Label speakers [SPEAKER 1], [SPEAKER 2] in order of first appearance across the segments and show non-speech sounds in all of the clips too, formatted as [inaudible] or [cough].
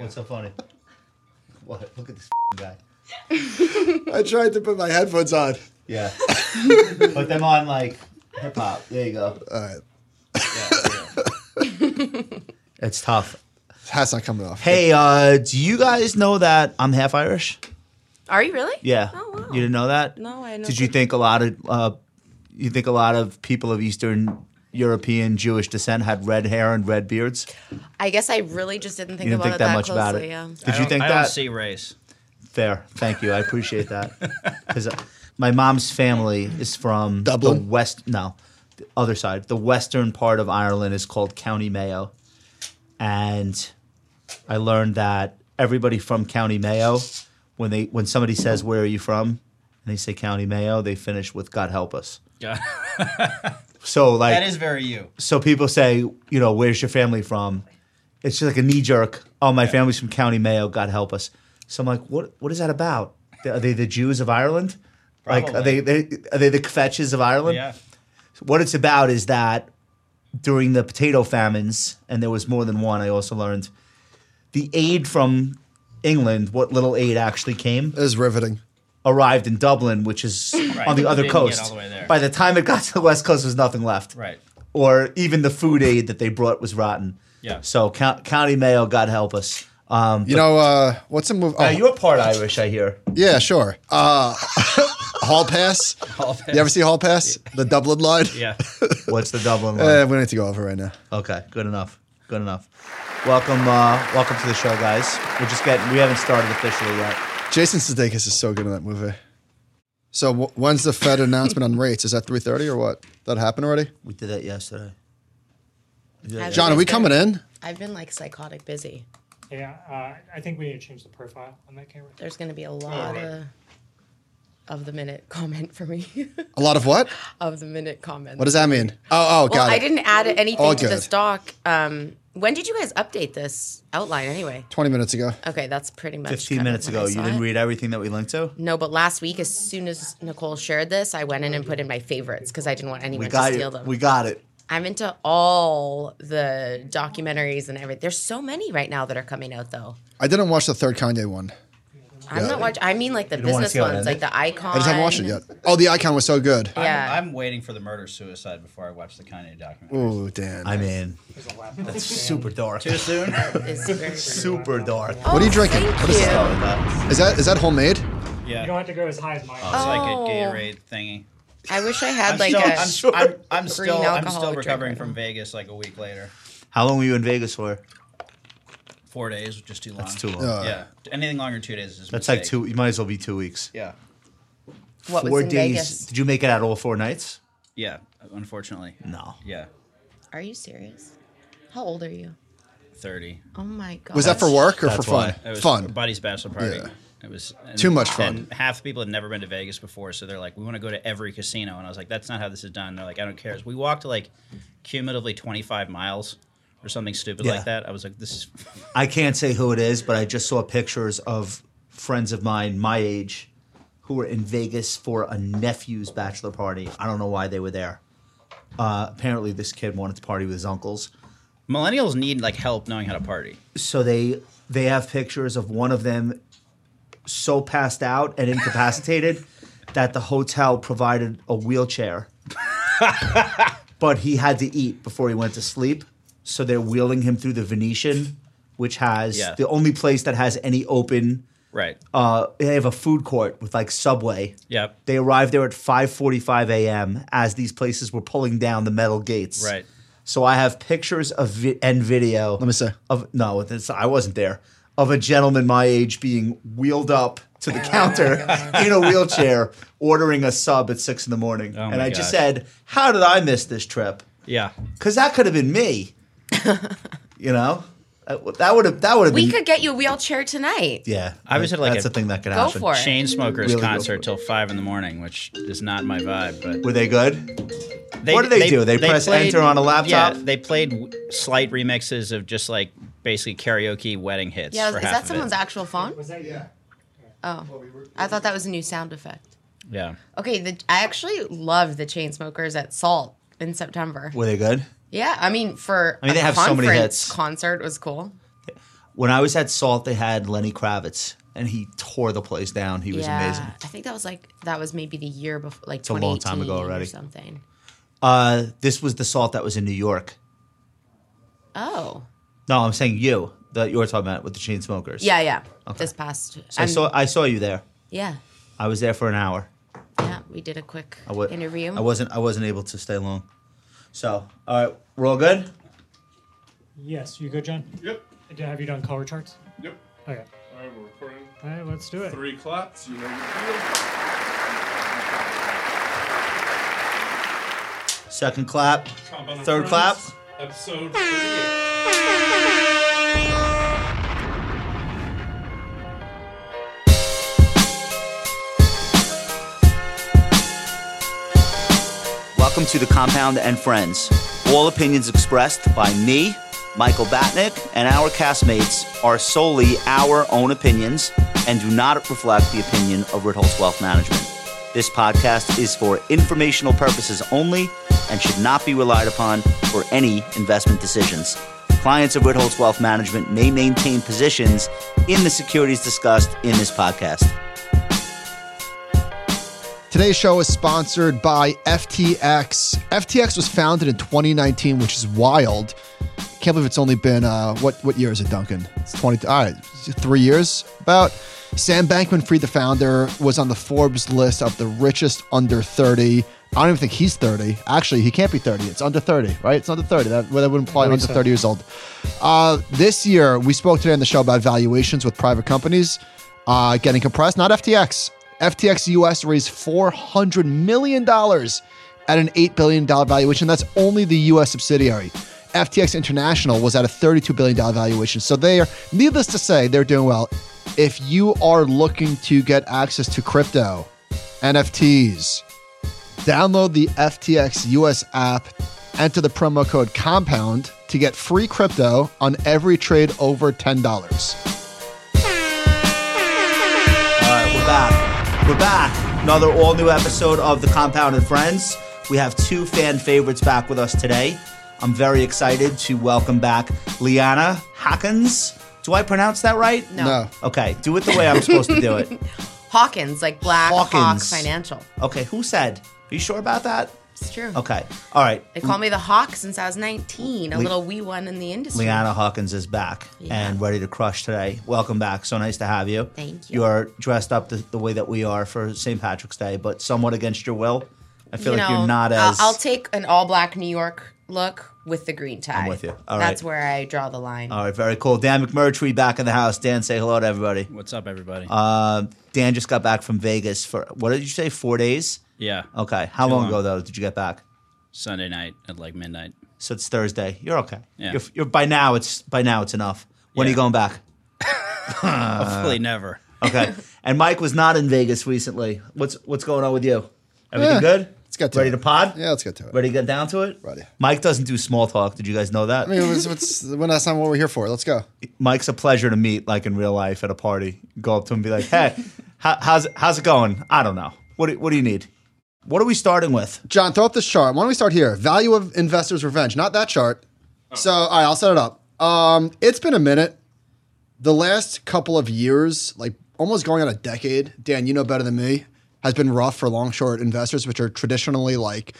[SPEAKER 1] What's so funny? [laughs] What? Look at this guy.
[SPEAKER 2] I tried to put my headphones on.
[SPEAKER 1] [laughs] Yeah. Put them on like hip hop. There you go.
[SPEAKER 2] All right.
[SPEAKER 1] Yeah, yeah. it's tough.
[SPEAKER 2] That's not coming off.
[SPEAKER 1] Hey, uh, do you guys know that I'm half Irish?
[SPEAKER 3] Are you really?
[SPEAKER 1] Yeah.
[SPEAKER 3] Oh, wow.
[SPEAKER 1] You didn't know that?
[SPEAKER 3] No, I had no
[SPEAKER 1] Did you
[SPEAKER 3] clue.
[SPEAKER 1] think a lot of uh, you think a lot of people of Eastern European Jewish descent had red hair and red beards?
[SPEAKER 3] I guess I really just didn't think
[SPEAKER 1] You didn't
[SPEAKER 3] about
[SPEAKER 1] think
[SPEAKER 3] it
[SPEAKER 1] that
[SPEAKER 3] that
[SPEAKER 1] much
[SPEAKER 3] closely.
[SPEAKER 1] about it.
[SPEAKER 3] Yeah.
[SPEAKER 1] Did you think
[SPEAKER 4] I
[SPEAKER 1] that?
[SPEAKER 4] don't see race. [laughs]
[SPEAKER 1] Fair. Thank you. I appreciate that. Because my mom's family is from the
[SPEAKER 2] Dublin?
[SPEAKER 1] west. No, the other side. The western part of Ireland is called County Mayo, and I learned that everybody from County Mayo, when they when somebody says where are you from, and they say County Mayo, they finish with God help us.
[SPEAKER 4] Yeah.
[SPEAKER 1] So like
[SPEAKER 4] that is very you.
[SPEAKER 1] so people say, you know, where's your family from? It's just like a knee jerk. Oh, my family's from County Mayo. God help us. So I'm like, what? What is that about? Are they the Jews of Ireland? Like, are they,
[SPEAKER 4] Probably.
[SPEAKER 1] they are they the kvetches of Ireland?
[SPEAKER 4] Yeah.
[SPEAKER 1] What it's about is that during the potato famines, and there was more than one. I also learned the aid from England, what little aid actually came,
[SPEAKER 2] It was riveting.
[SPEAKER 1] arrived in Dublin, which is
[SPEAKER 4] Right,
[SPEAKER 1] on the
[SPEAKER 4] it
[SPEAKER 1] other
[SPEAKER 4] didn't get
[SPEAKER 1] coast.
[SPEAKER 4] all the way there.
[SPEAKER 1] By the time it got to the west coast, there was nothing left
[SPEAKER 4] Right.
[SPEAKER 1] or even the food aid that they brought was rotten.
[SPEAKER 4] Yeah.
[SPEAKER 1] So count, County Mayo, God help us. Um,
[SPEAKER 2] You know, uh, what's a movie? Oh,
[SPEAKER 1] now, you're part Irish, I hear.
[SPEAKER 2] yeah, sure. Uh, [laughs] Hall Pass.
[SPEAKER 4] All that-
[SPEAKER 2] You ever see Hall Pass? The Dublin line?
[SPEAKER 1] [laughs]
[SPEAKER 4] yeah.
[SPEAKER 1] What's the Dublin line?
[SPEAKER 2] [laughs] Eh, we don't need to go over right now.
[SPEAKER 1] Okay, good enough. Good enough. Welcome, uh, welcome to the show, guys. We're just getting. We haven't started officially yet.
[SPEAKER 2] Jason Sudeikis is so good in that movie. So wh- when's the Fed announcement on rates? Is that 3.30 or what? That happened already?
[SPEAKER 1] We did that yesterday. We did that
[SPEAKER 3] I've
[SPEAKER 1] yesterday.
[SPEAKER 2] John, are we coming in?
[SPEAKER 3] I've been like psychotic busy.
[SPEAKER 5] Yeah, uh, I think we need to change the profile on that camera.
[SPEAKER 3] There's going to be a lot
[SPEAKER 5] right.
[SPEAKER 3] of of the minute [laughs] comment for me.
[SPEAKER 2] A lot of what?
[SPEAKER 3] of the minute comment.
[SPEAKER 2] What does that mean? Oh, oh,
[SPEAKER 3] Well,
[SPEAKER 2] got it.
[SPEAKER 3] I didn't add anything
[SPEAKER 2] All
[SPEAKER 3] to
[SPEAKER 2] good.
[SPEAKER 3] this doc. Um, when did you guys update this outline anyway?
[SPEAKER 2] 20 minutes ago.
[SPEAKER 3] Okay, that's pretty much.
[SPEAKER 1] Fifteen
[SPEAKER 3] kind of
[SPEAKER 1] minutes
[SPEAKER 3] when I
[SPEAKER 1] ago, you
[SPEAKER 3] saw
[SPEAKER 1] didn't
[SPEAKER 3] it.
[SPEAKER 1] read everything that we linked to.
[SPEAKER 3] No, but last week, as soon as Nicole shared this, I went in and put in my favorites because I didn't want anyone
[SPEAKER 1] We got
[SPEAKER 3] to steal
[SPEAKER 1] it.
[SPEAKER 3] them.
[SPEAKER 1] We got it.
[SPEAKER 3] I'm into all the documentaries and everything. There's so many right now that are coming out, though.
[SPEAKER 2] I didn't watch the third Kanye one.
[SPEAKER 3] I'm not watching. I mean, like the
[SPEAKER 1] wanna
[SPEAKER 3] business
[SPEAKER 1] see how it
[SPEAKER 3] ones, like
[SPEAKER 1] ended?
[SPEAKER 3] the icon.
[SPEAKER 2] eh? I just haven't watched
[SPEAKER 3] Um,
[SPEAKER 2] it yet. Oh, the icon was so good.
[SPEAKER 3] Yeah.
[SPEAKER 4] I'm, I'm waiting for the murder suicide before I watch the Kanye documentary.
[SPEAKER 2] Oh, damn.
[SPEAKER 1] I mean,
[SPEAKER 5] There's a laptop.
[SPEAKER 1] that's super dark. [laughs]
[SPEAKER 4] Too soon?
[SPEAKER 2] [laughs]
[SPEAKER 3] It's very-
[SPEAKER 1] Super dark.
[SPEAKER 3] Oh.
[SPEAKER 2] What are you drinking?
[SPEAKER 3] Thank
[SPEAKER 2] What is
[SPEAKER 3] you.
[SPEAKER 1] Oh, that-
[SPEAKER 2] Is that is that homemade?
[SPEAKER 4] yeah.
[SPEAKER 5] You don't have to go as high as mine.
[SPEAKER 4] It's like a
[SPEAKER 3] Oh.
[SPEAKER 4] Gatorade thingy.
[SPEAKER 3] I wish I had
[SPEAKER 4] I'm
[SPEAKER 3] like
[SPEAKER 4] still,
[SPEAKER 3] a.
[SPEAKER 4] I'm, I'm, I'm still, I'm
[SPEAKER 3] alcoholic
[SPEAKER 4] still
[SPEAKER 3] drink
[SPEAKER 4] recovering
[SPEAKER 3] right
[SPEAKER 4] from
[SPEAKER 3] now.
[SPEAKER 4] Vegas like a week later.
[SPEAKER 1] How long were you in Vegas for?
[SPEAKER 4] Four days, which is too long.
[SPEAKER 1] That's too long.
[SPEAKER 2] Uh,
[SPEAKER 4] Yeah. Anything longer than two days is a
[SPEAKER 1] That's like
[SPEAKER 4] mistake.
[SPEAKER 1] two. You might as well be two weeks.
[SPEAKER 4] Yeah.
[SPEAKER 3] what
[SPEAKER 1] four
[SPEAKER 3] was in
[SPEAKER 1] days.
[SPEAKER 3] Vegas?
[SPEAKER 1] Did you make it out all four nights?
[SPEAKER 4] Yeah. Unfortunately.
[SPEAKER 1] No.
[SPEAKER 4] Yeah.
[SPEAKER 3] Are you serious? How old are you?
[SPEAKER 4] 30.
[SPEAKER 3] Oh my god.
[SPEAKER 2] Was that for work or for
[SPEAKER 1] That's
[SPEAKER 2] fun?
[SPEAKER 4] It was a
[SPEAKER 2] Fun.
[SPEAKER 4] buddy's bachelor party.
[SPEAKER 2] Yeah.
[SPEAKER 4] It was and-
[SPEAKER 2] Too much fun.
[SPEAKER 4] And half the people had never been to Vegas before, so they're like, "We want to go to every casino," and I was like, "That's not how this is done." They're like, "I don't care." So we walked like cumulatively 25 miles or something stupid
[SPEAKER 1] Yeah.
[SPEAKER 4] like that. I was like, "This is
[SPEAKER 1] I can't say who it is, but I just saw pictures of friends of mine my age who were in Vegas for a nephew's bachelor party. I don't know why they were there. Uh, apparently, this kid wanted to party with his uncles,
[SPEAKER 4] millennials need like help knowing how to party."
[SPEAKER 1] so they they have pictures of one of them so passed out and
[SPEAKER 4] [laughs]
[SPEAKER 1] incapacitated that the hotel provided a wheelchair, but he had to eat before he went to sleep. So they're wheeling him through the Venetian, which has
[SPEAKER 4] Yeah.
[SPEAKER 1] the only place that has any open
[SPEAKER 4] Right.
[SPEAKER 1] uh, they have a food court with like Subway.
[SPEAKER 4] Yep.
[SPEAKER 1] They arrived there at 5:45 a.m. as these places were pulling down the metal gates.
[SPEAKER 4] Right.
[SPEAKER 1] So I have pictures of vi- and video. Let
[SPEAKER 2] me see.
[SPEAKER 1] Of no, it's, I wasn't there. Of a gentleman my age being wheeled up to the
[SPEAKER 4] [laughs]
[SPEAKER 1] counter in a wheelchair, ordering a sub at six in the morning,
[SPEAKER 4] Oh my
[SPEAKER 1] and I just
[SPEAKER 4] gosh.
[SPEAKER 1] said, "How did I miss this trip?
[SPEAKER 4] Yeah.
[SPEAKER 1] Because that could have been
[SPEAKER 4] [laughs]
[SPEAKER 1] me. you know, That- that would have that would have
[SPEAKER 3] We
[SPEAKER 1] been.
[SPEAKER 3] could get you a wheelchair tonight.
[SPEAKER 1] yeah,
[SPEAKER 4] I was at, like,
[SPEAKER 1] that's
[SPEAKER 4] a-
[SPEAKER 1] the thing that could
[SPEAKER 3] Go
[SPEAKER 1] happen.
[SPEAKER 3] for it.
[SPEAKER 4] Chain smokers
[SPEAKER 1] Really good for it.
[SPEAKER 4] concert till five in the morning, which is not my vibe. But
[SPEAKER 1] Were they good?
[SPEAKER 4] They-
[SPEAKER 1] What do they do? They press enter on a laptop?
[SPEAKER 4] Yeah, they played w- slight remixes of just like basically karaoke wedding hits.
[SPEAKER 3] Yeah,
[SPEAKER 4] for
[SPEAKER 3] is
[SPEAKER 4] half
[SPEAKER 3] that
[SPEAKER 4] of
[SPEAKER 3] someone's
[SPEAKER 4] it.
[SPEAKER 3] actual phone?
[SPEAKER 5] Was that yeah.
[SPEAKER 3] Oh, I thought that was a new sound effect.
[SPEAKER 4] Yeah,
[SPEAKER 3] Okay, the, I actually love the Chainsmokers at Salt in September.
[SPEAKER 1] Were they good?
[SPEAKER 3] Yeah, I mean for
[SPEAKER 1] mean, they
[SPEAKER 3] a
[SPEAKER 1] have so many
[SPEAKER 3] conference
[SPEAKER 1] hits.
[SPEAKER 3] Concert was cool.
[SPEAKER 1] When I was at Salt, they had Lenny Kravitz, and he tore the place down. He was amazing.
[SPEAKER 3] I think that was like that was maybe the year before, like
[SPEAKER 1] a
[SPEAKER 3] 2018
[SPEAKER 1] long time ago already.
[SPEAKER 3] or something.
[SPEAKER 1] Uh, this was the Salt that was in New York.
[SPEAKER 3] Oh,
[SPEAKER 1] No, I'm saying you that you were talking about with the chain smokers.
[SPEAKER 3] yeah, yeah. This past,
[SPEAKER 1] So I
[SPEAKER 3] I'm-
[SPEAKER 1] saw I saw you there.
[SPEAKER 3] yeah,
[SPEAKER 1] I was there for an hour.
[SPEAKER 3] yeah. We did a quick
[SPEAKER 1] I wa-
[SPEAKER 3] interview.
[SPEAKER 1] I wasn't I wasn't able to stay long. So all right, we're all good.
[SPEAKER 5] Yes, you good, John?
[SPEAKER 6] Yep.
[SPEAKER 5] Did- Have you done color charts?
[SPEAKER 6] Yep.
[SPEAKER 5] Okay.
[SPEAKER 6] All right, we're recording.
[SPEAKER 5] All right, let's do it.
[SPEAKER 6] Three claps. You know the deal.
[SPEAKER 1] Second clap.
[SPEAKER 6] Comp on the
[SPEAKER 1] Third clap.
[SPEAKER 6] friends. Episode 38.
[SPEAKER 1] Welcome to the Compound and Friends. All opinions expressed by me, Michael Batnick, and our castmates are solely our own opinions and do not reflect the opinion of Ritholtz Wealth Management. This podcast is for informational purposes only and should not be relied upon for any investment decisions. Clients of Ritholtz Wealth Management may maintain positions in the securities discussed in this podcast.
[SPEAKER 2] Today's show is sponsored by FTX. FTX was founded in 2019, which is wild. Can't believe it's only been uh, what what year is it, Duncan? It's 20. All right, three years about. Sam Bankman-Fried, the founder, was on the Forbes list of the richest under 30. I don't even think he's 30. Actually, he can't be 30. It's under 30, right? It's under 30. That, that would imply under 30 years old. Uh, this year, we spoke today on the show about valuations with private companies uh, getting compressed. Not FTX. FTX US raised $400 million at an $8 billion valuation. That's only the US subsidiary. FTX International was at a $32 billion valuation. So they are, needless to say, they're doing well. If you are looking to get access to crypto, NFTs, download the FTX US app, enter the promo code COMPOUND to get free crypto on every trade over $10.
[SPEAKER 1] All right, we're back. We're back. Another all new episode of The Compound and Friends. We have two fan favorites back with us today. I'm very excited to welcome back Liana Hawkins. Do I pronounce that right?
[SPEAKER 3] no.
[SPEAKER 2] No.
[SPEAKER 1] Okay, do it the way I'm supposed to do it.
[SPEAKER 3] Hawkins, like Black Hawk
[SPEAKER 1] Hawkins.
[SPEAKER 3] Financial.
[SPEAKER 1] Okay, who said? Are you sure about that?
[SPEAKER 3] It's true.
[SPEAKER 1] Okay, all right.
[SPEAKER 3] They call me the Hawk since I was 19, a little wee one in the industry.
[SPEAKER 1] Liana Hawkins is back and ready to crush today. Welcome back. So nice to have you.
[SPEAKER 3] Thank you.
[SPEAKER 1] You are dressed up the, the way that we are for St. Patrick's Day, but somewhat against your will. I feel
[SPEAKER 3] you
[SPEAKER 1] like
[SPEAKER 3] know,
[SPEAKER 1] you're not
[SPEAKER 3] I'll-
[SPEAKER 1] as.
[SPEAKER 3] I'll, take an all black New York look with the green tie. I'm
[SPEAKER 1] with you. All
[SPEAKER 3] That's
[SPEAKER 1] right.
[SPEAKER 3] where I draw the line.
[SPEAKER 1] All right, very cool. Dan McMurtry back in the house. Dan, say hello to everybody.
[SPEAKER 4] What's up, everybody?
[SPEAKER 1] Um, Dan just got back from Vegas for what did you say? Four days.
[SPEAKER 4] yeah.
[SPEAKER 1] Okay, how long,
[SPEAKER 4] long.
[SPEAKER 1] ago though did you get back?
[SPEAKER 4] Sunday night at like midnight.
[SPEAKER 1] So it's Thursday. You're okay.
[SPEAKER 4] Yeah.
[SPEAKER 1] You're, you're by now. It's by now. It's enough. When are
[SPEAKER 4] Yeah.
[SPEAKER 1] you going back? Uh,
[SPEAKER 4] Hopefully never.
[SPEAKER 1] Okay. and Mike was not in Vegas recently. What's what's going on with you? Everything
[SPEAKER 2] Yeah.
[SPEAKER 1] Eh, good?
[SPEAKER 2] Let's get to
[SPEAKER 1] ready
[SPEAKER 2] it.
[SPEAKER 1] to pod.
[SPEAKER 2] Yeah, let's get to it.
[SPEAKER 1] Ready to get down to it.
[SPEAKER 2] Ready.
[SPEAKER 1] Mike doesn't do small talk. Did you guys know that?
[SPEAKER 2] I mean, what's, what's, when that's not what we're here for. Let's go.
[SPEAKER 1] Mike's a pleasure to meet, like in real life at a party. Go up to him and be like, "Hey, [laughs] how, how's how's it going? I don't know. What do, what do you need? What are we starting with? [laughs]
[SPEAKER 2] John, throw up this chart. Why don't we start here? Value of investors' revenge. Not that chart. So, all right, I'll set it up. Um, it's been a minute. The last couple of years, like almost going on a decade, Dan, you know better than me, has been rough for long short investors, which are traditionally like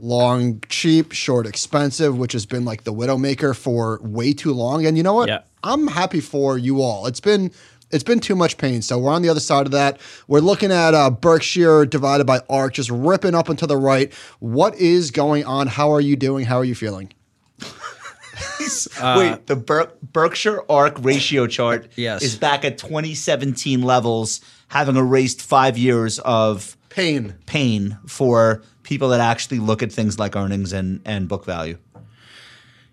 [SPEAKER 2] long cheap, short expensive, which has been like the widowmaker for way too long. And you know what?
[SPEAKER 4] Yeah.
[SPEAKER 2] I'm happy for you all. It's been it's been too much pain. So we're on the other side of that. We're looking at uh, Berkshire divided by ARC, just ripping up and to the right. What is going on? How are you doing? How are you feeling?
[SPEAKER 1] Wait, the Ber- Berkshire Arc ratio chart
[SPEAKER 4] Yes.
[SPEAKER 1] is back at 2017 levels, having erased five years of
[SPEAKER 2] Pain.
[SPEAKER 1] pain for people that actually look at things like earnings and and book value.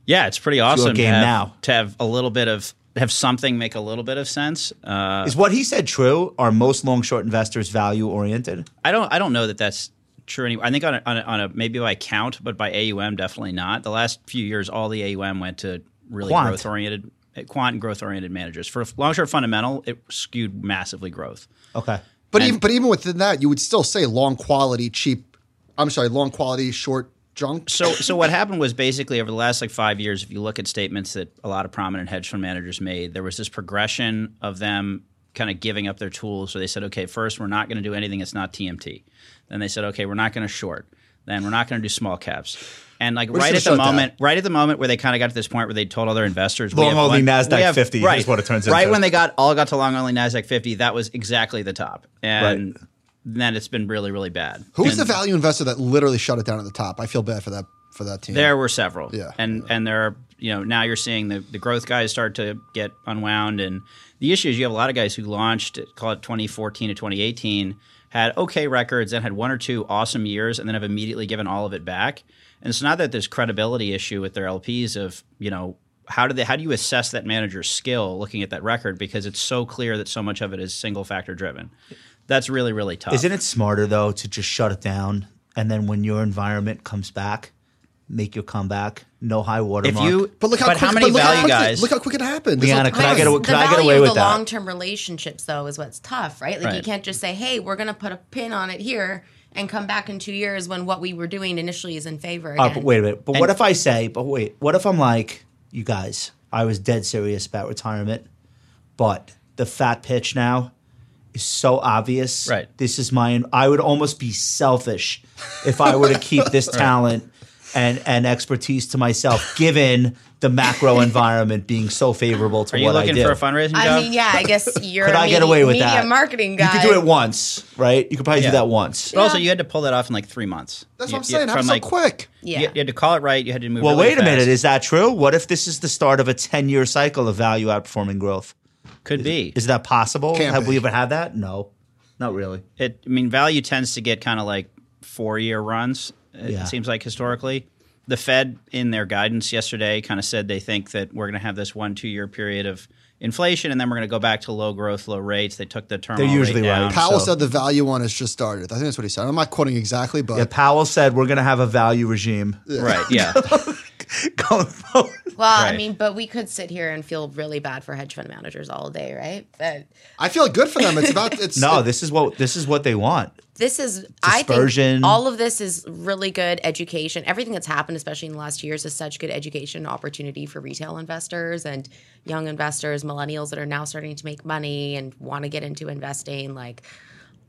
[SPEAKER 4] Yeah, it's pretty awesome
[SPEAKER 1] game
[SPEAKER 4] to, have,
[SPEAKER 1] now.
[SPEAKER 4] to have a little bit of have something make a little bit of sense. Uh,
[SPEAKER 1] Is what he said true? Are most long short investors value oriented?
[SPEAKER 4] I don't I don't know that that's true anymore. I think on a, on, a, on a maybe by count, but by AUM definitely not. The last few years, all the AUM went to really
[SPEAKER 1] Quant.
[SPEAKER 4] growth oriented quant and growth oriented managers. For long short fundamental, it skewed massively growth.
[SPEAKER 1] Okay.
[SPEAKER 2] But even but even within that, you would still say long quality, cheap. I'm sorry, long quality, short drunk.
[SPEAKER 4] So, so what happened was basically over the last like five years, if you look at statements that a lot of prominent hedge fund managers made, there was this progression of them kind of giving up their tools. So they said, okay, first we're not going to do anything that's not TMT. Then they said, okay, we're not going to short. Then we're not going to do small caps. And like
[SPEAKER 2] just
[SPEAKER 4] right
[SPEAKER 2] gonna
[SPEAKER 4] at the
[SPEAKER 2] shut down.
[SPEAKER 4] moment, right at the moment where they kind of got to this point where they told all their investors, we
[SPEAKER 7] Long
[SPEAKER 4] have
[SPEAKER 7] only
[SPEAKER 4] one-
[SPEAKER 7] NASDAQ
[SPEAKER 4] we have-
[SPEAKER 7] 50 is
[SPEAKER 4] right,
[SPEAKER 7] what it turns
[SPEAKER 4] Right
[SPEAKER 7] into.
[SPEAKER 4] when they got all got to long only Nasdaq 50, that was exactly the top. And then it's been really, really bad.
[SPEAKER 2] Who was
[SPEAKER 4] And-
[SPEAKER 2] the value investor that literally shut it down at the top? I feel bad for that for that team.
[SPEAKER 4] There were several.
[SPEAKER 2] Yeah.
[SPEAKER 4] And and there are you know, now you're seeing the, the growth guys start to get unwound and the issue is you have a lot of guys who launched call it twenty fourteen to twenty eighteen, had okay records, then had one or two awesome years and then have immediately given all of it back. And it's not that there's credibility issue with their LPs of, you know, how do they how do you assess that manager's skill looking at that record because it's so clear that so much of it is single factor driven. That's really, really tough.
[SPEAKER 1] Isn't it smarter though to just shut it down and then when your environment comes back, make your comeback, no high water
[SPEAKER 4] if you
[SPEAKER 2] but look how quick,
[SPEAKER 4] how many
[SPEAKER 2] but look
[SPEAKER 4] value
[SPEAKER 2] quick it-
[SPEAKER 4] guys
[SPEAKER 2] Look how quick it happened. It's
[SPEAKER 1] Leanna,
[SPEAKER 2] like-
[SPEAKER 1] could I get a-
[SPEAKER 3] Because
[SPEAKER 1] could
[SPEAKER 3] the
[SPEAKER 1] I get
[SPEAKER 3] value
[SPEAKER 1] away
[SPEAKER 3] of
[SPEAKER 1] with
[SPEAKER 3] the
[SPEAKER 1] that?
[SPEAKER 3] long-term relationships, though, is what's tough, right? Like you
[SPEAKER 4] Right.
[SPEAKER 3] can't just say, "Hey, we're going to put a pin on it here and come back in two years when what we were doing initially is in favor." Again.
[SPEAKER 1] All right, but Uh, wait a minute. But what
[SPEAKER 4] And-
[SPEAKER 1] if I say, but wait, what if I'm like, you guys, I was dead serious about retirement, but the fat pitch now is so obvious.
[SPEAKER 4] Right.
[SPEAKER 1] This is my, I would almost be selfish if I were to keep
[SPEAKER 4] [laughs]
[SPEAKER 1] this talent and, and expertise to myself, given the macro environment being so favorable to
[SPEAKER 4] are you
[SPEAKER 1] what I
[SPEAKER 4] looking
[SPEAKER 1] do.
[SPEAKER 4] for a fundraising
[SPEAKER 3] I
[SPEAKER 4] job?
[SPEAKER 3] mean, yeah,
[SPEAKER 1] [laughs]
[SPEAKER 3] I guess you're
[SPEAKER 1] could
[SPEAKER 3] a
[SPEAKER 1] I get
[SPEAKER 3] media-
[SPEAKER 1] away with
[SPEAKER 3] media
[SPEAKER 1] that?
[SPEAKER 3] marketing
[SPEAKER 1] You
[SPEAKER 3] guy.
[SPEAKER 1] could do it once, right? You could probably
[SPEAKER 4] Yeah.
[SPEAKER 1] do that once.
[SPEAKER 4] But also, you had to pull that off in like three months.
[SPEAKER 2] That's
[SPEAKER 4] You-
[SPEAKER 2] what I'm
[SPEAKER 4] you-
[SPEAKER 2] saying.
[SPEAKER 4] from,
[SPEAKER 2] Happened so
[SPEAKER 4] like-
[SPEAKER 2] quick.
[SPEAKER 4] you-
[SPEAKER 3] Yeah.
[SPEAKER 4] You, had to call it right. You had to move.
[SPEAKER 1] Well,
[SPEAKER 4] really
[SPEAKER 1] wait a minute.
[SPEAKER 4] fast.
[SPEAKER 1] Is that true? What if this is the start of a 10 year cycle of value outperforming growth?
[SPEAKER 4] could be.
[SPEAKER 1] Is that possible?
[SPEAKER 2] Can't
[SPEAKER 1] have
[SPEAKER 2] be.
[SPEAKER 1] we ever had that? No, not really.
[SPEAKER 4] it, I mean, value tends to get kind of like four year runs. It
[SPEAKER 1] Yeah.
[SPEAKER 4] seems like historically, the Fed in their guidance yesterday kind of said they think that we're going to have this one two year period of inflation, and then we're going to go back to low growth, low rates. They took the term.
[SPEAKER 1] They're usually right.
[SPEAKER 2] Powell
[SPEAKER 1] So-
[SPEAKER 2] said the value one has just started. I think that's what he said. I'm not quoting exactly, but
[SPEAKER 1] Yeah, Powell said we're going to have a value regime
[SPEAKER 4] Right.
[SPEAKER 1] [laughs]
[SPEAKER 4] Yeah.
[SPEAKER 1] going forward.
[SPEAKER 3] Well, I
[SPEAKER 4] Right.
[SPEAKER 3] mean, but we could sit here and feel really bad for hedge fund managers all day, right? That
[SPEAKER 2] I feel good for them. It's about it's
[SPEAKER 1] No, this is what this is what they want.
[SPEAKER 3] this is I
[SPEAKER 1] Dispersion.
[SPEAKER 3] think all of this is really good education. Everything that's happened, especially in the last years, is such good education and opportunity for retail investors and young investors, millennials that are now starting to make money and want to get into investing. Like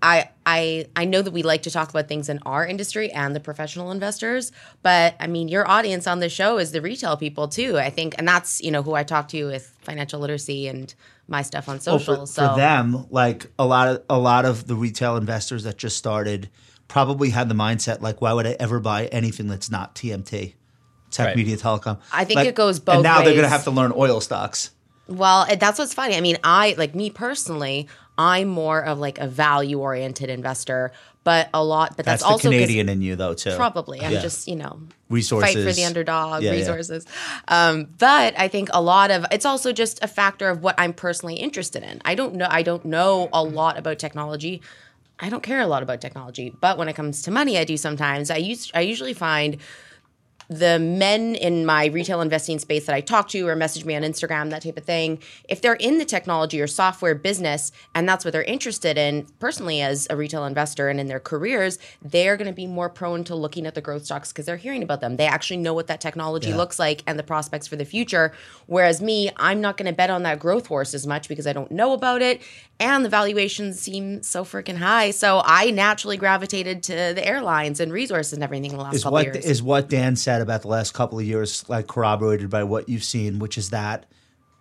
[SPEAKER 3] I I I know that we like to talk about things in our industry and the professional investors, but I mean your audience on this show is the retail people too. I think and that's, you know, who I talk to with financial literacy and my stuff on
[SPEAKER 1] Well,
[SPEAKER 3] social.
[SPEAKER 1] Oh, for,
[SPEAKER 3] so
[SPEAKER 1] for them, like a lot of a lot of the retail investors that just started probably had the mindset like, why would I ever buy anything that's not TMT, tech,
[SPEAKER 4] Right.
[SPEAKER 1] media, telecom?
[SPEAKER 3] I think
[SPEAKER 1] Like-
[SPEAKER 3] it goes
[SPEAKER 1] And
[SPEAKER 3] both
[SPEAKER 1] now they're going to
[SPEAKER 3] ways.
[SPEAKER 1] have to learn oil stocks.
[SPEAKER 3] Well, it- that's what's funny. I mean, I like me personally, I'm more of like a value oriented investor, but a lot, but that's,
[SPEAKER 1] That's, the
[SPEAKER 3] also 'cause-
[SPEAKER 1] Canadian in you, though, too.
[SPEAKER 3] Probably. I'm
[SPEAKER 1] Yeah.
[SPEAKER 3] just, you know,
[SPEAKER 1] Resources.
[SPEAKER 3] fight for the underdog,
[SPEAKER 1] Yeah, yeah.
[SPEAKER 3] resources. Um, but I think a lot of it's also just a factor of what I'm personally interested in. I don't know. I don't know a lot about technology. I don't care a lot about technology, but when it comes to money, I do sometimes. I use. I usually find the men in my retail investing space that I talk to or message me on Instagram, that type of thing, if they're in the technology or software business and that's what they're interested in personally as a retail investor and in their careers, they're going to be more prone to looking at the growth stocks because they're hearing about them. They actually know what that technology
[SPEAKER 1] Yeah.
[SPEAKER 3] looks like and the prospects for the future. Whereas me, I'm not going to bet on that growth horse as much because I don't know about it. And the valuations seem so freaking high. So I naturally gravitated to the airlines and resources and everything in the last
[SPEAKER 1] is
[SPEAKER 3] couple
[SPEAKER 1] what
[SPEAKER 3] of years.
[SPEAKER 1] is what Dan said about the last couple of years, like corroborated by what you've seen, which is that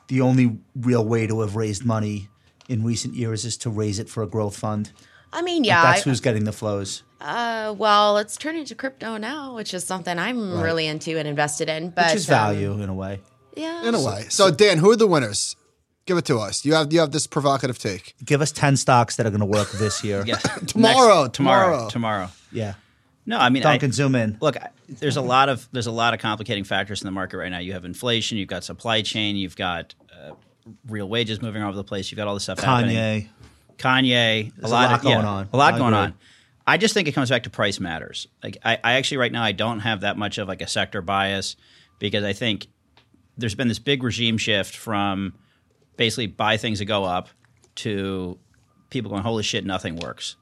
[SPEAKER 1] the only real way to have raised money in recent years is to raise it for a growth fund.
[SPEAKER 3] I mean, yeah.
[SPEAKER 1] That's
[SPEAKER 3] I-
[SPEAKER 1] who's getting the flows.
[SPEAKER 3] Uh, well, it's turned into crypto now, which is something I'm really into and invested in. But
[SPEAKER 1] Which is
[SPEAKER 3] um,
[SPEAKER 1] value in a way.
[SPEAKER 3] yeah.
[SPEAKER 2] in a way. So Dan, who are the winners? Give it to us. You have you have this provocative take.
[SPEAKER 1] Give us ten stocks that are going to work this
[SPEAKER 3] [laughs]
[SPEAKER 1] year.
[SPEAKER 4] Yes.
[SPEAKER 2] Tomorrow, tomorrow.
[SPEAKER 4] Tomorrow. Tomorrow.
[SPEAKER 1] Yeah.
[SPEAKER 4] No, I mean, I-
[SPEAKER 1] Duncan, zoom in.
[SPEAKER 4] Look, I- there's a lot of there's a lot of complicating factors in the market right now. You have inflation, you've got supply chain, you've got uh, real wages moving all over the place. You've got all this stuff happening.
[SPEAKER 1] Kanye.
[SPEAKER 4] Kanye,
[SPEAKER 1] There's a lot
[SPEAKER 4] of-
[SPEAKER 1] going
[SPEAKER 4] yeah,
[SPEAKER 1] on.
[SPEAKER 4] A lot
[SPEAKER 1] I
[SPEAKER 4] going
[SPEAKER 1] agree.
[SPEAKER 4] on. I just think it comes back to price matters. Like I, I actually right now I don't have that much of like a sector bias because I think there's been this big regime shift from basically buy things that go up to people going holy shit nothing works.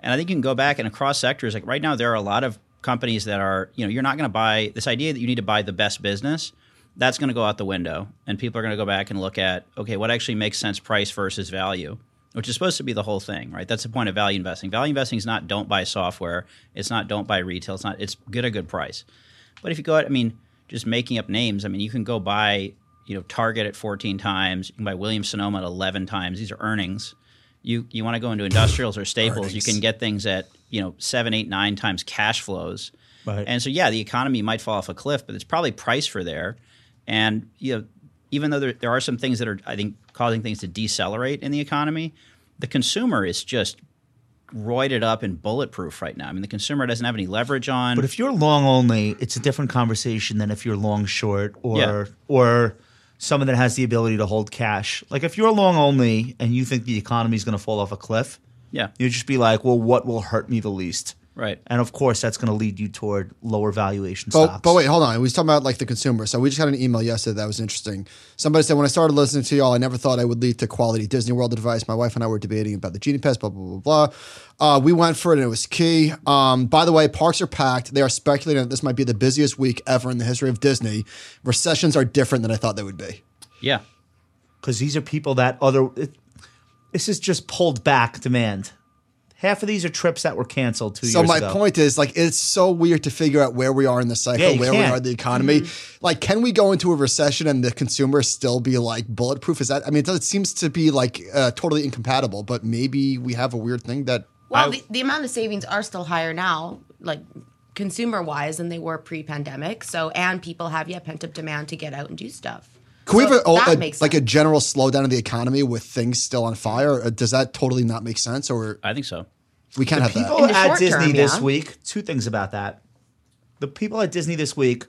[SPEAKER 4] And I think you can go back and across sectors like right now there are a lot of companies that are, you know, you're not going to buy this idea that you need to buy the best business. That's going to go out the window, and people are going to go back and look at okay, what actually makes sense, price versus value, which is supposed to be the whole thing, right? That's the point of value investing. Value investing is not don't buy software, it's not don't buy retail, it's not it's get a good price. But if you go out, I mean, just making up names, I mean, you can go buy, you know, Target at 14 times, you can buy Williams Sonoma at 11 times. These are earnings. You you want to go into industrials or staples, you can get things at, you know, seven, eight, nine times cash flows.
[SPEAKER 1] Right.
[SPEAKER 4] And so, yeah, the economy might fall off a cliff, but it's probably priced for there. And, you know, even though there, there are some things that are, I think, causing things to decelerate in the economy, the consumer is just roided up and bulletproof right now. I mean, the consumer doesn't have any leverage on.
[SPEAKER 1] But if you're long only, it's a different conversation than if you're long short or
[SPEAKER 4] Yeah.
[SPEAKER 1] or someone that has the ability to hold cash. Like if you're long only and you think the economy's going to fall off a cliff,
[SPEAKER 4] yeah,
[SPEAKER 1] you'd just be like, "Well, what will hurt me the least?"
[SPEAKER 4] right.
[SPEAKER 1] And of course, that's going to lead you toward lower valuation
[SPEAKER 2] But,
[SPEAKER 1] stocks.
[SPEAKER 2] but wait, hold on. We was talking about like the consumer. So we just got an email yesterday that was interesting. Somebody said when I started listening to y'all, I never thought I would lead to quality Disney World advice. My wife and I were debating about the Genie Pass, blah blah blah blah. Uh, we went for it, and it was key. Um, by the way, parks are packed. They are speculating that this might be the busiest week ever in the history of Disney. Recessions are different than I thought they would be.
[SPEAKER 4] Yeah.
[SPEAKER 1] because these are people that other. It, this is just pulled back demand. Half of these are trips that were canceled two
[SPEAKER 2] So
[SPEAKER 1] years
[SPEAKER 2] my
[SPEAKER 1] ago.
[SPEAKER 2] point is, like, it's so weird to figure out where we are in the cycle,
[SPEAKER 1] Yeah, you
[SPEAKER 2] where we
[SPEAKER 1] can't.
[SPEAKER 2] are in the economy.
[SPEAKER 3] Mm-hmm.
[SPEAKER 2] Like, can we go into a recession and the consumer still be like bulletproof? Is that? I mean, it, does, it seems to be like uh, totally incompatible. But maybe we have a weird thing that
[SPEAKER 3] Well, the, the amount of savings are still higher now, like consumer wise, than they were pre pandemic. So, and people have yet pent up demand to get out and do stuff.
[SPEAKER 2] can we
[SPEAKER 3] So
[SPEAKER 2] have a, oh,
[SPEAKER 3] that
[SPEAKER 2] a-
[SPEAKER 3] makes
[SPEAKER 2] like a
[SPEAKER 3] sense.
[SPEAKER 2] general slowdown of the economy with things still on fire? Or does that totally not make sense? Or
[SPEAKER 4] I think so.
[SPEAKER 2] we can't have that.
[SPEAKER 1] people
[SPEAKER 3] In the
[SPEAKER 1] at
[SPEAKER 3] short
[SPEAKER 1] Disney
[SPEAKER 3] term,
[SPEAKER 1] this
[SPEAKER 3] yeah.
[SPEAKER 1] week, two things about that. The people at Disney this week,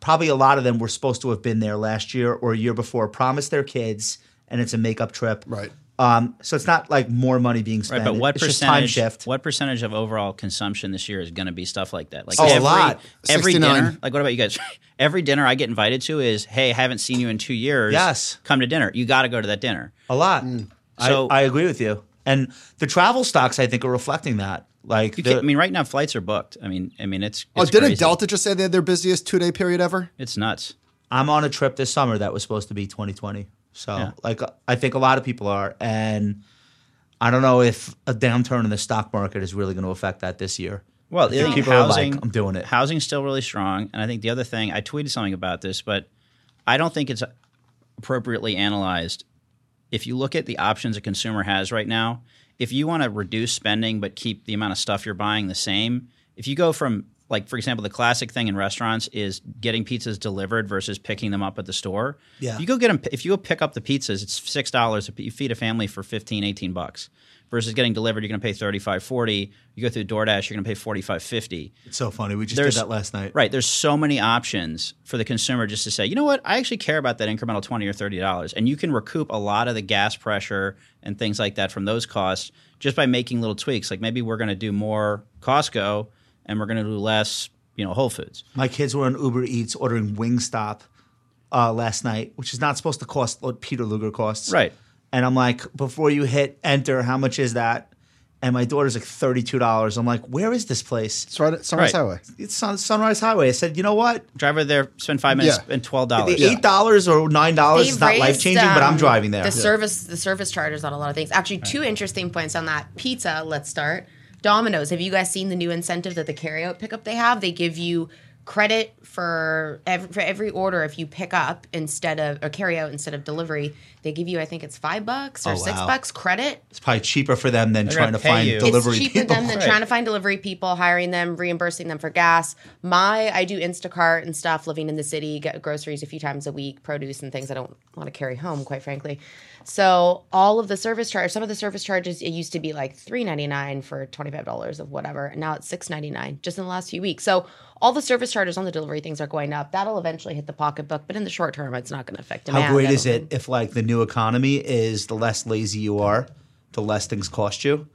[SPEAKER 1] probably a lot of them were supposed to have been there last year or a year before, promised their kids, and it's a makeup trip.
[SPEAKER 2] Right.
[SPEAKER 1] Um, so it's not like more money being
[SPEAKER 4] Right,
[SPEAKER 1] spent.
[SPEAKER 4] but what
[SPEAKER 1] it's just time
[SPEAKER 4] percentage?
[SPEAKER 1] shift?
[SPEAKER 4] What percentage of overall consumption this year is going to be stuff like that? Like
[SPEAKER 1] Oh, a
[SPEAKER 4] every,
[SPEAKER 1] lot.
[SPEAKER 4] Every
[SPEAKER 2] 69.
[SPEAKER 4] dinner. Like what about you guys? [laughs] every dinner I get invited to is, hey, haven't seen you in two years.
[SPEAKER 1] Yes.
[SPEAKER 4] come to dinner. You got to go to that dinner.
[SPEAKER 1] A lot.
[SPEAKER 4] Mm. So-
[SPEAKER 1] I, I agree with you. And the travel stocks, I think, are reflecting that. Like,
[SPEAKER 4] You
[SPEAKER 1] the-
[SPEAKER 4] can't, I mean, right now flights are booked. I mean, I mean, it's,
[SPEAKER 2] Oh,
[SPEAKER 4] it's
[SPEAKER 2] didn't
[SPEAKER 4] crazy.
[SPEAKER 2] Delta just say they had their busiest two day period ever?
[SPEAKER 4] It's nuts.
[SPEAKER 1] I'm on a trip this summer that was supposed to be 2020. So,
[SPEAKER 4] Yeah.
[SPEAKER 1] like, I think a lot of people are. And I don't know if a downturn in the stock market is really going to affect that this year.
[SPEAKER 4] Well,
[SPEAKER 1] I think
[SPEAKER 4] yeah,
[SPEAKER 1] people are like,
[SPEAKER 4] housing,
[SPEAKER 1] "I'm doing it."
[SPEAKER 4] Housing's still really strong, and I think the other thing I tweeted something about this, but I don't think it's appropriately analyzed. If you look at the options a consumer has right now, if you want to reduce spending but keep the amount of stuff you're buying the same, if you go from like for example, the classic thing in restaurants is getting pizzas delivered versus picking them up at the store.
[SPEAKER 1] Yeah.
[SPEAKER 4] If you go get them, if you go pick up the pizzas, it's six dollars. You feed a family for 15, 18 bucks. Versus getting delivered, you're going to pay 35, 40. You go through DoorDash, you're going to pay 45, 50.
[SPEAKER 1] It's so funny. We just
[SPEAKER 4] There's-
[SPEAKER 1] did that last night.
[SPEAKER 4] Right. There's so many options for the consumer just to say, you know what, I actually care about that incremental twenty or thirty dollars, and you can recoup a lot of the gas pressure and things like that from those costs just by making little tweaks. Like maybe we're going to do more Costco and we're going to do less, you know, Whole Foods.
[SPEAKER 1] My kids were on Uber Eats ordering Wingstop uh, last night, which is not supposed to cost what Peter Luger costs.
[SPEAKER 4] Right.
[SPEAKER 1] And I'm like, before you hit enter, how much is that? And my daughter's like $32. I'm like, where is this place?
[SPEAKER 2] It's right at Sunrise
[SPEAKER 4] Right.
[SPEAKER 2] Highway.
[SPEAKER 1] It's on Sunrise Highway. I said, you know what?
[SPEAKER 4] Drive over there, spend five minutes,
[SPEAKER 2] Yeah.
[SPEAKER 4] spend twelve
[SPEAKER 1] The
[SPEAKER 4] dollars.
[SPEAKER 1] $8 or $9
[SPEAKER 3] They've
[SPEAKER 1] is not
[SPEAKER 3] raised,
[SPEAKER 1] life changing, but I'm
[SPEAKER 3] um,
[SPEAKER 1] driving there.
[SPEAKER 3] The service, the service charges on a lot of things. Actually, two interesting points on that pizza. Let's start. Domino's. Have you guys seen the new incentive that the carryout pickup they have? They give you credit for every, for every order if you pick up instead of or carry out instead of delivery. They give you, I think it's five bucks or
[SPEAKER 1] Oh,
[SPEAKER 3] six
[SPEAKER 1] wow.
[SPEAKER 3] bucks credit
[SPEAKER 1] It's probably cheaper for them than trying
[SPEAKER 4] gonna
[SPEAKER 1] to
[SPEAKER 4] pay
[SPEAKER 1] find
[SPEAKER 4] you. It's
[SPEAKER 1] delivery
[SPEAKER 3] it's cheaper
[SPEAKER 1] people. [laughs]
[SPEAKER 3] than the,
[SPEAKER 4] Right.
[SPEAKER 3] trying to find delivery people, hiring them, reimbursing them for gas. My, I do Instacart and stuff, living in the city, get groceries a few times a week, produce and things I don't want to carry home, quite frankly. So all of the service charge, some of the service charges, it used to be like three ninety nine for twenty five dollars of whatever, and now it's six ninety nine just in the last few weeks. So all the service charges on the delivery things are going up. That'll eventually hit the pocketbook, but in the short term, it's not going to affect demand.
[SPEAKER 1] How great
[SPEAKER 3] I
[SPEAKER 1] is
[SPEAKER 3] don't
[SPEAKER 1] it if like the new economy is the less lazy you are, the less things cost you,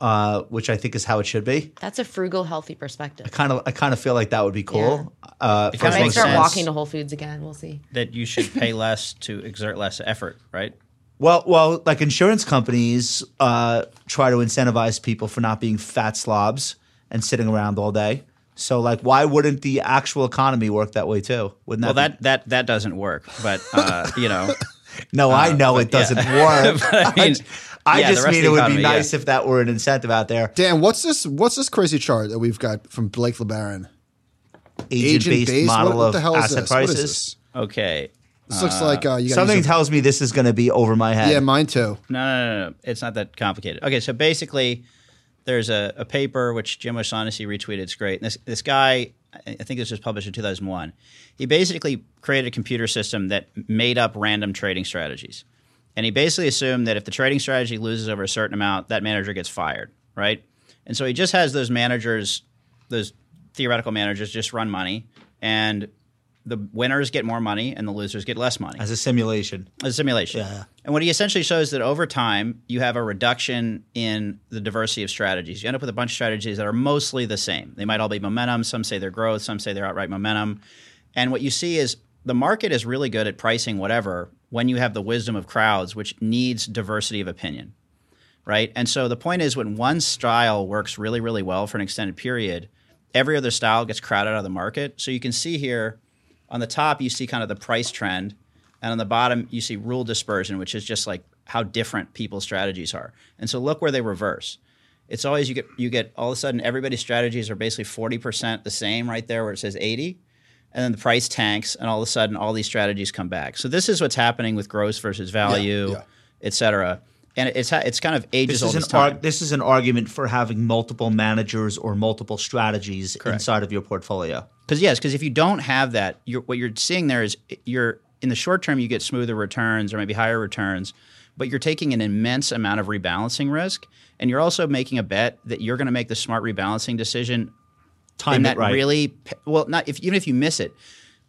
[SPEAKER 1] uh, which I think is how it should be.
[SPEAKER 3] That's a frugal, healthy perspective.
[SPEAKER 1] Kind of, I kind of feel like that would be cool. Uh, for
[SPEAKER 4] kinda
[SPEAKER 1] as long
[SPEAKER 3] I might
[SPEAKER 4] makes
[SPEAKER 1] as
[SPEAKER 3] start
[SPEAKER 1] it is.
[SPEAKER 4] sense.
[SPEAKER 3] walking to Whole Foods again. We'll see.
[SPEAKER 4] That you should pay [laughs] less to exert less effort,
[SPEAKER 1] [laughs]
[SPEAKER 4] right?
[SPEAKER 1] Well, well, like insurance companies uh, try to incentivize people for not being fat slobs and sitting around all day. So like, why wouldn't the actual economy work that way too? Wouldn't
[SPEAKER 4] Well,
[SPEAKER 1] that?
[SPEAKER 4] that that that doesn't work. But uh, you know, [laughs]
[SPEAKER 1] be- no,
[SPEAKER 4] uh,
[SPEAKER 1] I know it doesn't work.
[SPEAKER 4] But, I mean,
[SPEAKER 1] [laughs] I
[SPEAKER 4] yeah, the
[SPEAKER 1] just
[SPEAKER 4] rest
[SPEAKER 1] mean
[SPEAKER 4] of the
[SPEAKER 1] it would
[SPEAKER 4] economy,
[SPEAKER 1] be
[SPEAKER 4] yeah.
[SPEAKER 1] nice if that were an incentive out there.
[SPEAKER 2] Dan, what's this? What's this crazy chart that we've got from Blake LeBaron?
[SPEAKER 1] Agent-based
[SPEAKER 2] Agent-based?
[SPEAKER 1] model
[SPEAKER 2] what, what
[SPEAKER 1] of
[SPEAKER 2] the hell is
[SPEAKER 1] asset
[SPEAKER 2] this? What is
[SPEAKER 1] prices.
[SPEAKER 2] this?
[SPEAKER 4] okay.
[SPEAKER 2] This looks like uh, you got
[SPEAKER 1] Something tells me this is going to be over my head.
[SPEAKER 2] Yeah, mine too.
[SPEAKER 4] No, no, no, no. It's not that complicated. Okay, so basically, there's a, a paper which Jim O'Shaughnessy retweeted. It's great. And this this guy, I I think this was published in 2001. He basically created a computer system that made up random trading strategies, and he basically assumed that if the trading strategy loses over a certain amount, that manager gets fired, right? And so he just has those managers, those theoretical managers, just run money, and the winners get more money and the losers get less money
[SPEAKER 1] as a simulation.
[SPEAKER 4] a simulation.
[SPEAKER 1] Yeah.
[SPEAKER 4] And what he essentially shows that over time, you have a reduction in the diversity of strategies. You end up with a bunch of strategies that are mostly the same. They might all be momentum. Some say they're growth. Some say they're outright momentum. And what you see is the market is really good at pricing whatever when you have the wisdom of crowds, which needs diversity of opinion right? And so the point is, when one style works really, really well for an extended period, every other style gets crowded out of the market. So you can see here on the top, you see kind of the price trend, and on the bottom, you see rule dispersion, which is just like how different people's strategies are. And so look where they reverse. It's always you get you get all of a sudden everybody's strategies are basically forty percent the same right there where it says eighty, and then the price tanks, and all of a sudden all these strategies come back. So this is what's happening with gross versus value,
[SPEAKER 2] yeah.
[SPEAKER 4] et cetera. And it's ha- it's kind of
[SPEAKER 1] This
[SPEAKER 4] ages old
[SPEAKER 1] is, an
[SPEAKER 4] as time.
[SPEAKER 1] arg- this is an argument for having multiple managers or multiple strategies inside of your portfolio.
[SPEAKER 4] Because yes, because if you don't have that, you're, what you're seeing there is you're in the short term you get smoother returns or maybe higher returns, but you're taking an immense amount of rebalancing risk, and you're also making a bet that you're going to make the smart rebalancing decision
[SPEAKER 1] Time
[SPEAKER 4] in
[SPEAKER 1] it
[SPEAKER 4] that
[SPEAKER 1] right.
[SPEAKER 4] really p- well. Not if even if you miss it,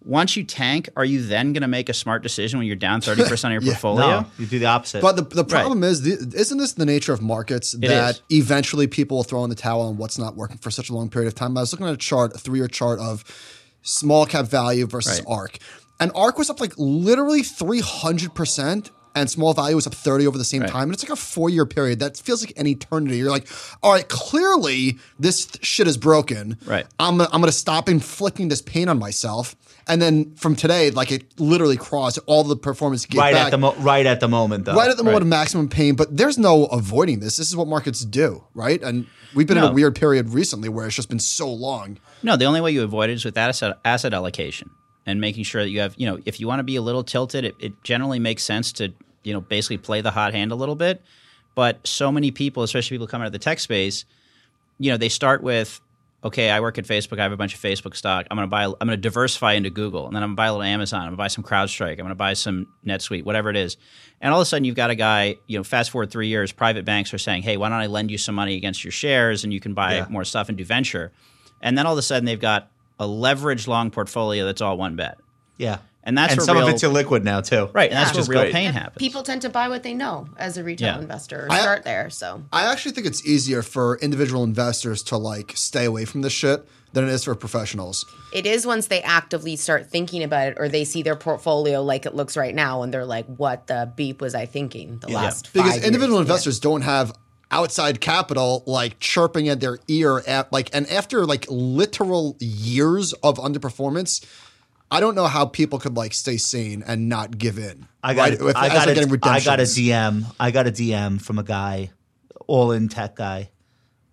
[SPEAKER 4] once you tank, are you then going to make a smart decision when you're down thirty percent
[SPEAKER 1] [laughs]
[SPEAKER 4] of your portfolio?
[SPEAKER 1] no, you do the opposite.
[SPEAKER 2] But the, the problem is, the, isn't this the nature of markets that
[SPEAKER 4] is.
[SPEAKER 2] eventually people will throw in the towel on what's not working for such a long period of time? I was looking at a chart, a three year chart of small cap value versus
[SPEAKER 4] Right.
[SPEAKER 2] ARC. And ARC was up like literally 300%. And small value was up 30 over the same time. And it's like a four year period. That feels like an eternity. You're like, all right, clearly this th- shit is broken.
[SPEAKER 4] Right.
[SPEAKER 2] I'm gonna, I'm gonna stop inflicting this pain on myself. And then from today, like it literally crossed all the performance gave
[SPEAKER 1] right
[SPEAKER 2] back
[SPEAKER 1] at the mo- right at the moment though.
[SPEAKER 2] right at the moment of maximum pain, but there's no avoiding this. This is what markets do, right? And we've been in a
[SPEAKER 4] No.
[SPEAKER 2] weird period recently where it's just been so long.
[SPEAKER 4] No, the only way you avoid it is with asset, asset allocation and making sure that you have, you know, if you want to be a little tilted, it, it generally makes sense to, you know, basically play the hot hand a little bit. But so many people, especially people coming out of the tech space, you know, they start with, okay, I work at Facebook, I have a bunch of Facebook stock. I'm going to buy, I'm going to diversify into Google, and then I'm going to buy a little Amazon, I'm going to buy some CrowdStrike, I'm going to buy some NetSuite, whatever it is. And all of a sudden, you've got a guy, you know, fast forward three years, private banks are saying, hey, why don't I lend you some money against your shares and you can buy more stuff and do venture. And then all of a sudden, they've got a leveraged long portfolio that's all one bet.
[SPEAKER 1] yeah.
[SPEAKER 4] And that's
[SPEAKER 1] and
[SPEAKER 4] where
[SPEAKER 1] some
[SPEAKER 4] real-
[SPEAKER 1] of it's illiquid now too.
[SPEAKER 4] Right. And that's
[SPEAKER 1] Which
[SPEAKER 4] where
[SPEAKER 1] is
[SPEAKER 4] real
[SPEAKER 1] great.
[SPEAKER 4] pain happens.
[SPEAKER 3] People tend to buy what they know as a retail
[SPEAKER 4] Yeah.
[SPEAKER 3] investor. Or
[SPEAKER 2] I-
[SPEAKER 3] start there. So
[SPEAKER 2] I actually think it's easier for individual investors to like stay away from this shit than it is for professionals.
[SPEAKER 3] it is once they actively start thinking about it, or they see their portfolio like it looks right now, and they're like, "What the beep was I thinking?" The last five
[SPEAKER 2] Because
[SPEAKER 3] years?"
[SPEAKER 2] individual
[SPEAKER 3] Yeah.
[SPEAKER 2] investors don't have outside capital like chirping at their ear at like and after like literal years of underperformance, I don't know how people could like stay sane and not give in.
[SPEAKER 1] I got
[SPEAKER 2] right? If-
[SPEAKER 1] I
[SPEAKER 2] as
[SPEAKER 1] got
[SPEAKER 2] they're
[SPEAKER 1] a,
[SPEAKER 2] getting
[SPEAKER 1] I got a
[SPEAKER 2] redemptions.
[SPEAKER 1] DM. I got a DM from a guy, all in tech guy,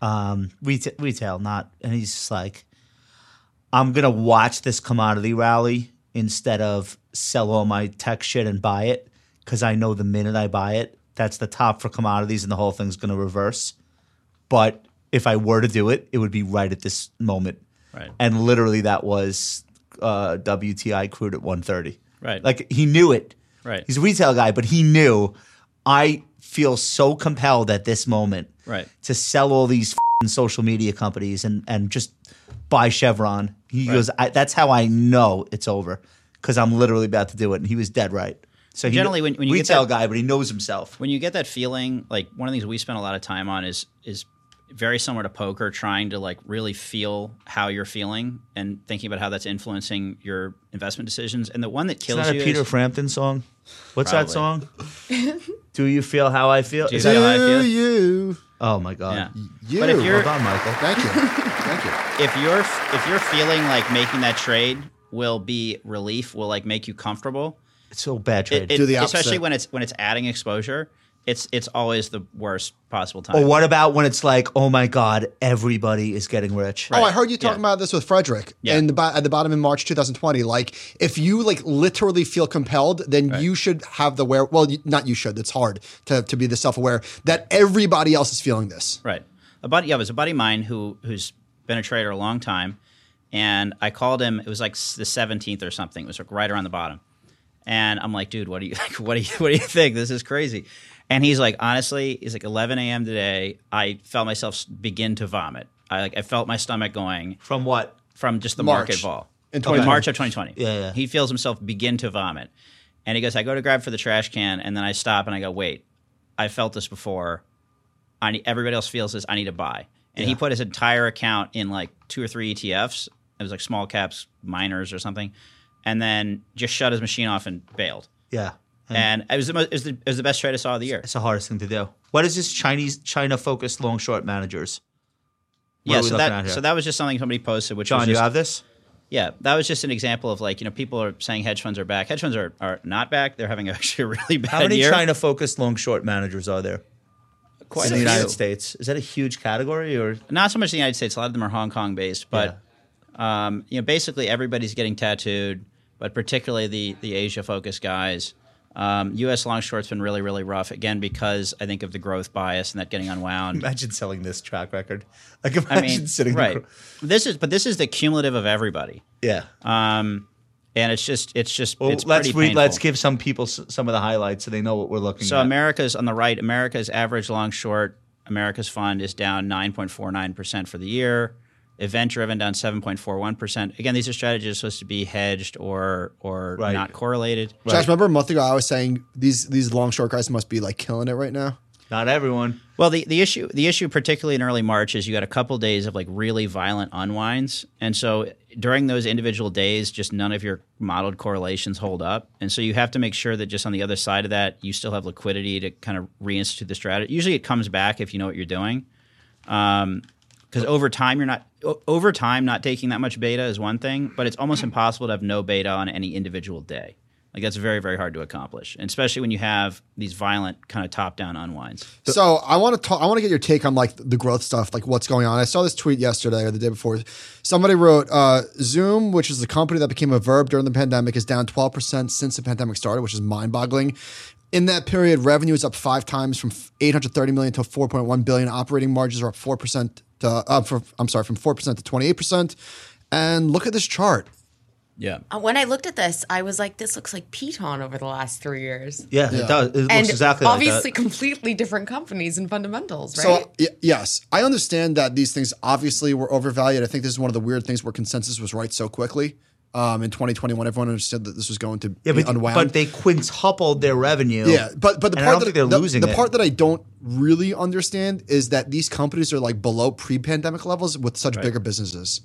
[SPEAKER 1] um, retail, retail, not, and he's just like, I'm gonna watch this commodity rally instead of sell all my tech shit and buy it because I know the minute I buy it, that's the top for commodities and the whole thing's gonna reverse. But if I were to do it, it would be right at this moment.
[SPEAKER 4] Right.
[SPEAKER 1] And literally, that was uh, WTI crude at 130.
[SPEAKER 4] Right.
[SPEAKER 1] Like he knew it.
[SPEAKER 4] Right.
[SPEAKER 1] He's a retail guy, but he knew I feel so compelled at this moment
[SPEAKER 4] Right.
[SPEAKER 1] to sell all these fing social media companies and, and just buy Chevron. He goes, I, that's how I know it's over because I'm literally about to do it. And he was dead right. So he
[SPEAKER 4] Generally, when- when you get
[SPEAKER 1] retail
[SPEAKER 4] that-
[SPEAKER 1] guy, but he knows himself.
[SPEAKER 4] when you get that feeling like one of the things we spend a lot of time on is is very similar to poker trying to like really feel how you're feeling and thinking about how that's influencing your investment decisions and the one that
[SPEAKER 1] Is
[SPEAKER 4] kills
[SPEAKER 1] that
[SPEAKER 4] you
[SPEAKER 1] a Peter
[SPEAKER 4] is,
[SPEAKER 1] Frampton song? What's that
[SPEAKER 4] Probably.
[SPEAKER 1] song?
[SPEAKER 4] [laughs]
[SPEAKER 1] do you feel how I feel?
[SPEAKER 4] Do
[SPEAKER 1] Is
[SPEAKER 4] you
[SPEAKER 1] that,
[SPEAKER 4] feel how I
[SPEAKER 2] Do you?
[SPEAKER 1] oh my God.
[SPEAKER 4] yeah.
[SPEAKER 2] You.
[SPEAKER 4] but if you're
[SPEAKER 2] [laughs]
[SPEAKER 1] Hold on, Michael.
[SPEAKER 2] Thank you. Thank you.
[SPEAKER 4] if you're if you're feeling like making that trade will be relief will like make you comfortable
[SPEAKER 1] It's so bad trade.
[SPEAKER 4] it, it-
[SPEAKER 2] Do the
[SPEAKER 4] especially
[SPEAKER 2] opposite.
[SPEAKER 4] when it's when it's adding exposure it's it's always the worst possible time
[SPEAKER 1] or what about when it's like, oh my God, everybody is getting rich?
[SPEAKER 2] Oh, I heard you talking
[SPEAKER 4] Yeah.
[SPEAKER 2] about this with Frederick
[SPEAKER 4] Yeah.
[SPEAKER 2] and the, bo- at the bottom in March 2020. Like, if you like literally feel compelled, then you should have the where. Well, you, not you should. It's hard to, to be the self aware that everybody else is feeling this.
[SPEAKER 4] Right. A buddy, yeah, it was a buddy of mine who who's been a trader a long time, and I called him. It was like s- the seventeenth or something. It was like right around the bottom, and I'm like, dude, what do you [laughs] like, what do you what do you think? This is crazy. And he's like, honestly, he's like 11 a.m. today. I felt myself s- begin to vomit. I like I felt my stomach going
[SPEAKER 1] From what?
[SPEAKER 4] from just the
[SPEAKER 2] March.
[SPEAKER 4] market vol
[SPEAKER 2] In
[SPEAKER 4] Oh, in
[SPEAKER 2] 2020.
[SPEAKER 4] March of 2020.
[SPEAKER 1] Yeah, yeah.
[SPEAKER 4] He feels himself begin to vomit, and he goes, I go to grab for the trash can, and then I stop and I go, wait, I felt this before. I need, everybody else feels this. I need to buy. And he put his entire account in like two or three ETFs. It was like small caps, minors, or something, and then just shut his machine off and bailed.
[SPEAKER 1] Yeah.
[SPEAKER 4] And it was the most, it was the, it was the best trade I saw of the year.
[SPEAKER 1] It's the hardest thing to do. What is this Chinese, China focused long short managers? What are
[SPEAKER 4] yeah.
[SPEAKER 1] we
[SPEAKER 4] So
[SPEAKER 1] looking at
[SPEAKER 4] that
[SPEAKER 1] here?
[SPEAKER 4] so that was just something somebody posted, which
[SPEAKER 1] John,
[SPEAKER 4] was
[SPEAKER 1] you
[SPEAKER 4] just-
[SPEAKER 1] have this?
[SPEAKER 4] Yeah, that was just an example of like you know people are saying hedge funds are back. Hedge funds are, are not back. They're having [laughs] actually a really bad
[SPEAKER 1] How many
[SPEAKER 4] year.
[SPEAKER 1] China focused long short managers are there
[SPEAKER 4] Quite
[SPEAKER 1] in
[SPEAKER 4] a
[SPEAKER 1] the United
[SPEAKER 4] few.
[SPEAKER 1] States? Is that a huge category or
[SPEAKER 4] Not so much the United States. A lot of them are Hong Kong based, but um, you know basically everybody's getting tattooed, but particularly the the Asia focused guys. Um, U.S. long short's been really really rough again because I think of the growth bias and that getting unwound.
[SPEAKER 1] imagine selling this track record? Like imagine
[SPEAKER 4] I mean,
[SPEAKER 1] sitting
[SPEAKER 4] right.
[SPEAKER 1] there.
[SPEAKER 4] This is but this is the cumulative of everybody,
[SPEAKER 1] Yeah.
[SPEAKER 4] and it's just it's just
[SPEAKER 1] Well,
[SPEAKER 4] Um, it's
[SPEAKER 1] let's
[SPEAKER 4] pretty
[SPEAKER 1] read. Let's
[SPEAKER 4] painful.
[SPEAKER 1] give some people s- some of the highlights so they know what we're looking
[SPEAKER 4] So
[SPEAKER 1] at.
[SPEAKER 4] America's on the right. America's average long short America's fund is down 9.49% for the year. Event driven down 7.41%. Again, these are strategies supposed to be hedged or or
[SPEAKER 1] Right.
[SPEAKER 4] not correlated.
[SPEAKER 2] Josh, remember a month ago I was saying these these long short guys must be like killing it right now.
[SPEAKER 1] Not everyone.
[SPEAKER 4] Well, the, the issue the issue particularly in early March is you got a couple days of like really violent unwinds, and so during those individual days, just none of your modeled correlations hold up, and so you have to make sure that just on the other side of that, you still have liquidity to kind of reinstitute the strategy. Usually, it comes back if you know what you're doing, because over time you're not o- over time not taking that much beta is one thing, but it's almost impossible to have no beta on any individual day. Like that's very very hard to accomplish, and especially when you have these violent kind of top down unwinds.
[SPEAKER 2] so I want to talk. I want to get your take on like the growth stuff, like what's going on. I saw this tweet yesterday or the day before. Somebody wrote uh, Zoom, which is the company that became a verb during the pandemic, is down twelve percent since the pandemic started, which is mind boggling. In that period, revenue is up five times from eight hundred thirty million to four point one billion. Operating margins are up four percent to up for, I'm sorry, from four percent to twenty eight percent. And look at this chart.
[SPEAKER 4] Yeah.
[SPEAKER 3] Uh, When I looked at this, I was like, this looks like Peton over the last three years.
[SPEAKER 1] Yeah, it does. It
[SPEAKER 3] And
[SPEAKER 1] looks exactly
[SPEAKER 3] obviously,
[SPEAKER 1] like that.
[SPEAKER 3] completely different companies and fundamentals, right?
[SPEAKER 2] So y- yes, I understand that these things obviously were overvalued. I think this is one of the weird things where consensus was right so quickly. Um, in 2021, everyone understood that this was going to
[SPEAKER 1] Yeah,
[SPEAKER 2] be
[SPEAKER 1] but,
[SPEAKER 2] unwound.
[SPEAKER 1] but they quintupled their revenue.
[SPEAKER 2] yeah, but but the
[SPEAKER 1] And I
[SPEAKER 2] part
[SPEAKER 1] don't
[SPEAKER 2] that
[SPEAKER 1] think they're
[SPEAKER 2] the,
[SPEAKER 1] losing
[SPEAKER 2] the
[SPEAKER 1] it.
[SPEAKER 2] part that I don't really understand is that these companies are like below pre-pandemic levels with such bigger businesses.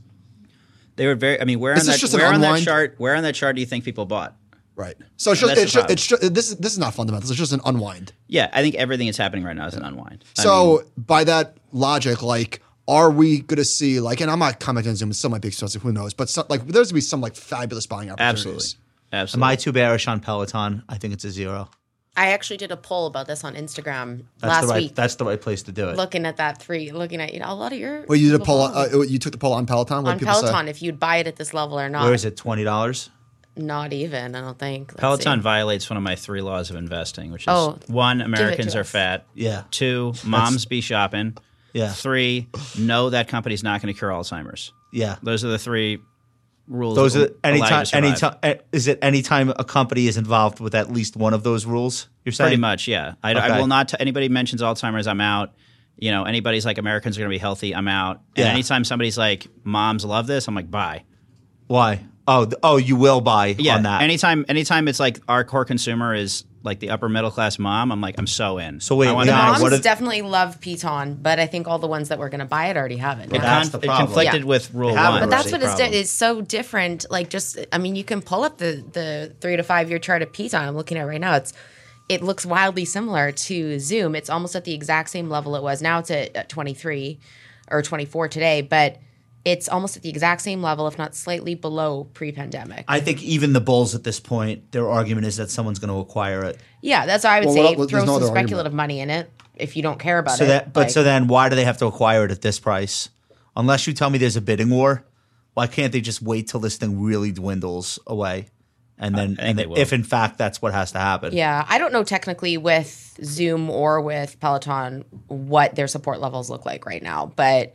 [SPEAKER 4] They were very. I mean, where
[SPEAKER 2] Is
[SPEAKER 4] on
[SPEAKER 2] this
[SPEAKER 4] that
[SPEAKER 2] just an
[SPEAKER 4] where on that
[SPEAKER 2] unwind?
[SPEAKER 4] chart where on that chart do you think people bought?
[SPEAKER 2] Right. So it's just,
[SPEAKER 4] And that's
[SPEAKER 2] it's
[SPEAKER 4] the
[SPEAKER 2] just, it's just this is this is not fundamentals. It's just an unwind.
[SPEAKER 4] Yeah, I think everything that's happening right now is an unwind. I mean,
[SPEAKER 2] So by that logic, like, are we going to see like? And I'm not commenting on Zoom. It still might be expensive. Who knows? But some, like, there's going to be some like fabulous buying opportunities.
[SPEAKER 4] absolutely,
[SPEAKER 1] Am
[SPEAKER 4] absolutely.
[SPEAKER 1] I too bearish on Peloton? I think it's a zero.
[SPEAKER 3] I actually did a poll about this on Instagram
[SPEAKER 1] That's
[SPEAKER 3] last
[SPEAKER 1] the right.
[SPEAKER 3] week,
[SPEAKER 1] That's the right place to do it.
[SPEAKER 3] looking at that three, looking at you know, a lot of your.
[SPEAKER 2] Well, you did a poll.
[SPEAKER 3] people
[SPEAKER 2] Uh, you took the poll on Peloton. What
[SPEAKER 3] on
[SPEAKER 2] did people
[SPEAKER 3] Peloton
[SPEAKER 2] Say?
[SPEAKER 3] if you'd buy it at this level or not.
[SPEAKER 1] Where is it? Twenty dollars.
[SPEAKER 3] Not even, I don't think. Let's
[SPEAKER 4] Peloton
[SPEAKER 3] see.
[SPEAKER 4] violates one of my three laws of investing, which is
[SPEAKER 3] Oh,
[SPEAKER 4] one, Americans
[SPEAKER 3] to
[SPEAKER 4] are
[SPEAKER 3] us.
[SPEAKER 4] fat.
[SPEAKER 1] Yeah.
[SPEAKER 4] Two, moms be shopping.
[SPEAKER 1] Yeah.
[SPEAKER 4] Three, know that company's not going to cure Alzheimer's.
[SPEAKER 1] Yeah.
[SPEAKER 4] Those are the three rules.
[SPEAKER 1] Those
[SPEAKER 4] that
[SPEAKER 1] are
[SPEAKER 4] will allow
[SPEAKER 1] anytime.
[SPEAKER 4] you to survive.
[SPEAKER 1] Anytime. eh, Is it anytime a company is involved with at least one of those rules? You're saying
[SPEAKER 4] Pretty much, yeah. I, I
[SPEAKER 1] Okay.
[SPEAKER 4] will not. T- anybody mentions Alzheimer's, I'm out. You know, anybody's like Americans are going to be healthy, I'm out. And
[SPEAKER 1] Yeah.
[SPEAKER 4] anytime somebody's like, "Moms love this," I'm like, "Bye."
[SPEAKER 1] Why? Oh, th- oh, you will buy
[SPEAKER 4] Yeah.
[SPEAKER 1] on that.
[SPEAKER 4] Anytime, anytime it's like our core consumer is like the upper middle class mom, I'm like, I'm so in.
[SPEAKER 1] So wait,
[SPEAKER 4] I
[SPEAKER 1] now
[SPEAKER 4] that.
[SPEAKER 1] Yeah,
[SPEAKER 3] Moms
[SPEAKER 1] what if-
[SPEAKER 3] definitely love Peton, but I think all the ones that were going to buy it already have it.
[SPEAKER 4] it,
[SPEAKER 3] now.
[SPEAKER 1] that's
[SPEAKER 4] con-
[SPEAKER 1] the
[SPEAKER 4] it
[SPEAKER 1] problem.
[SPEAKER 4] conflicted
[SPEAKER 3] Yeah.
[SPEAKER 4] with rule
[SPEAKER 1] They haven't
[SPEAKER 3] But
[SPEAKER 4] one.
[SPEAKER 3] that's
[SPEAKER 1] Right.
[SPEAKER 3] what it's, di- it's so different. Like, just I mean, you can pull up the the three to five year chart of Peton. I'm looking at right now. It's it looks wildly similar to Zoom. It's almost at the exact same level it was. Now it's at, at 23 or 24 today, but it's almost at the exact same level, if not slightly below pre-pandemic.
[SPEAKER 1] I think even the Bulls at this point, their argument is that someone's going to acquire it.
[SPEAKER 3] yeah, that's why I would
[SPEAKER 2] Well,
[SPEAKER 3] say
[SPEAKER 2] what- what-
[SPEAKER 3] throw
[SPEAKER 2] there's no
[SPEAKER 3] some
[SPEAKER 2] other argument.
[SPEAKER 3] speculative money in it if you don't care about
[SPEAKER 1] So
[SPEAKER 3] it.
[SPEAKER 1] that, but
[SPEAKER 3] Like,
[SPEAKER 1] so then, why do they have to acquire it at this price? Unless you tell me there's a bidding war, why can't they just wait till this thing really dwindles away, Uh, and then,
[SPEAKER 4] I think
[SPEAKER 1] and
[SPEAKER 4] they
[SPEAKER 1] then-
[SPEAKER 4] will.
[SPEAKER 1] if in fact that's what has to happen,
[SPEAKER 3] yeah, I don't know technically with Zoom or with Peloton what their support levels look like right now, but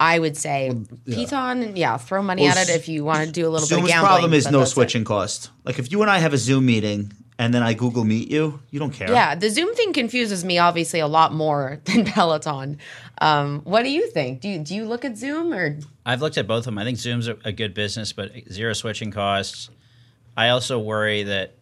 [SPEAKER 3] I would say Peloton, yeah, throw money
[SPEAKER 2] Well,
[SPEAKER 3] at it if you want to do a little
[SPEAKER 1] Zoom's
[SPEAKER 3] bit of gambling.
[SPEAKER 1] problem is
[SPEAKER 3] but
[SPEAKER 1] no
[SPEAKER 3] that's it.
[SPEAKER 1] switching cost. Like if you and I have a Zoom meeting and then I Google Meet you, you don't care.
[SPEAKER 3] Yeah, the Zoom thing confuses me obviously a lot more [laughs] than Peloton. Um, what do you think? Do you, do you look at Zoom or
[SPEAKER 4] I've looked at both of them. I think Zoom's a, a good business, but zero switching costs. I also worry that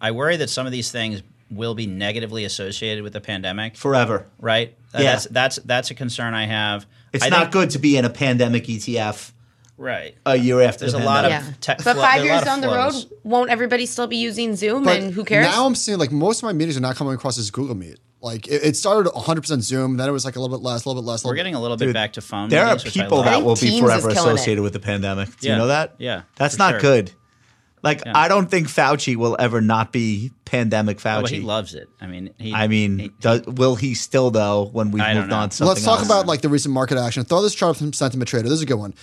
[SPEAKER 4] I worry that some of these things will be negatively associated with the pandemic,
[SPEAKER 1] forever.
[SPEAKER 4] right? Uh,
[SPEAKER 1] Yeah.
[SPEAKER 4] That's that's that's a concern I have.
[SPEAKER 1] It's
[SPEAKER 4] I
[SPEAKER 1] not
[SPEAKER 4] think-
[SPEAKER 1] good to be in a pandemic E ETF
[SPEAKER 4] right?
[SPEAKER 1] a year after.
[SPEAKER 4] There's
[SPEAKER 1] the
[SPEAKER 4] a lot of
[SPEAKER 1] pandemic.
[SPEAKER 3] Yeah.
[SPEAKER 4] tech.
[SPEAKER 3] But
[SPEAKER 4] flo-
[SPEAKER 3] five
[SPEAKER 4] there are
[SPEAKER 3] years
[SPEAKER 4] a lot
[SPEAKER 3] down
[SPEAKER 4] of
[SPEAKER 3] the road,
[SPEAKER 4] flows.
[SPEAKER 3] won't everybody still be using Zoom? and who cares?
[SPEAKER 2] Now I'm seeing like most of my meetings are not coming across as Google Meet. Like it, it started 100% Zoom, then it was like a little bit less, a little bit less. a
[SPEAKER 4] we're
[SPEAKER 2] little bit-
[SPEAKER 4] getting a little bit back to phone.
[SPEAKER 1] There are
[SPEAKER 4] meetings, which I
[SPEAKER 1] people
[SPEAKER 4] like.
[SPEAKER 1] that
[SPEAKER 3] think
[SPEAKER 1] will be
[SPEAKER 3] Teams is
[SPEAKER 1] forever
[SPEAKER 3] killing it.
[SPEAKER 1] associated with the pandemic. Do
[SPEAKER 4] Yeah.
[SPEAKER 1] you know that?
[SPEAKER 4] Yeah,
[SPEAKER 1] That's
[SPEAKER 4] for
[SPEAKER 1] not
[SPEAKER 4] sure.
[SPEAKER 1] good. Like I don't think Fauci will ever not be pandemic Fauci.
[SPEAKER 4] Well, he loves it. I mean, he,
[SPEAKER 1] I mean, does, will he still though when we've
[SPEAKER 4] I don't
[SPEAKER 1] moved
[SPEAKER 4] know.
[SPEAKER 1] on to something
[SPEAKER 2] Let's talk
[SPEAKER 1] else?
[SPEAKER 2] about like the recent market action. Throw this chart from Sentiment Trader. This is a good one.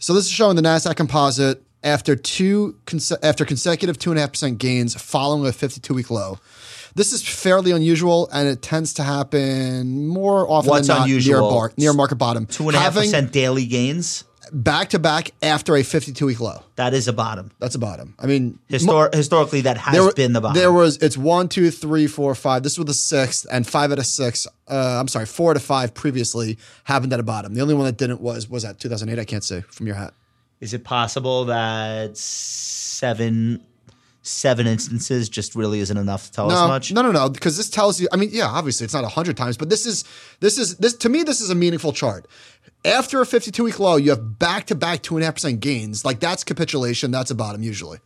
[SPEAKER 2] So this is showing the Nasdaq Composite after two conse- after consecutive two and a half percent gains following a 52 week low. This is fairly unusual, and it tends to happen more often
[SPEAKER 1] What's
[SPEAKER 2] than not
[SPEAKER 1] unusual?
[SPEAKER 2] near bar- near market bottom.
[SPEAKER 1] two and a half
[SPEAKER 2] Having
[SPEAKER 1] percent daily gains.
[SPEAKER 2] back to back after a 52 week low.
[SPEAKER 1] That is a bottom.
[SPEAKER 2] That's a bottom. I mean,
[SPEAKER 1] Histor- historically, that has
[SPEAKER 2] there,
[SPEAKER 1] been the bottom.
[SPEAKER 2] There was it's one, two, three, four, five. This was the sixth, and five out of six. Uh, I'm sorry, four out of five previously happened at a bottom. The only one that didn't was was at 2008. I can't say from your hat.
[SPEAKER 1] Is it possible that seven seven instances just really isn't enough to tell us
[SPEAKER 2] No,
[SPEAKER 1] much?
[SPEAKER 2] no, no, no. Because this tells you. I mean, yeah, obviously it's not hundred times, but this is this is this to me. This is a meaningful chart. After a 52 week low, you have back to back two and a half percent gains. Like that's capitulation. That's a bottom usually.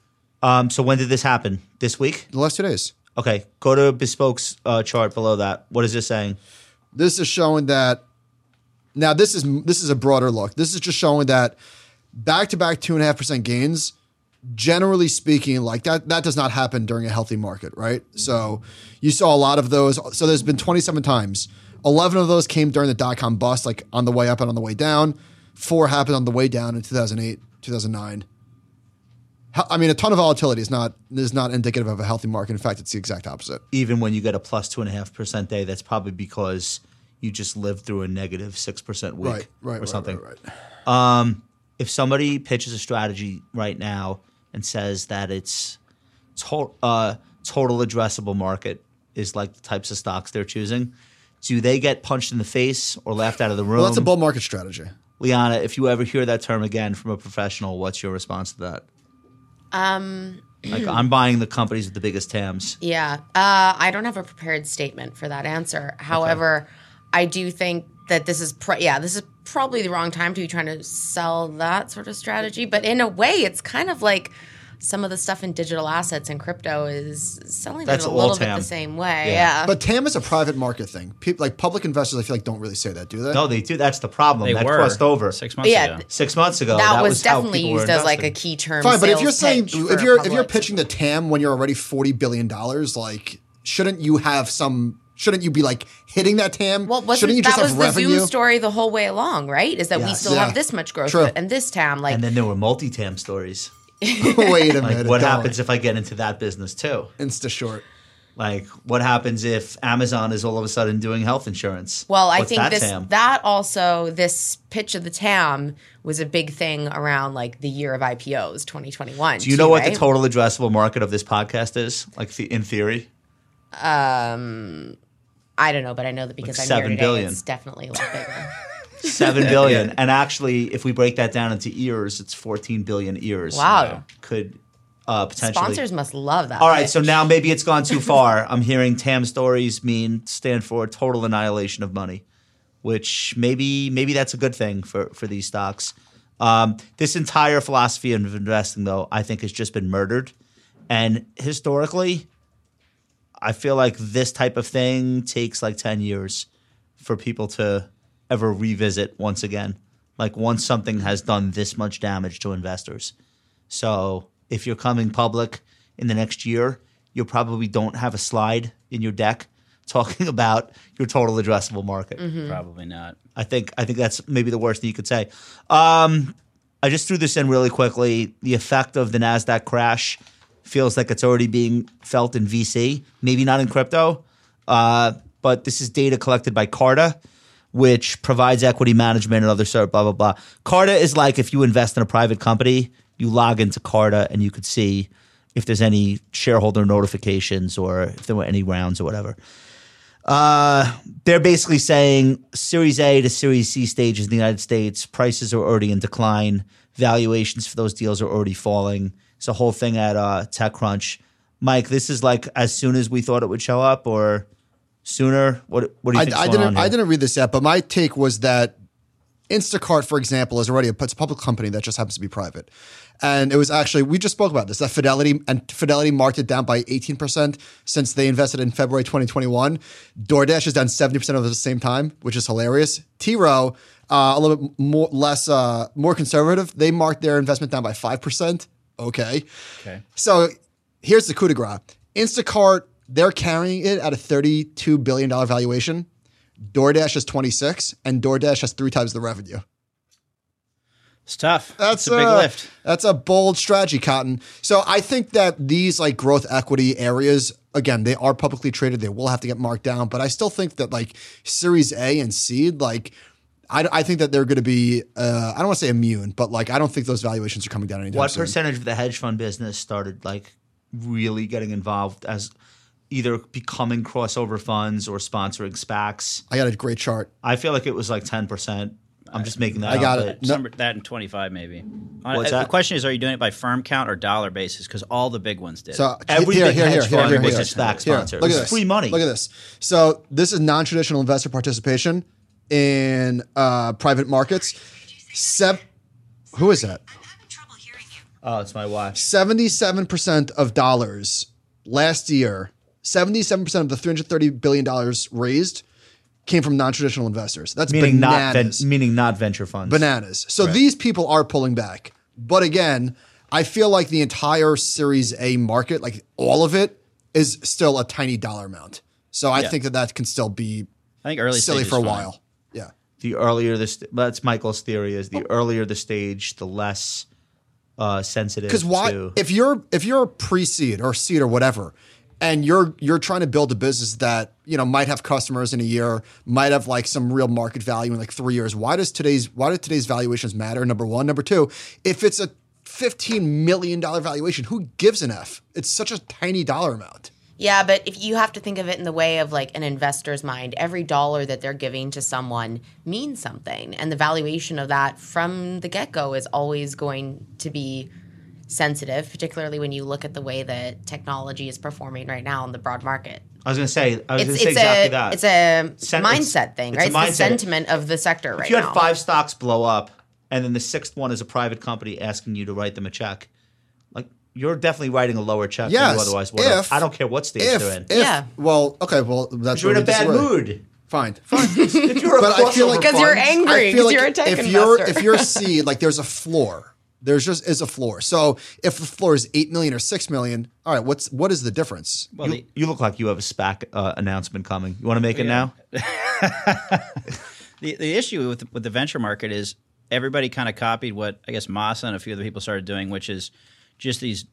[SPEAKER 1] Um, so when did this happen? This week?
[SPEAKER 2] The last two days.
[SPEAKER 1] Okay, go to Bespoke's uh, chart below that. What is this saying?
[SPEAKER 2] this is showing that now this is this is a broader look this is just showing that back to back two and a half percent gains generally speaking like that that does not happen during a healthy market right so you saw a lot of those so there's been 27 times 11 of those came during the dot-com bust like on the way up and on the way down four happened on the way down in 2008 2009 Hel- I mean, a ton of volatility is not is not indicative of a healthy market. In fact, it's the exact opposite.
[SPEAKER 1] Even when you get a plus two and a half percent day, that's probably because you just lived through a negative six percent week
[SPEAKER 2] Right, right,
[SPEAKER 1] or
[SPEAKER 2] right,
[SPEAKER 1] something.
[SPEAKER 2] Right, right.
[SPEAKER 1] If somebody pitches a strategy right now and says that it's to- uh, total addressable market is like the types of stocks they're choosing, do they get punched in the face or laughed out of the room?
[SPEAKER 2] Well, that's a bull market strategy.
[SPEAKER 1] Liana, if you ever hear that term again from a professional, what's your response to that? Um, like I'm buying the companies with the biggest TAMs.
[SPEAKER 3] [clears throat] yeah, uh, I don't have a prepared statement for that answer. However, I do think that this is pr- yeah, this is probably the wrong time to be trying to sell that sort of strategy. But in a way, it's kind of like some of the stuff in digital assets and crypto is selling
[SPEAKER 1] That's
[SPEAKER 3] it a
[SPEAKER 1] all
[SPEAKER 3] little bit
[SPEAKER 1] TAM.
[SPEAKER 3] the same way.
[SPEAKER 1] Yeah.
[SPEAKER 3] Yeah,
[SPEAKER 2] But TAM is a private market thing. People, like public investors, I feel like don't really say that, do they?
[SPEAKER 1] No, they do. That's the problem.
[SPEAKER 4] They
[SPEAKER 1] that
[SPEAKER 4] were
[SPEAKER 1] crossed over
[SPEAKER 4] six months
[SPEAKER 3] Yeah,
[SPEAKER 4] ago.
[SPEAKER 3] th-
[SPEAKER 1] Six months ago.
[SPEAKER 3] that,
[SPEAKER 1] That,
[SPEAKER 3] was,
[SPEAKER 1] how
[SPEAKER 3] definitely
[SPEAKER 1] people
[SPEAKER 3] used
[SPEAKER 1] were
[SPEAKER 3] as like a
[SPEAKER 1] investing.
[SPEAKER 3] key term.
[SPEAKER 2] Fine, but if
[SPEAKER 3] sales
[SPEAKER 2] you're saying
[SPEAKER 3] pitch for
[SPEAKER 2] if you're if
[SPEAKER 3] public.
[SPEAKER 2] you're pitching the TAM when you're already forty billion dollars, like shouldn't you have some? Shouldn't you be like hitting that TAM?
[SPEAKER 3] Well, wasn't,
[SPEAKER 2] shouldn't you
[SPEAKER 3] that
[SPEAKER 2] just
[SPEAKER 3] was
[SPEAKER 2] have
[SPEAKER 3] the
[SPEAKER 2] revenue?
[SPEAKER 3] Zoom story the whole way along, right? Is that we
[SPEAKER 1] Yes.
[SPEAKER 3] still
[SPEAKER 2] Yeah.
[SPEAKER 3] have this much growth
[SPEAKER 2] True.
[SPEAKER 3] and this TAM, like
[SPEAKER 1] And then there were multi TAM stories.
[SPEAKER 2] [laughs] Wait a minute.
[SPEAKER 1] Like, what
[SPEAKER 2] don't.
[SPEAKER 1] happens if I get into that business too?
[SPEAKER 2] Insta short.
[SPEAKER 1] Like, what happens if Amazon is all of a sudden doing health insurance?
[SPEAKER 3] Well, I
[SPEAKER 1] What's
[SPEAKER 3] think
[SPEAKER 1] that
[SPEAKER 3] this
[SPEAKER 1] TAM?
[SPEAKER 3] that also this pitch of the TAM was a big thing around like the year of IPOs, 2021.
[SPEAKER 1] Do you know what
[SPEAKER 3] right?
[SPEAKER 1] the total addressable market of this podcast is? Like, the, in theory,
[SPEAKER 3] I don't know, but I know that because
[SPEAKER 1] Like
[SPEAKER 3] I'm
[SPEAKER 1] seven
[SPEAKER 3] here today,
[SPEAKER 1] billion.
[SPEAKER 3] it's definitely a lot
[SPEAKER 1] [laughs]
[SPEAKER 3] bigger.
[SPEAKER 1] seven billion. And actually, if we break that down into ears, it's fourteen billion ears.
[SPEAKER 3] Wow.
[SPEAKER 1] Could uh, potentially
[SPEAKER 3] Sponsors must love that.
[SPEAKER 1] All right, so
[SPEAKER 3] pitch.
[SPEAKER 1] now maybe it's gone too far. [laughs] I'm hearing TAM stories mean stand for total annihilation of money, which maybe maybe that's a good thing for for these stocks. Um, this entire philosophy of investing, though, I think has just been murdered. And historically, I feel like this type of thing takes like ten years for people to ever revisit once again. like once something has done this much damage to investors. So if you're coming public in the next year, you probably don't have a slide in your deck [laughs] talking about your total addressable market.
[SPEAKER 4] Mm-hmm.
[SPEAKER 3] mm-hmm.
[SPEAKER 4] Probably not.
[SPEAKER 1] I think I think that's maybe the worst that you could say. Um, I just threw this in really quickly. The effect of the Nasdaq crash feels like it's already being felt in VC, maybe not in crypto, uh, but this is data collected by Carta, which provides equity management and other sort. Blah blah blah. Carta is like if you invest in a private company, you log into Carta and you could see if there's any shareholder notifications or if there were any rounds or whatever Uh, they're basically saying Series A to Series C stages in the United States, prices are already in decline. Valuations for those deals are already falling. It's a whole thing at uh, TechCrunch. Mike, this is like as soon as we thought it would show up, or sooner. What What do you
[SPEAKER 2] I,
[SPEAKER 1] think?
[SPEAKER 2] I
[SPEAKER 1] going on
[SPEAKER 2] didn't.
[SPEAKER 1] here?
[SPEAKER 2] I didn't read this yet, but my take was that Instacart, for example, is already a, it's a public company that just happens to be private, and it was actually we just spoke about this that Fidelity and Fidelity marked it down by eighteen percent since they invested in February twenty twenty one. DoorDash is down seventy percent over the same time, which is hilarious. T Row. Uh, a little bit more less uh, more conservative. They marked their investment down by five percent. Okay.
[SPEAKER 4] Okay.
[SPEAKER 2] So here's the coup de grace. Instacart, they're carrying it at a $32 billion valuation. DoorDash is 26, and DoorDash has three times the revenue.
[SPEAKER 4] It's tough.
[SPEAKER 2] That's
[SPEAKER 4] That's a big
[SPEAKER 1] uh,
[SPEAKER 4] lift.
[SPEAKER 2] That's a bold strategy, Cotton. So I think that these like growth equity areas, again, they are publicly traded. They will have to get marked down, but I still think that like Series A and seed, like I, I think that they're going to be. Uh, I don't want to say immune, but like I don't think those valuations are coming down anytime
[SPEAKER 1] what
[SPEAKER 2] soon.
[SPEAKER 1] percentage of the hedge fund business started like really getting involved as either becoming crossover funds or sponsoring SPACs?
[SPEAKER 2] I got a great chart.
[SPEAKER 1] I feel like it was like ten percent. I'm just making that.
[SPEAKER 2] I got
[SPEAKER 1] up,
[SPEAKER 2] it.
[SPEAKER 1] but-
[SPEAKER 2] No-
[SPEAKER 4] Uh, Number, that and 25 maybe. Uh,
[SPEAKER 1] What's
[SPEAKER 4] the
[SPEAKER 1] that?
[SPEAKER 4] question is, are you doing it by firm count or dollar basis? Because all the big ones did.
[SPEAKER 2] So
[SPEAKER 1] Every
[SPEAKER 2] here,
[SPEAKER 1] big
[SPEAKER 2] here, here,
[SPEAKER 1] hedge
[SPEAKER 2] here,
[SPEAKER 1] fund
[SPEAKER 2] here,
[SPEAKER 1] was
[SPEAKER 2] here.
[SPEAKER 1] a SPAC
[SPEAKER 2] Here,
[SPEAKER 1] sponsor.
[SPEAKER 2] Look at
[SPEAKER 1] It's
[SPEAKER 2] this.
[SPEAKER 1] free money.
[SPEAKER 2] Look at this. So this is non-traditional investor participation in uh, private markets. Seb, who is that?
[SPEAKER 7] I'm having trouble hearing you.
[SPEAKER 1] Oh, it's my watch.
[SPEAKER 2] Seventy-seven percent of dollars last year. Seventy-seven percent of the three hundred thirty billion dollars raised came from non-traditional investors. That's
[SPEAKER 1] Meaning not ven-
[SPEAKER 2] bananas.
[SPEAKER 1] meaning not venture funds.
[SPEAKER 2] bananas. So these people are pulling back. But again, I feel like the entire Series A market, like all of it, is still a tiny dollar amount. So I think that that can still be
[SPEAKER 4] I think early
[SPEAKER 2] silly
[SPEAKER 4] stage is
[SPEAKER 2] for a
[SPEAKER 4] fine.
[SPEAKER 2] while. Yeah.
[SPEAKER 1] the earlier the st- that's Michael's theory is
[SPEAKER 2] Oh.
[SPEAKER 1] the earlier the stage, the less uh, sensitive.
[SPEAKER 2] Because why?
[SPEAKER 1] to-
[SPEAKER 2] If you're if you're pre-seed or seed or whatever, and you're you're trying to build a business that you know might have customers in a year, might have like some real market value in like three years. Why does today's why do today's valuations matter? Number one, number two, if it's a fifteen million dollar valuation, who gives an f? It's such a tiny dollar amount.
[SPEAKER 3] Yeah, but if you have to think of it in the way of like an investor's mind, every dollar that they're giving to someone means something. And the valuation of that from the get go is always going to be sensitive, particularly when you look at the way that technology is performing right now in the broad market.
[SPEAKER 1] I was going to say, I was going
[SPEAKER 3] It's,
[SPEAKER 1] to
[SPEAKER 3] it's,
[SPEAKER 1] say exactly
[SPEAKER 3] a,
[SPEAKER 1] that.
[SPEAKER 3] it's a
[SPEAKER 1] Sen- it's-
[SPEAKER 3] mindset thing,
[SPEAKER 1] it's
[SPEAKER 3] right?
[SPEAKER 1] a
[SPEAKER 3] It's
[SPEAKER 1] mindset.
[SPEAKER 3] the sentiment of the sector right
[SPEAKER 1] if you had
[SPEAKER 3] now.
[SPEAKER 1] five stocks blow up, and then the sixth one is a private company asking you to write them a check, like you're definitely writing a lower check than you
[SPEAKER 2] Yes,
[SPEAKER 1] otherwise would. have.
[SPEAKER 2] if-
[SPEAKER 1] I don't care what stage
[SPEAKER 2] If,
[SPEAKER 1] they're in.
[SPEAKER 2] if
[SPEAKER 3] Yeah.
[SPEAKER 2] well, okay, well that's
[SPEAKER 1] you're in
[SPEAKER 2] where
[SPEAKER 1] a
[SPEAKER 2] we
[SPEAKER 1] bad
[SPEAKER 2] disagree. [laughs]
[SPEAKER 1] mood.
[SPEAKER 2] Fine, [laughs] fine.
[SPEAKER 1] If you're a
[SPEAKER 2] But I feel
[SPEAKER 1] crossover
[SPEAKER 2] like-
[SPEAKER 3] because you're
[SPEAKER 1] fund-
[SPEAKER 3] angry,
[SPEAKER 2] I feel
[SPEAKER 3] because
[SPEAKER 2] like
[SPEAKER 3] you're a tech
[SPEAKER 2] if
[SPEAKER 3] investor.
[SPEAKER 2] you're if
[SPEAKER 3] [laughs]
[SPEAKER 2] you're seed, like there's a floor. There's just is a floor. So if the floor is eight million or six million, all right, what's what is the difference?
[SPEAKER 4] Well,
[SPEAKER 1] You, you look like you have a SPAC uh, announcement coming. You want to make it now?
[SPEAKER 4] the, the issue with the, with the venture market is everybody kind of copied what I guess Masa and a few other people started doing, which is just these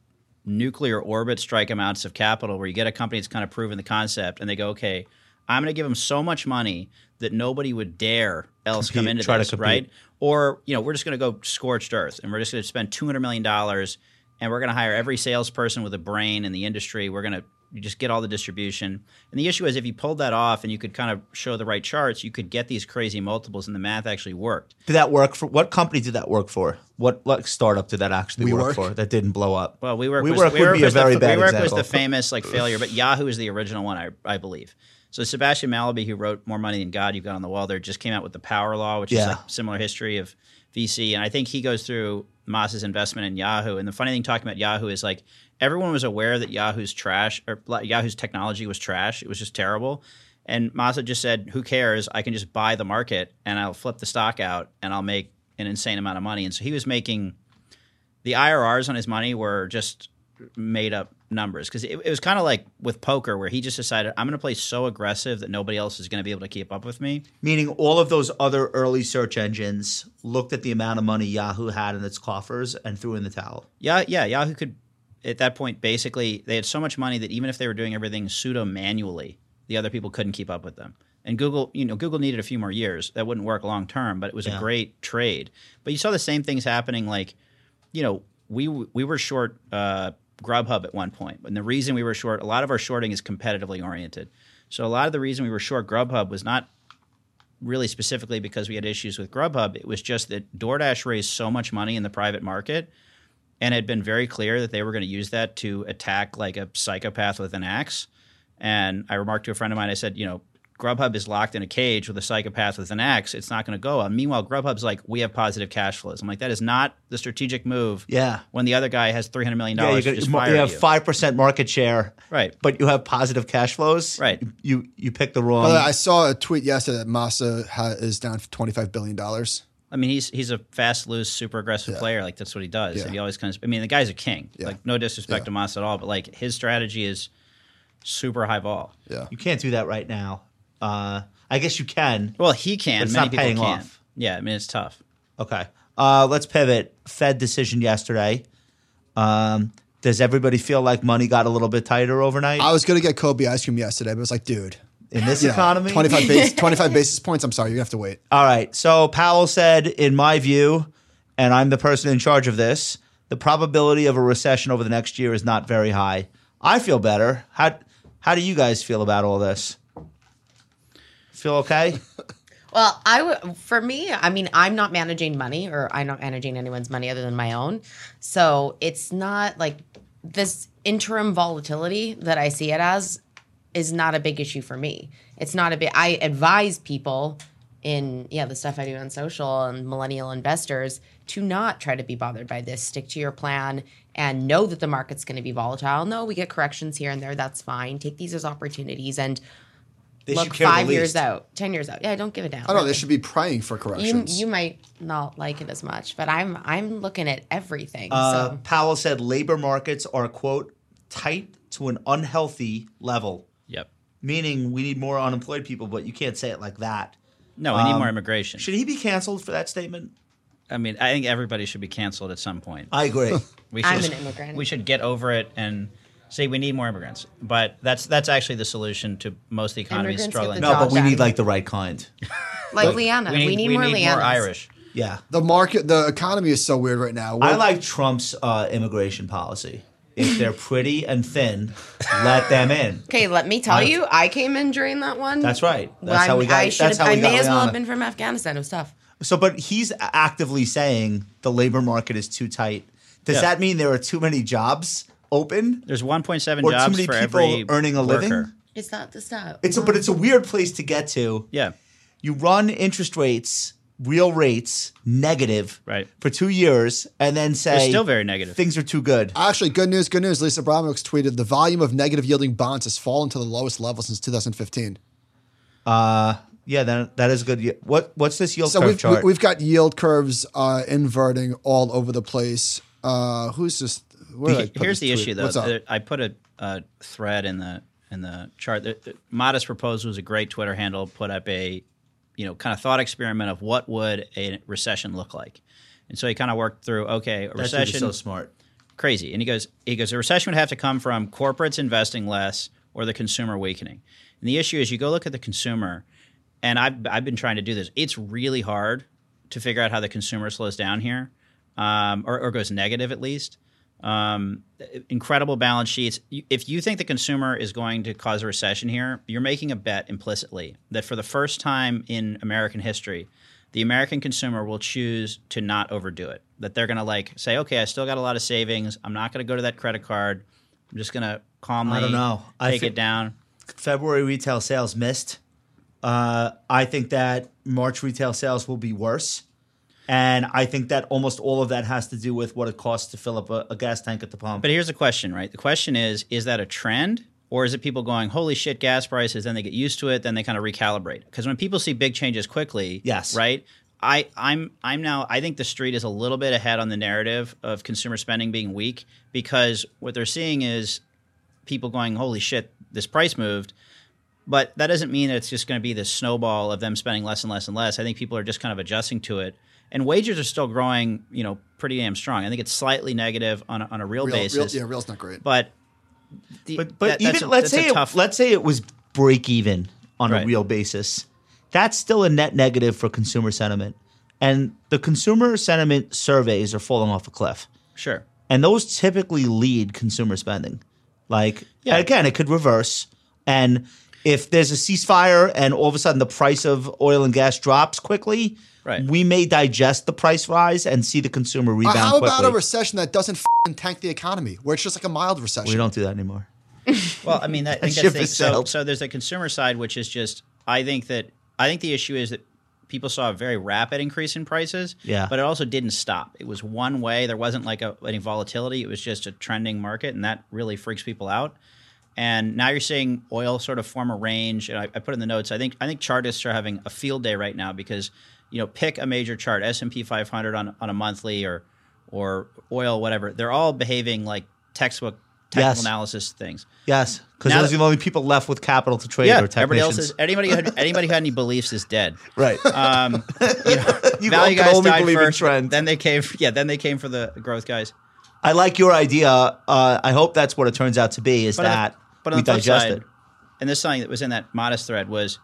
[SPEAKER 4] nuclear orbit strike amounts of capital where you get a company that's kind of proven the concept and they go, okay, I'm going to give them so much money that nobody would dare else come
[SPEAKER 1] Compete,
[SPEAKER 4] into
[SPEAKER 1] try to
[SPEAKER 4] this,
[SPEAKER 1] compete.
[SPEAKER 4] right? Or, you know, we're just going to go scorched earth and we're just going to spend $200 million and we're going to hire every salesperson with a brain in the industry. We're going to you just get all the distribution. And the issue is if you pulled that off and you could kind of show the right charts, you could get these crazy multiples and the math actually worked.
[SPEAKER 1] Did that work for what company did that work for? What what startup did that actually work,
[SPEAKER 2] WeWork?
[SPEAKER 1] for that didn't blow up?
[SPEAKER 4] Well, we work.
[SPEAKER 1] We
[SPEAKER 4] was,
[SPEAKER 1] work
[SPEAKER 4] we
[SPEAKER 1] would be a
[SPEAKER 4] was the-
[SPEAKER 1] very
[SPEAKER 4] we
[SPEAKER 1] bad
[SPEAKER 4] work
[SPEAKER 1] example.
[SPEAKER 4] was the famous like failure, but Yahoo is the original one, I, I believe. So Sebastian Malaby, who wrote "More Money Than God," you got on the wall there, just came out with the Power Law, which
[SPEAKER 1] Yeah.
[SPEAKER 4] is like similar history of VC, and I think he goes through Moss's investment in Yahoo. And the funny thing talking about Yahoo is like everyone was aware that Yahoo's trash or like, Yahoo's technology was trash; it was just terrible. And Massa just said, "Who cares? I can just buy the market, and I'll flip the stock out, and I'll make an insane amount of money, and so he was making the IRRs on his money were just made up numbers because it, it was kind of like with poker where he just decided I'm going to play so aggressive that nobody else is going to be able to keep up with me.
[SPEAKER 1] Meaning all of those other early search engines looked at the amount of money Yahoo had in its coffers and threw in the towel.
[SPEAKER 4] Yeah, yeah, Yahoo could at that point basically they had so much money that even if they were doing everything pseudo manually, the other people couldn't keep up with them. And Google, you know, Google needed a few more years. That wouldn't work long term, but it was
[SPEAKER 1] Yeah.
[SPEAKER 4] a great trade. But you saw the same things happening like you know, we we were short uh, Grubhub at one point, and the reason we were short, a lot of our shorting is competitively oriented. So a lot of the reason we were short Grubhub was not really specifically because we had issues with Grubhub. It was just that DoorDash raised so much money in the private market, and it had been very clear that they were going to use that to attack like a psychopath with an axe. And I remarked to a friend of mine, I said, you know. Grubhub is locked in a cage with a psychopath with an axe. It's not going to go. And meanwhile, Grubhub's like, we have positive cash flows. I'm like, that is not the strategic move
[SPEAKER 1] Yeah.
[SPEAKER 4] when the other guy has three hundred million
[SPEAKER 1] yeah,
[SPEAKER 4] dollars
[SPEAKER 1] you,
[SPEAKER 4] to just
[SPEAKER 1] you
[SPEAKER 4] fire
[SPEAKER 1] have
[SPEAKER 4] you.
[SPEAKER 1] five percent market share,
[SPEAKER 4] Right.
[SPEAKER 1] But you have positive cash flows,
[SPEAKER 4] Right.
[SPEAKER 1] You you pick the wrong.
[SPEAKER 2] By the way, I saw a tweet yesterday that Massa ha- is down for twenty five billion dollars.
[SPEAKER 4] I mean, he's he's a fast, loose, super aggressive player. Like that's what he does. And he always comes. I mean, the guy's a king. Like no disrespect to Moss at all, but like his strategy is super high ball.
[SPEAKER 1] you can't do that right now. Uh, I guess you can.
[SPEAKER 4] Well, he can.
[SPEAKER 1] But it's
[SPEAKER 4] Many
[SPEAKER 1] not
[SPEAKER 4] people
[SPEAKER 1] paying
[SPEAKER 4] can't.
[SPEAKER 1] off.
[SPEAKER 4] Yeah, I mean, it's tough.
[SPEAKER 1] Okay. Uh, let's pivot. Fed decision yesterday. Um, does everybody feel like money got a little bit tighter overnight
[SPEAKER 2] I was gonna get Kobe ice cream yesterday, but it's like, dude,
[SPEAKER 1] in this economy?
[SPEAKER 2] twenty five [laughs] base, twenty five basis points. I'm sorry, you have to wait.
[SPEAKER 1] All right. So Powell said, in my view, and I'm the person in charge of this, the probability of a recession over the next year is not very high. I feel better. How how do you guys feel about all this? Feel okay?
[SPEAKER 3] Well, I w- for me, I mean, I'm not managing money or I'm not managing anyone's money other than my own. So it's not like this interim volatility that I see it as is not a big issue for me. It's not a big, I advise people in, yeah, the stuff I do on social and millennial investors to not try to be bothered by this. Stick to your plan and know that the market's going to be volatile. No, we get corrections here and there. That's fine. Take these as opportunities and
[SPEAKER 1] [laughs] They
[SPEAKER 3] look five years out, 10 years out. Yeah, don't give it down.
[SPEAKER 2] I don't know. They should be praying for corrections.
[SPEAKER 3] You, you might not like it as much, but I'm I'm looking at everything.
[SPEAKER 1] Uh,
[SPEAKER 3] so
[SPEAKER 1] Powell said labor markets are quote tight to an unhealthy level,
[SPEAKER 4] Yep.
[SPEAKER 1] meaning we need more unemployed people. But you can't say it like that.
[SPEAKER 4] No, we need more immigration.
[SPEAKER 1] Um, Should he be canceled for that statement?
[SPEAKER 4] I mean, I think everybody should be canceled at some point.
[SPEAKER 1] I [laughs] agree.
[SPEAKER 4] We
[SPEAKER 3] I'm an immigrant.
[SPEAKER 4] We should get over it and say we need more immigrants. But that's that's actually the solution to most of the economies
[SPEAKER 3] Immigrants get the
[SPEAKER 4] struggling.
[SPEAKER 1] no, but we
[SPEAKER 3] Job
[SPEAKER 1] need
[SPEAKER 3] done.
[SPEAKER 1] like the right kind.
[SPEAKER 3] like Leanna, we need, more
[SPEAKER 4] we need
[SPEAKER 3] Leannas.
[SPEAKER 4] more Irish.
[SPEAKER 1] Yeah.
[SPEAKER 2] the market, the economy is so weird right now.
[SPEAKER 1] I
[SPEAKER 2] We're-
[SPEAKER 1] like Trump's uh, immigration policy. If they're pretty and thin, let them in.
[SPEAKER 3] Okay, let me tell you, I came in during that one.
[SPEAKER 1] That's right. That's
[SPEAKER 3] Well,
[SPEAKER 1] how we
[SPEAKER 3] I'm-
[SPEAKER 1] got.
[SPEAKER 3] I should
[SPEAKER 1] that's
[SPEAKER 3] have.
[SPEAKER 1] how
[SPEAKER 3] I
[SPEAKER 1] we got
[SPEAKER 3] may as well
[SPEAKER 1] Rihanna.
[SPEAKER 3] have been from Afghanistan. It was tough.
[SPEAKER 1] So, but he's actively saying the labor market is too tight. Does
[SPEAKER 4] Yeah.
[SPEAKER 1] that mean there are too many jobs open?
[SPEAKER 4] There's
[SPEAKER 1] Or
[SPEAKER 4] 1.7
[SPEAKER 1] too
[SPEAKER 4] jobs
[SPEAKER 1] many
[SPEAKER 4] for
[SPEAKER 1] people
[SPEAKER 4] every
[SPEAKER 1] earning a
[SPEAKER 4] worker.
[SPEAKER 1] living?
[SPEAKER 3] It's not the stop.
[SPEAKER 1] It's a, but it's a weird place to get to.
[SPEAKER 4] Yeah.
[SPEAKER 1] You run interest rates, real rates, negative,
[SPEAKER 4] Right.
[SPEAKER 1] for two years, and then say
[SPEAKER 4] still very negative.
[SPEAKER 1] Things are too good.
[SPEAKER 2] Actually, good news, good news. Lisa Bromwich tweeted the volume of negative yielding bonds has fallen to the lowest level since 2015.
[SPEAKER 1] yeah, that that is good. ye- What what's this yield
[SPEAKER 2] So
[SPEAKER 1] curve
[SPEAKER 2] we've, we-
[SPEAKER 1] chart?
[SPEAKER 2] we've got yield curves uh, inverting all over the place. Uh, who's just where did I put this
[SPEAKER 4] Here's the
[SPEAKER 2] tweet?
[SPEAKER 4] issue, though.
[SPEAKER 2] What's up?
[SPEAKER 4] There- I put a, a thread in the in the chart. The, the Modest Proposal was a great Twitter handle. Put up a you know kind of thought experiment of what would a recession look like, and so he kind of worked through. Okay, a
[SPEAKER 1] That dude is
[SPEAKER 4] recession
[SPEAKER 1] so smart.
[SPEAKER 4] crazy. And he goes, he goes, a recession would have to come from corporates investing less or the consumer weakening. And the issue is, you go look at the consumer, and I've I've been trying to do this. It's really hard to figure out how the consumer slows down here, um, or, or goes negative at least. Um, incredible balance sheets. You- If you think the consumer is going to cause a recession here, you're making a bet implicitly that for the first time in American history, the American consumer will choose to not overdo it. That they're going to like say, okay, I still got a lot of savings. I'm not going to go to that credit card. I'm just going to calmly
[SPEAKER 1] I don't know. I
[SPEAKER 4] take
[SPEAKER 1] fe-
[SPEAKER 4] it down.
[SPEAKER 1] February retail sales missed. Uh, I think that March retail sales will be worse. And I think that almost all of that has to do with what it costs to fill up a, a gas tank at the pump.
[SPEAKER 4] But here's the question, right? The question is, is that a trend? Or is it people going, holy shit, gas prices? Then they get used to it. Then they kind of recalibrate. Because when people see big changes quickly,
[SPEAKER 1] Yes.
[SPEAKER 4] right? I, I'm I'm now I think the street is a little bit ahead on the narrative of consumer spending being weak because what they're seeing is people going, Holy shit, this price moved. But that doesn't mean that it's just going to be this snowball of them spending less and less and less. I think people are just kind of adjusting to it. And wages are still growing, you know, pretty damn strong. I think it's slightly negative on a, on a real,
[SPEAKER 2] Real, real,
[SPEAKER 4] basis.
[SPEAKER 2] yeah, real's not great.
[SPEAKER 4] But the-
[SPEAKER 1] But but
[SPEAKER 4] that- that's
[SPEAKER 1] even
[SPEAKER 4] a-
[SPEAKER 1] let's
[SPEAKER 4] that's a
[SPEAKER 1] say it,
[SPEAKER 4] tough-
[SPEAKER 1] let's say it was break even on
[SPEAKER 4] Right.
[SPEAKER 1] a real basis. That's still a net negative for consumer sentiment. And the consumer sentiment surveys are falling off a cliff.
[SPEAKER 4] sure.
[SPEAKER 1] And those typically lead consumer spending. Like
[SPEAKER 4] Yeah.
[SPEAKER 1] and again, it could reverse. And if there's a ceasefire and all of a sudden the price of oil and gas drops quickly,
[SPEAKER 4] Right.
[SPEAKER 1] we may digest the price rise and see the consumer
[SPEAKER 2] Uh,
[SPEAKER 1] rebound
[SPEAKER 2] how about
[SPEAKER 1] quickly.
[SPEAKER 2] a recession that doesn't fing tank the economy, where it's just like a mild recession?
[SPEAKER 1] we don't do that anymore.
[SPEAKER 4] Well, I
[SPEAKER 1] [laughs]
[SPEAKER 4] mean, that, I think
[SPEAKER 1] ship
[SPEAKER 4] that's the,
[SPEAKER 1] has
[SPEAKER 4] so,
[SPEAKER 1] sailed.
[SPEAKER 4] so there's the consumer side, which is just I think that I think the issue is that people saw a very rapid increase in prices.
[SPEAKER 1] Yeah.
[SPEAKER 4] But it also didn't stop. It was one way. There wasn't like a, any volatility. It was just a trending market, and that really freaks people out. And now you're seeing oil sort of form a range. And I, I put in the notes. I think I think chartists are having a field day right now because you know pick a major chart S and P 500 on on a monthly or or oil whatever. They're all behaving like textbook technical
[SPEAKER 1] Yes.
[SPEAKER 4] analysis things.
[SPEAKER 1] Yes, because
[SPEAKER 4] Now
[SPEAKER 1] those
[SPEAKER 4] that-
[SPEAKER 1] are the only people left with capital to trade. are
[SPEAKER 4] everybody
[SPEAKER 1] technicians.
[SPEAKER 4] else is anybody who had,
[SPEAKER 1] [laughs]
[SPEAKER 4] anybody who had any beliefs is dead. [laughs]
[SPEAKER 1] right.
[SPEAKER 4] Um, you know,
[SPEAKER 1] You
[SPEAKER 4] value
[SPEAKER 1] can
[SPEAKER 4] guys
[SPEAKER 1] only
[SPEAKER 4] died
[SPEAKER 1] believe in
[SPEAKER 4] first.
[SPEAKER 1] trend.
[SPEAKER 4] Then they came. [laughs] Yeah, then they came for the growth guys.
[SPEAKER 1] I like your idea. Uh, I hope that's what it turns out to be. Is
[SPEAKER 4] But on the-
[SPEAKER 1] that
[SPEAKER 4] but on
[SPEAKER 1] we
[SPEAKER 4] the flip
[SPEAKER 1] digest
[SPEAKER 4] side,
[SPEAKER 1] it?
[SPEAKER 4] And this something that was in that modest thread was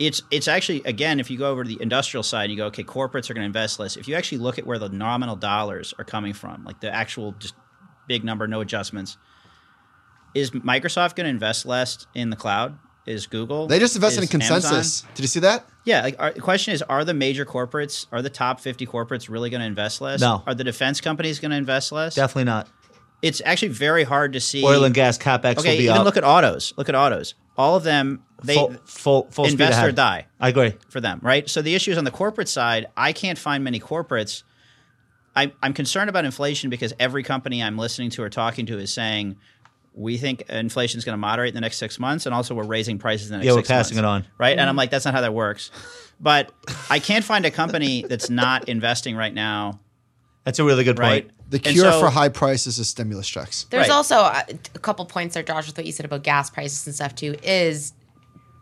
[SPEAKER 4] it's it's actually again if you go over to the industrial side and you go okay corporates are going to invest less if you actually look at where the nominal dollars are coming from like the actual just big number no adjustments is Microsoft going to invest less in the cloud is Google
[SPEAKER 2] They just invested in
[SPEAKER 4] Is Amazon?
[SPEAKER 2] consensus. Did you see that?
[SPEAKER 4] Yeah, like are, the question is: Are the major corporates, are the top fifty corporates, really going to invest less?
[SPEAKER 1] No.
[SPEAKER 4] Are the defense companies going to invest less?
[SPEAKER 1] Definitely not.
[SPEAKER 4] It's actually very hard to see.
[SPEAKER 1] Oil and gas capex
[SPEAKER 4] Okay,
[SPEAKER 1] will be
[SPEAKER 4] even
[SPEAKER 1] up.
[SPEAKER 4] look at autos. Look at autos. All of them, they
[SPEAKER 1] full, full, full speed
[SPEAKER 4] invest or
[SPEAKER 1] ahead.
[SPEAKER 4] die
[SPEAKER 1] I agree.
[SPEAKER 4] for them, right? So the issue is on the corporate side. I can't find many corporates. I, I'm concerned about inflation because every company I'm listening to or talking to is saying we think inflation is going to moderate in the next six months, and also we're raising prices in the next
[SPEAKER 1] Yeah, we're
[SPEAKER 4] six
[SPEAKER 1] passing
[SPEAKER 4] months,
[SPEAKER 1] it on.
[SPEAKER 4] right? And I'm like, that's not how that works. But I can't find a company that's not investing right now,
[SPEAKER 1] That's a really good
[SPEAKER 4] right?
[SPEAKER 1] point.
[SPEAKER 2] The
[SPEAKER 4] And
[SPEAKER 2] cure
[SPEAKER 4] so-
[SPEAKER 2] for high prices is stimulus checks.
[SPEAKER 3] There's
[SPEAKER 4] Right.
[SPEAKER 3] also a, a couple points there, Josh, with what you said about gas prices and stuff too. Is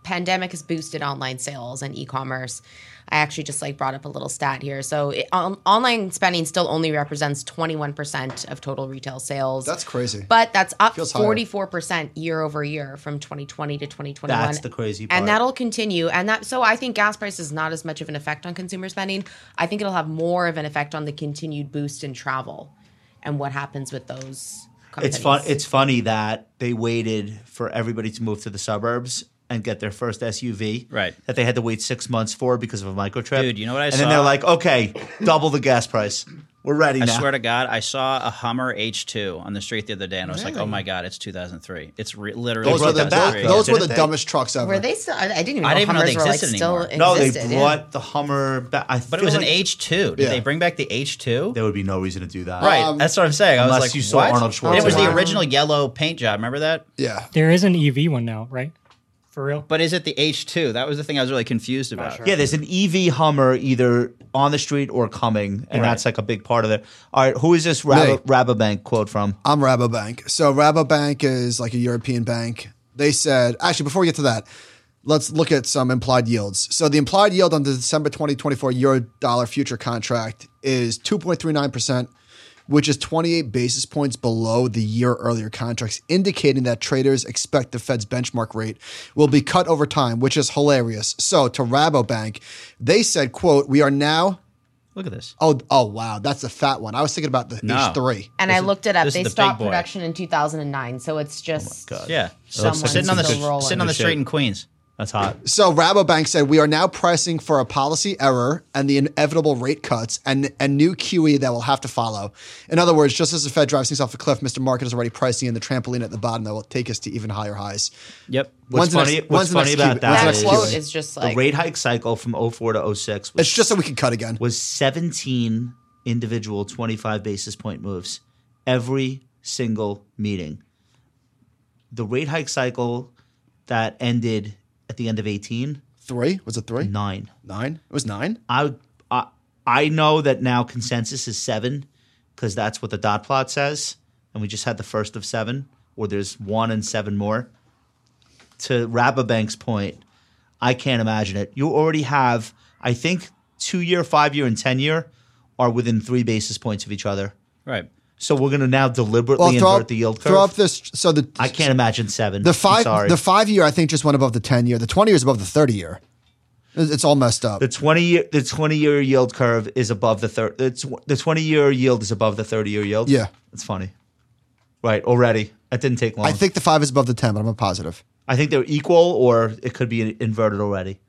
[SPEAKER 3] pandemic has boosted online sales and e-commerce. I actually just like brought up a little stat here. So it, on, online spending still only represents 21% of total retail sales.
[SPEAKER 2] That's crazy.
[SPEAKER 3] but that's up
[SPEAKER 2] Feels higher.
[SPEAKER 3] 44% year over year from 2020 to 2021.
[SPEAKER 1] That's the crazy part.
[SPEAKER 3] And that'll continue. And that so I think gas price is not as much of an effect on consumer spending. I think it'll have more of an effect on the continued boost in travel and what happens with those companies.
[SPEAKER 1] It's fun. It's funny that they waited for everybody to move to the suburbs and get their first SUV.
[SPEAKER 4] Right.
[SPEAKER 1] That they had to wait six months for because of a microchip.
[SPEAKER 4] Dude, you know what I
[SPEAKER 1] And then they're
[SPEAKER 4] saw?
[SPEAKER 1] like, okay, double the gas price. We're ready
[SPEAKER 4] I
[SPEAKER 1] now.
[SPEAKER 4] swear to God, I saw a Hummer H2 on the street the other day, and I was like, "Oh my God, it's 2003! It's re- literally
[SPEAKER 2] Those
[SPEAKER 1] brought
[SPEAKER 2] were the,
[SPEAKER 1] them back,
[SPEAKER 2] tho-
[SPEAKER 1] though,
[SPEAKER 4] 2003."
[SPEAKER 2] those were the
[SPEAKER 1] didn't they?
[SPEAKER 2] dumbest trucks ever.
[SPEAKER 3] were they still? I, I didn't even know
[SPEAKER 4] I didn't even know
[SPEAKER 3] Hummers
[SPEAKER 4] they
[SPEAKER 3] were like
[SPEAKER 4] existed
[SPEAKER 3] still
[SPEAKER 4] anymore.
[SPEAKER 1] no, they
[SPEAKER 3] existed. yeah.
[SPEAKER 1] brought the Hummer back. I
[SPEAKER 4] But it
[SPEAKER 1] feel
[SPEAKER 4] was an
[SPEAKER 1] like
[SPEAKER 4] H2. Did
[SPEAKER 2] Yeah.
[SPEAKER 4] they bring back the H2?
[SPEAKER 1] There would be no reason to do that.
[SPEAKER 4] Right,
[SPEAKER 2] Um,
[SPEAKER 4] that's what I'm saying. I was
[SPEAKER 1] unless
[SPEAKER 4] like,
[SPEAKER 1] you saw
[SPEAKER 4] what?
[SPEAKER 1] Arnold
[SPEAKER 4] And it was the
[SPEAKER 3] Schwarzenegger.
[SPEAKER 4] original yellow paint job. Remember that?
[SPEAKER 2] yeah.
[SPEAKER 5] There is an EV one now, right? For real?
[SPEAKER 4] But is it the H2? That was the thing I was really confused about.
[SPEAKER 5] sure.
[SPEAKER 1] Yeah, there's an EV Hummer either on the street or coming, and that's like a big part of it. All right, who is this Rab- Rabobank quote from?
[SPEAKER 2] I'm Rabobank. So Rabobank is like a European bank. They said, actually, before we get to that, let's look at some implied yields. So the implied yield on the December 2024 euro dollar future contract is 2.39%, which is 28 basis points below the year earlier contracts, indicating that traders expect the Fed's benchmark rate will be cut over time, which is hilarious. So to Rabobank, they said, quote, we are now,
[SPEAKER 4] Look at this.
[SPEAKER 2] oh, oh wow, that's a fat one. I was thinking about the H3.
[SPEAKER 3] And I looked it up.
[SPEAKER 4] this is
[SPEAKER 3] They
[SPEAKER 4] the big
[SPEAKER 3] stopped
[SPEAKER 4] boy.
[SPEAKER 3] production in 2009, so it's
[SPEAKER 1] Oh
[SPEAKER 3] just
[SPEAKER 4] Yeah. So
[SPEAKER 3] Someone
[SPEAKER 4] sitting on the
[SPEAKER 3] still rolling.
[SPEAKER 4] sitting on the
[SPEAKER 1] Good
[SPEAKER 4] street
[SPEAKER 1] shape.
[SPEAKER 4] in Queens.
[SPEAKER 1] That's hot.
[SPEAKER 2] So Rabobank said we are now pricing for a policy error and the inevitable rate cuts and and new QE that will have to follow. In other words, just as the Fed drives things off a cliff, Mr. Market is already pricing in the trampoline at the bottom that will take us to even higher highs.
[SPEAKER 4] Yep.
[SPEAKER 1] What's
[SPEAKER 2] When's the next-
[SPEAKER 1] funny,
[SPEAKER 2] when's
[SPEAKER 1] what's
[SPEAKER 2] the next
[SPEAKER 1] funny about
[SPEAKER 2] Cuban-
[SPEAKER 1] that,
[SPEAKER 2] when's the
[SPEAKER 3] that
[SPEAKER 2] next
[SPEAKER 1] is
[SPEAKER 3] quote
[SPEAKER 2] Cuban?
[SPEAKER 3] is just
[SPEAKER 1] the
[SPEAKER 3] like
[SPEAKER 1] rate hike cycle from 04 to 06 was,
[SPEAKER 2] It's just so we can cut again.
[SPEAKER 1] was 17 individual 25 basis point moves every single meeting. The rate hike cycle that ended at the end of 18,
[SPEAKER 2] Three was it three?
[SPEAKER 1] nine.
[SPEAKER 2] Nine? It was nine.
[SPEAKER 1] I I know that now consensus is seven because that's what the dot plot says, and we just had the first of seven, or there's one and seven more. To Rabobank's point, I can't imagine it. You already have, I think, two year, five year, and ten year are within three basis points of each other.
[SPEAKER 4] Right.
[SPEAKER 1] So we're going to now deliberately
[SPEAKER 2] Well, throw
[SPEAKER 1] invert
[SPEAKER 2] up,
[SPEAKER 1] the yield curve.
[SPEAKER 2] throw up this. So the
[SPEAKER 1] I can't imagine seven.
[SPEAKER 2] The
[SPEAKER 1] I'm
[SPEAKER 2] five,
[SPEAKER 1] sorry.
[SPEAKER 2] the five year, I think just went above the ten year. The twenty year is above the thirty year. It's it's all messed up.
[SPEAKER 1] The twenty year the twenty year yield curve is above the third. The twenty year yield is above the thirty year yield.
[SPEAKER 2] Yeah.
[SPEAKER 1] it's funny, right? Already, that didn't take long.
[SPEAKER 2] I think the five is above the ten, but I'm not positive.
[SPEAKER 1] I think they're equal, or it could be inverted already.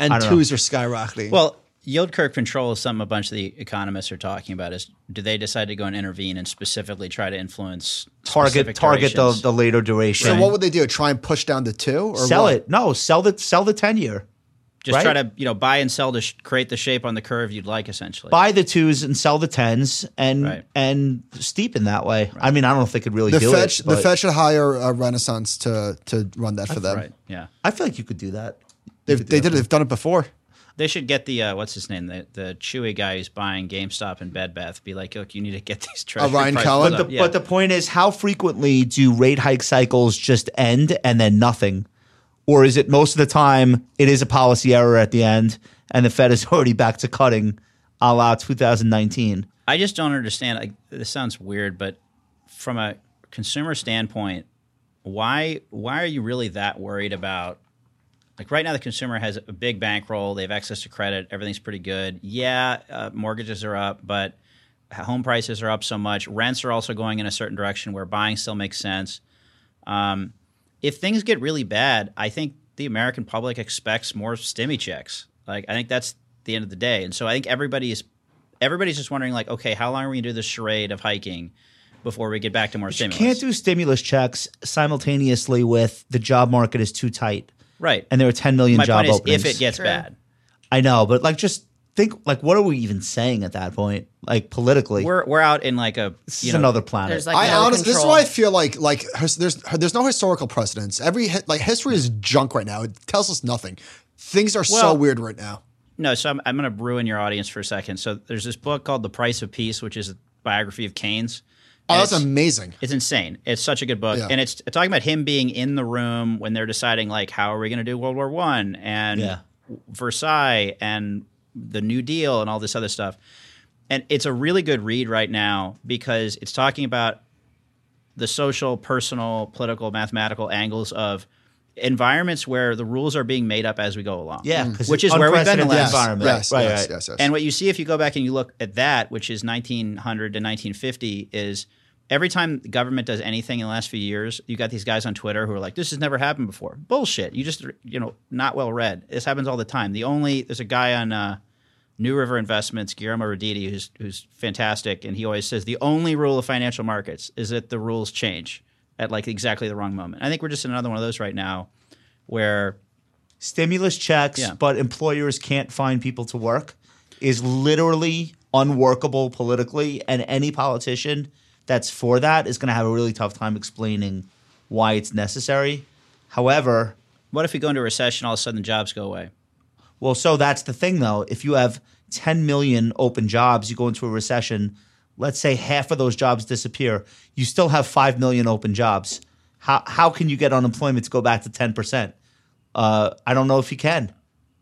[SPEAKER 7] and
[SPEAKER 1] I don't
[SPEAKER 7] twos are skyrocketing.
[SPEAKER 4] Well, yield curve control is something a bunch of the economists are talking about. Is do they decide to go and intervene and specifically try to influence
[SPEAKER 1] Target
[SPEAKER 4] specific
[SPEAKER 1] target the,
[SPEAKER 4] durations?
[SPEAKER 1] the later duration.
[SPEAKER 2] So what would they do? Try and push down to two or
[SPEAKER 1] sell
[SPEAKER 2] what?
[SPEAKER 1] it? No, sell the sell the ten year.
[SPEAKER 4] just
[SPEAKER 1] right?
[SPEAKER 4] try to you know buy and sell to sh- create the shape on the curve you'd like essentially.
[SPEAKER 1] Buy the twos and sell the tens, and
[SPEAKER 4] Right.
[SPEAKER 1] and steepen that way. I mean, I don't know if they could really
[SPEAKER 2] The
[SPEAKER 1] do
[SPEAKER 2] Fed,
[SPEAKER 1] it.
[SPEAKER 2] sh- the
[SPEAKER 1] but
[SPEAKER 2] Fed should hire uh, Renaissance to to run that for them.
[SPEAKER 4] right. Yeah.
[SPEAKER 1] I feel like you could do that.
[SPEAKER 2] They've, they did it. They've done it before.
[SPEAKER 4] They should get the uh, what's his name the the Chewy guy who's buying GameStop and Bed Bath. Be like, look, you need to get these treasury
[SPEAKER 2] Ryan
[SPEAKER 4] prices
[SPEAKER 2] Cohen?
[SPEAKER 4] up."
[SPEAKER 1] But the,
[SPEAKER 4] Yeah.
[SPEAKER 1] but the point is, how frequently do rate hike cycles just end and then nothing? Or is it most of the time it is a policy error at the end and the Fed is [laughs] already back to cutting a la 2019?
[SPEAKER 4] I just don't understand. Like, this sounds weird, but from a consumer standpoint, why why are you really that worried about? Like right now, the consumer has a big bankroll. They have access to credit. Everything's pretty good. Yeah, uh, mortgages are up, but home prices are up so much. Rents are also going in a certain direction where buying still makes sense. Um, if things get really bad, I think the American public expects more stimmy checks. Like I think that's the end of the day, and so I think everybody is everybody's just wondering like, okay, how long are we gonna do this charade of hiking before we get back to more
[SPEAKER 1] You
[SPEAKER 4] stimulus?
[SPEAKER 1] can't do stimulus checks simultaneously with the job market is too tight
[SPEAKER 4] right.
[SPEAKER 1] and there are 10 million
[SPEAKER 4] my
[SPEAKER 1] job
[SPEAKER 4] point is,
[SPEAKER 1] openings.
[SPEAKER 4] if it gets
[SPEAKER 3] True.
[SPEAKER 4] bad,
[SPEAKER 1] I know, but like just think like what are we even saying at that point? Like politically,
[SPEAKER 4] we're we're out in like a
[SPEAKER 1] this
[SPEAKER 4] you
[SPEAKER 1] is
[SPEAKER 4] know
[SPEAKER 1] another planet.
[SPEAKER 3] There's like
[SPEAKER 2] I
[SPEAKER 3] no
[SPEAKER 2] honestly, this is
[SPEAKER 3] control.
[SPEAKER 2] why I feel like like his, there's there's no historical precedence. Every hi- like history is junk right now. It tells us nothing. Things are so
[SPEAKER 4] Well-
[SPEAKER 2] weird right now.
[SPEAKER 4] No, so I'm, I'm going to ruin your audience for a second. So there's this book called The Price of Peace, which is a biography of Keynes.
[SPEAKER 2] Oh,
[SPEAKER 4] And
[SPEAKER 2] that's
[SPEAKER 4] it's-
[SPEAKER 2] amazing.
[SPEAKER 4] It's insane. It's such a good book,
[SPEAKER 2] Yeah.
[SPEAKER 4] and it's talking about him being in the room when they're deciding like how are we going to do World War One and
[SPEAKER 1] Yeah.
[SPEAKER 4] Versailles and the New Deal and all this other stuff. And it's a really good read right now because it's talking about the social, personal, political, mathematical angles of environments where the rules are being made up as we go along.
[SPEAKER 1] yeah, 'cause
[SPEAKER 4] which
[SPEAKER 1] it's
[SPEAKER 4] is where we've been the
[SPEAKER 1] unprecedented
[SPEAKER 4] last
[SPEAKER 1] environment.
[SPEAKER 2] Yes,
[SPEAKER 1] Mm-hmm. right,
[SPEAKER 2] yes,
[SPEAKER 1] right.
[SPEAKER 2] yes, yes.
[SPEAKER 4] and what you see if you go back and you look at that, which is 1900 to 1950, is every time the government does anything in the last few years, you got these guys on Twitter who are like, "This has never happened before." Bullshit. You just you know not well read. This happens all the time. The only there's a guy on. Uh, New River Investments, Guillermo Roditi, who's who's fantastic, and he always says the only rule of financial markets is that the rules change at like exactly the wrong moment. I think we're just in another one of those right now, where
[SPEAKER 1] stimulus checks,
[SPEAKER 4] Yeah.
[SPEAKER 1] but employers can't find people to work is literally unworkable politically. And any politician that's for that is going to have a really tough time explaining why it's necessary. However,
[SPEAKER 4] what if we go into a recession, all of a sudden jobs go away?
[SPEAKER 1] well, so that's the thing though. If you have 10 million open jobs, you go into a recession, let's say half of those jobs disappear, you still have 5 million open jobs. How, how can you get unemployment to go back to 10%? Uh, I don't know if you can.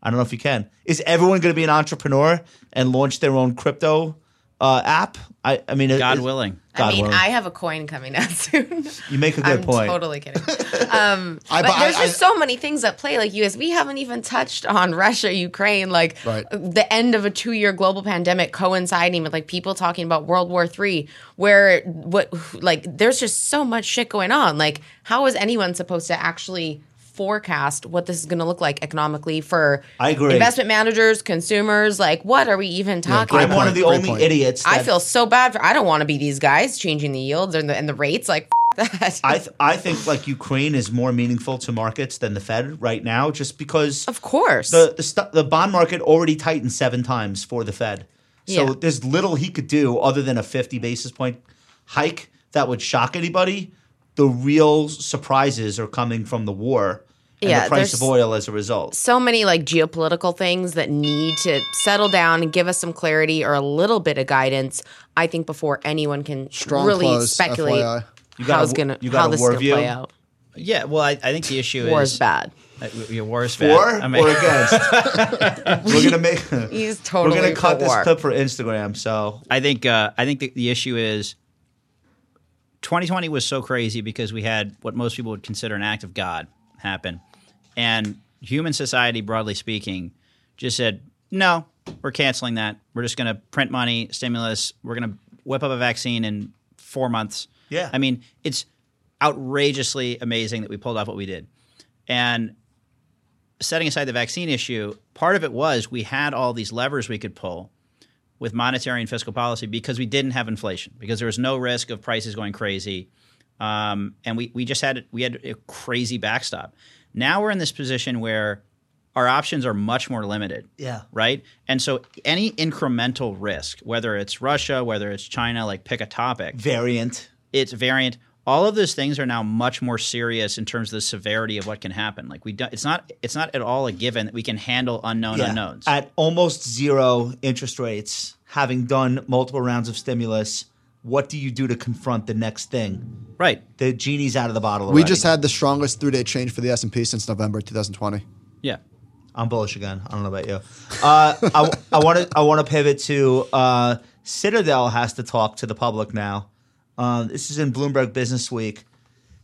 [SPEAKER 1] I don't know if you can. Is everyone going to be an entrepreneur and launch their own crypto uh, app? I, I mean, it-
[SPEAKER 4] God
[SPEAKER 1] it-
[SPEAKER 4] willing.
[SPEAKER 1] God
[SPEAKER 3] I mean,
[SPEAKER 1] willing.
[SPEAKER 3] I have a coin coming out [laughs] soon.
[SPEAKER 1] you make a good
[SPEAKER 3] I'm
[SPEAKER 1] point.
[SPEAKER 2] [laughs]
[SPEAKER 3] totally kidding. Um,
[SPEAKER 2] I,
[SPEAKER 3] but
[SPEAKER 2] I-
[SPEAKER 3] there's
[SPEAKER 2] I-
[SPEAKER 3] just so many things at play. Like US, we haven't even touched on [laughs] Russia, Ukraine, like
[SPEAKER 2] Right.
[SPEAKER 3] the end of a two-year global pandemic coinciding with like people talking about World War III, where what like there's just so much shit going on. Like, how is anyone supposed to actually forecast what this is going to look like economically for
[SPEAKER 1] I agree.
[SPEAKER 3] investment managers, consumers? Like, what are we even talking
[SPEAKER 1] I'm
[SPEAKER 3] about?
[SPEAKER 1] one of the
[SPEAKER 2] Great
[SPEAKER 1] only
[SPEAKER 2] point.
[SPEAKER 1] idiots.
[SPEAKER 3] I
[SPEAKER 1] that-
[SPEAKER 3] feel so bad for. I don't want to be these guys changing the yields and the, and the rates. Like [laughs] f- that.
[SPEAKER 1] I th- I think like Ukraine is more meaningful to markets than the Fed right now, just because
[SPEAKER 3] of course.
[SPEAKER 1] the the, st- the bond market already tightened seven times for the Fed. So
[SPEAKER 3] Yeah.
[SPEAKER 1] there's little he could do other than a 50 basis point hike that would shock anybody. The real surprises are coming from the war and
[SPEAKER 3] Yeah,
[SPEAKER 1] the price
[SPEAKER 3] there's-
[SPEAKER 1] of oil as a result.
[SPEAKER 3] [laughs] so many like geopolitical things that need to settle down and give us some clarity or a little bit of guidance. I think before anyone can
[SPEAKER 2] Strong
[SPEAKER 3] really
[SPEAKER 2] close,
[SPEAKER 3] speculate
[SPEAKER 2] FYI.
[SPEAKER 1] You got
[SPEAKER 3] how's
[SPEAKER 1] a-
[SPEAKER 3] gonna
[SPEAKER 1] you got
[SPEAKER 3] how
[SPEAKER 1] a
[SPEAKER 3] this is
[SPEAKER 1] war
[SPEAKER 3] gonna
[SPEAKER 1] view?
[SPEAKER 3] play out.
[SPEAKER 4] Yeah, well, I, I think the issue
[SPEAKER 3] War
[SPEAKER 4] is
[SPEAKER 3] is bad.
[SPEAKER 4] Uh, your war is bad.
[SPEAKER 1] For
[SPEAKER 4] I
[SPEAKER 1] [laughs]
[SPEAKER 4] mean-
[SPEAKER 1] or against? We're gonna
[SPEAKER 3] [laughs]
[SPEAKER 1] make.
[SPEAKER 3] He's
[SPEAKER 1] We're
[SPEAKER 3] totally
[SPEAKER 1] gonna
[SPEAKER 3] for
[SPEAKER 1] cut this
[SPEAKER 3] war.
[SPEAKER 1] clip for Instagram. So
[SPEAKER 4] I think uh, I think the, the issue is 2020 was so crazy because we had what most people would consider an act of God happen, and human society, broadly speaking, just said no, we're canceling that. We're just going to print money, stimulus. We're going to whip up a vaccine in four months.
[SPEAKER 1] Yeah.
[SPEAKER 4] I mean it's outrageously amazing that we pulled off what we did, and setting aside the vaccine issue, part of it was we had all these levers we could pull with monetary and fiscal policy because we didn't have inflation because there was no risk of prices going crazy um, and we, we just had we had a crazy backstop now we're in this position where our options are much more limited
[SPEAKER 1] Yeah.
[SPEAKER 4] right and so any incremental risk whether it's russia whether it's china like pick a topic
[SPEAKER 1] variant.
[SPEAKER 4] it's variant. All of those things are now much more serious in terms of the severity of what can happen. Like we don't, it's not, it's not at all a given that we can handle unknown
[SPEAKER 1] Yeah.
[SPEAKER 4] unknowns.
[SPEAKER 1] At almost zero interest rates, having done multiple rounds of stimulus, what do you do to confront the next thing?
[SPEAKER 4] right.
[SPEAKER 1] The genie's out of the bottle.
[SPEAKER 2] We
[SPEAKER 1] already.
[SPEAKER 2] just had the strongest three day change for the S and P since November 2020.
[SPEAKER 4] Yeah.
[SPEAKER 1] I'm bullish again. I don't know about you. Uh, I I want to I want to pivot to uh, Citadel has to talk to the public now. Um, this is in Bloomberg Business Week.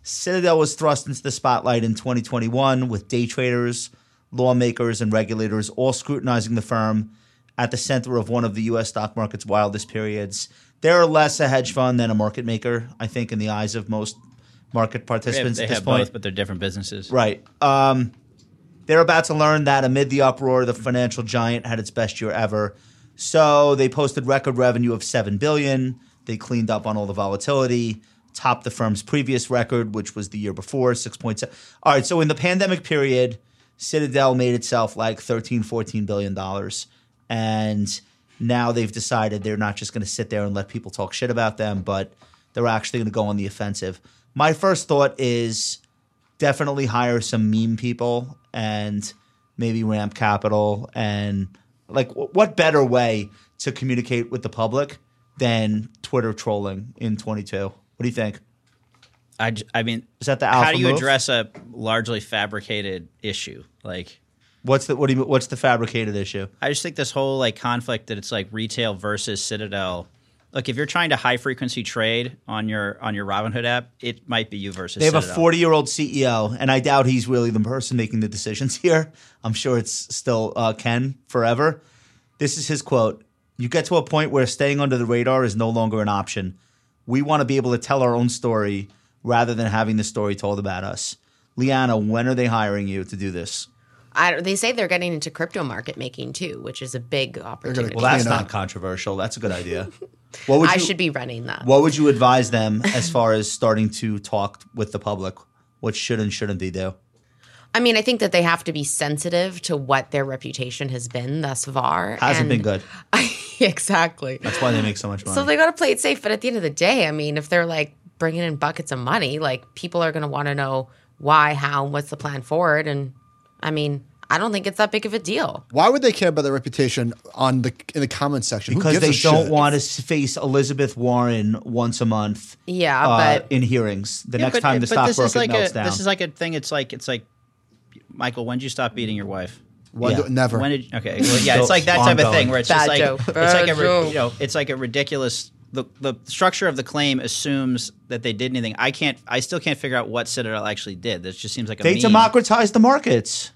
[SPEAKER 1] Citadel was thrust into the spotlight in 2021 with day traders, lawmakers, and regulators all scrutinizing the firm at the center of one of the U.S. stock market's wildest periods. They're less a hedge fund than a market maker, I think, in the eyes of most market
[SPEAKER 4] They have,
[SPEAKER 1] participants
[SPEAKER 4] they
[SPEAKER 1] at this
[SPEAKER 4] have
[SPEAKER 1] point.
[SPEAKER 4] both, but they're different businesses.
[SPEAKER 1] Right. Um, they're about to learn that amid the uproar, the financial giant had its best year ever. So they posted record revenue of seven billion. They cleaned up on all the volatility, topped the firm's previous record, which was the year before, six point seven. All right. So in the pandemic period, Citadel made itself like 13, 14 billion dollars, and now they've decided they're not just going to sit there and let people talk shit about them, but they're actually going to go on the offensive. My first thought is definitely hire some meme people and maybe ramp capital and like wh- what better way to communicate with the public than twitter trolling in 22 what do you think
[SPEAKER 4] I, j- I mean,
[SPEAKER 1] is that the alpha
[SPEAKER 4] how do you
[SPEAKER 1] move?
[SPEAKER 4] address a largely fabricated issue? Like,
[SPEAKER 1] what's the what do you what's the fabricated issue
[SPEAKER 4] I just think this whole like conflict that it's like retail versus Citadel. Look, if you're trying to high frequency trade on your on your Robinhood app, it might be you versus.
[SPEAKER 1] they have a
[SPEAKER 4] Citadel.
[SPEAKER 1] 40 year old ceo and i doubt he's really the person making the decisions [laughs] here i'm sure it's still uh, ken forever this is his quote you get to a point where staying under the radar is no longer an option we want to be able to tell our own story rather than having the story told about us liana when are they hiring you to do this
[SPEAKER 3] I don't, they say they're getting into crypto market making too, which is a big opportunity.
[SPEAKER 1] well that's
[SPEAKER 2] Clean
[SPEAKER 1] not
[SPEAKER 2] up.
[SPEAKER 1] controversial that's a good
[SPEAKER 3] [laughs]
[SPEAKER 1] idea what would you,
[SPEAKER 3] I should be running that.
[SPEAKER 1] what would you advise them as far as starting to talk with the public what should and shouldn't they do
[SPEAKER 3] I mean, I think that they have to be sensitive to what their reputation has been thus far.
[SPEAKER 1] hasn't been
[SPEAKER 3] and-
[SPEAKER 1] good
[SPEAKER 3] [laughs] exactly.
[SPEAKER 1] that's why they make so much money
[SPEAKER 3] So they got to play it safe. But at the end of the day, I mean, if they're like bringing in buckets of money, like people are going to want to know why, how, and what's the plan forward. And I mean, I don't think it's that big of a deal.
[SPEAKER 2] Why would they care about their reputation on the in the comment section? Who
[SPEAKER 1] because
[SPEAKER 2] gives
[SPEAKER 1] they
[SPEAKER 2] a shit?
[SPEAKER 1] don't want to face Elizabeth Warren once a month.
[SPEAKER 3] Yeah,
[SPEAKER 1] uh,
[SPEAKER 3] but-
[SPEAKER 1] in hearings, the
[SPEAKER 4] Yeah,
[SPEAKER 1] next
[SPEAKER 4] but-
[SPEAKER 1] time the
[SPEAKER 4] but this
[SPEAKER 1] stockbroker
[SPEAKER 4] is like
[SPEAKER 1] melts
[SPEAKER 4] a,
[SPEAKER 1] down.
[SPEAKER 4] This is like a thing. It's like it's like Michael. When did you stop beating your wife?
[SPEAKER 2] Why do-
[SPEAKER 1] Yeah.
[SPEAKER 2] never.
[SPEAKER 4] When did okay? Well, yeah, it's like that type of
[SPEAKER 1] Ongoing.
[SPEAKER 4] thing where it's just
[SPEAKER 3] Bad
[SPEAKER 4] like
[SPEAKER 3] joke.
[SPEAKER 4] it's
[SPEAKER 3] Bad
[SPEAKER 4] like a ri-
[SPEAKER 3] joke.
[SPEAKER 4] you know it's like a ridiculous. The, the structure of the claim assumes that they did anything. I can't. I still can't figure out what Citadel actually did. This just seems like a
[SPEAKER 1] they
[SPEAKER 4] meme.
[SPEAKER 1] democratized the markets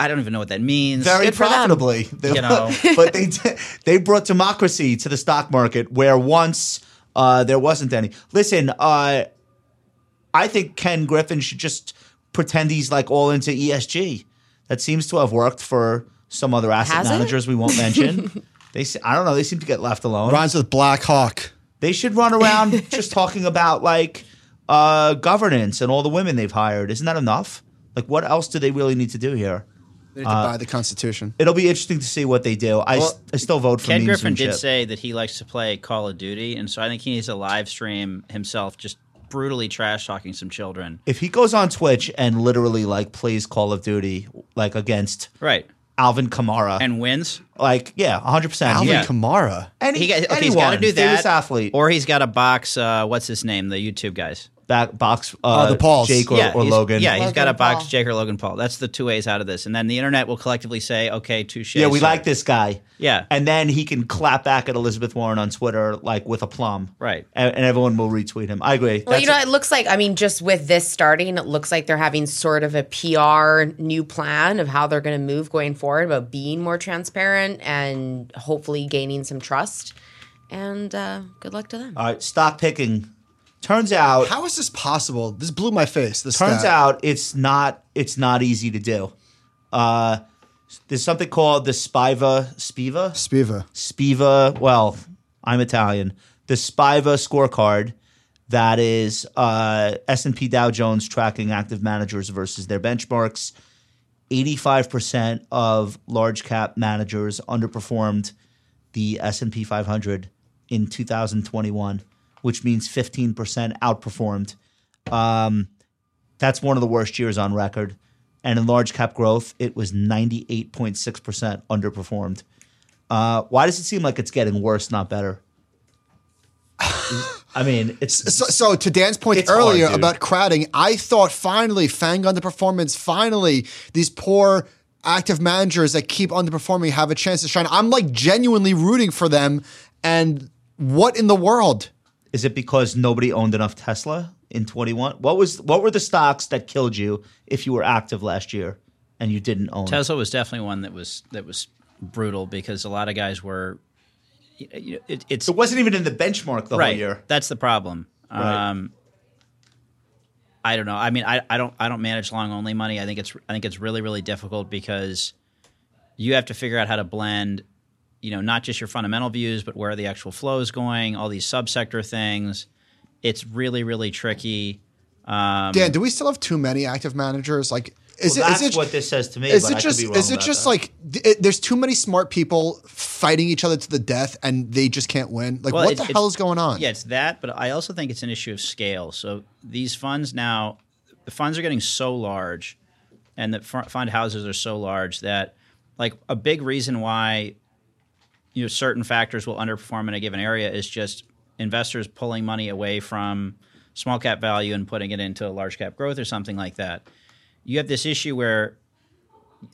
[SPEAKER 4] I don't even know what that means.
[SPEAKER 1] very
[SPEAKER 3] Good for them.
[SPEAKER 1] profitably, [laughs] They-
[SPEAKER 4] You know.
[SPEAKER 1] but they did- they brought democracy to the stock market where once uh, there wasn't any. Listen, uh, I think Ken Griffin should just pretend he's like all into ESG. That seems to have worked for some other asset
[SPEAKER 3] Has it?
[SPEAKER 1] managers we won't
[SPEAKER 4] [laughs]
[SPEAKER 1] mention. they, se- I don't know. They seem to get left alone.
[SPEAKER 2] Rhymes with Black Hawk.
[SPEAKER 1] They should run
[SPEAKER 2] [laughs]
[SPEAKER 1] around just talking about like uh, governance and all the women they've hired. Isn't that enough? Like, what else do they really need to do here? Uh,
[SPEAKER 2] They need to buy the Constitution.
[SPEAKER 1] It'll be interesting to see what they do. I, s-
[SPEAKER 4] Well,
[SPEAKER 1] I still vote for
[SPEAKER 4] Ken
[SPEAKER 1] memes
[SPEAKER 4] Griffin
[SPEAKER 1] and
[SPEAKER 4] did
[SPEAKER 1] shit.
[SPEAKER 4] say that he likes to play Call of Duty, and so I think he needs to live stream himself just brutally trash talking some children.
[SPEAKER 1] If he goes on Twitch and literally like plays Call of Duty like against
[SPEAKER 4] Right.
[SPEAKER 1] Alvin Kamara, and
[SPEAKER 4] And wins.
[SPEAKER 1] like yeah, hundred percent.
[SPEAKER 2] Alvin
[SPEAKER 4] Yeah.
[SPEAKER 2] Kamara.
[SPEAKER 1] Any,
[SPEAKER 4] He got, okay, he's
[SPEAKER 1] anyone,
[SPEAKER 4] got to do that.
[SPEAKER 1] famous athlete or
[SPEAKER 4] Or he's got to box, uh, what's his name, the YouTube guys.
[SPEAKER 1] back, box uh,
[SPEAKER 2] Oh, the Pauls.
[SPEAKER 1] Jake or,
[SPEAKER 4] yeah,
[SPEAKER 1] or
[SPEAKER 4] he's-
[SPEAKER 1] Logan.
[SPEAKER 4] Yeah, he's
[SPEAKER 3] Logan
[SPEAKER 4] got to box
[SPEAKER 3] Paul.
[SPEAKER 4] Jake or Logan Paul. That's the two ways out of this. And then the internet will collectively say, okay, touche.
[SPEAKER 1] yeah, we
[SPEAKER 4] sir.
[SPEAKER 1] like this guy.
[SPEAKER 4] Yeah.
[SPEAKER 1] and then he can clap back at Elizabeth Warren on Twitter like with aplomb,
[SPEAKER 4] Right.
[SPEAKER 1] And, and everyone will retweet him. I agree.
[SPEAKER 3] Well, you
[SPEAKER 1] That's-
[SPEAKER 3] know, it looks like, I mean, just with this starting, it looks like they're having sort of a PR new plan of how they're going to move going forward about being more transparent and hopefully gaining some trust. And uh, good luck to them.
[SPEAKER 1] all right, stop picking. Turns out,
[SPEAKER 2] How is this possible? This blew my face. This
[SPEAKER 1] turns
[SPEAKER 2] stat.
[SPEAKER 1] out it's not it's not easy to do. Uh, there's something called the Spiva Spiva
[SPEAKER 2] Spiva.
[SPEAKER 1] Spiva, well, I'm Italian. The Spiva scorecard that is uh, S&P Dow Jones tracking active managers versus their benchmarks. 85% of large cap managers underperformed the S&P 500 in 2021, which means 15% outperformed. Um, that's one of the worst years on record. And in large cap growth, it was 98.6% underperformed. Uh, why does it seem like it's getting worse, not better? I mean, it's
[SPEAKER 2] So, so to Dan's point
[SPEAKER 1] It's
[SPEAKER 2] earlier
[SPEAKER 1] hard, dude.
[SPEAKER 2] about crowding, I thought finally Fang underperformance. Finally, these poor active managers that keep underperforming have a chance to shine. I'm like genuinely rooting for them. And what in the world?
[SPEAKER 1] is it because nobody owned enough Tesla in 21? What was what were the stocks that killed you if you were active last year and you didn't own?
[SPEAKER 4] Tesla was definitely one that was that was brutal because a lot of guys were. y- y- It, it's
[SPEAKER 1] It wasn't even in the benchmark the whole year.
[SPEAKER 4] That's the problem.
[SPEAKER 1] Right.
[SPEAKER 4] Um, I don't know. I mean, I, I don't I don't manage long only money. I think it's I think it's really really difficult because you have to figure out how to blend, you know, not just your fundamental views, but where are the actual flows going, all these subsector things. It's really really tricky. Um,
[SPEAKER 2] Dan, do we still have too many active managers? Like, is
[SPEAKER 1] Well,
[SPEAKER 2] it?
[SPEAKER 1] that's
[SPEAKER 2] Is it?
[SPEAKER 1] what this says to me.
[SPEAKER 2] is
[SPEAKER 1] but I
[SPEAKER 2] it
[SPEAKER 1] could
[SPEAKER 2] just
[SPEAKER 1] be wrong
[SPEAKER 2] is it
[SPEAKER 1] about
[SPEAKER 2] just
[SPEAKER 1] that.
[SPEAKER 2] like th- it, there's too many smart people fighting each other to the death and they just can't win? Like
[SPEAKER 4] Well,
[SPEAKER 2] what
[SPEAKER 4] it's-
[SPEAKER 2] the
[SPEAKER 4] it's-
[SPEAKER 2] hell is going on?
[SPEAKER 4] Yeah, it's that, but I also think it's an issue of scale. So these funds now, the funds are getting so large, and the fr- fund houses are so large that, like, a big reason why, you know, certain factors will underperform in a given area is just investors pulling money away from small cap value and putting it into large cap growth or something like that. You have this issue where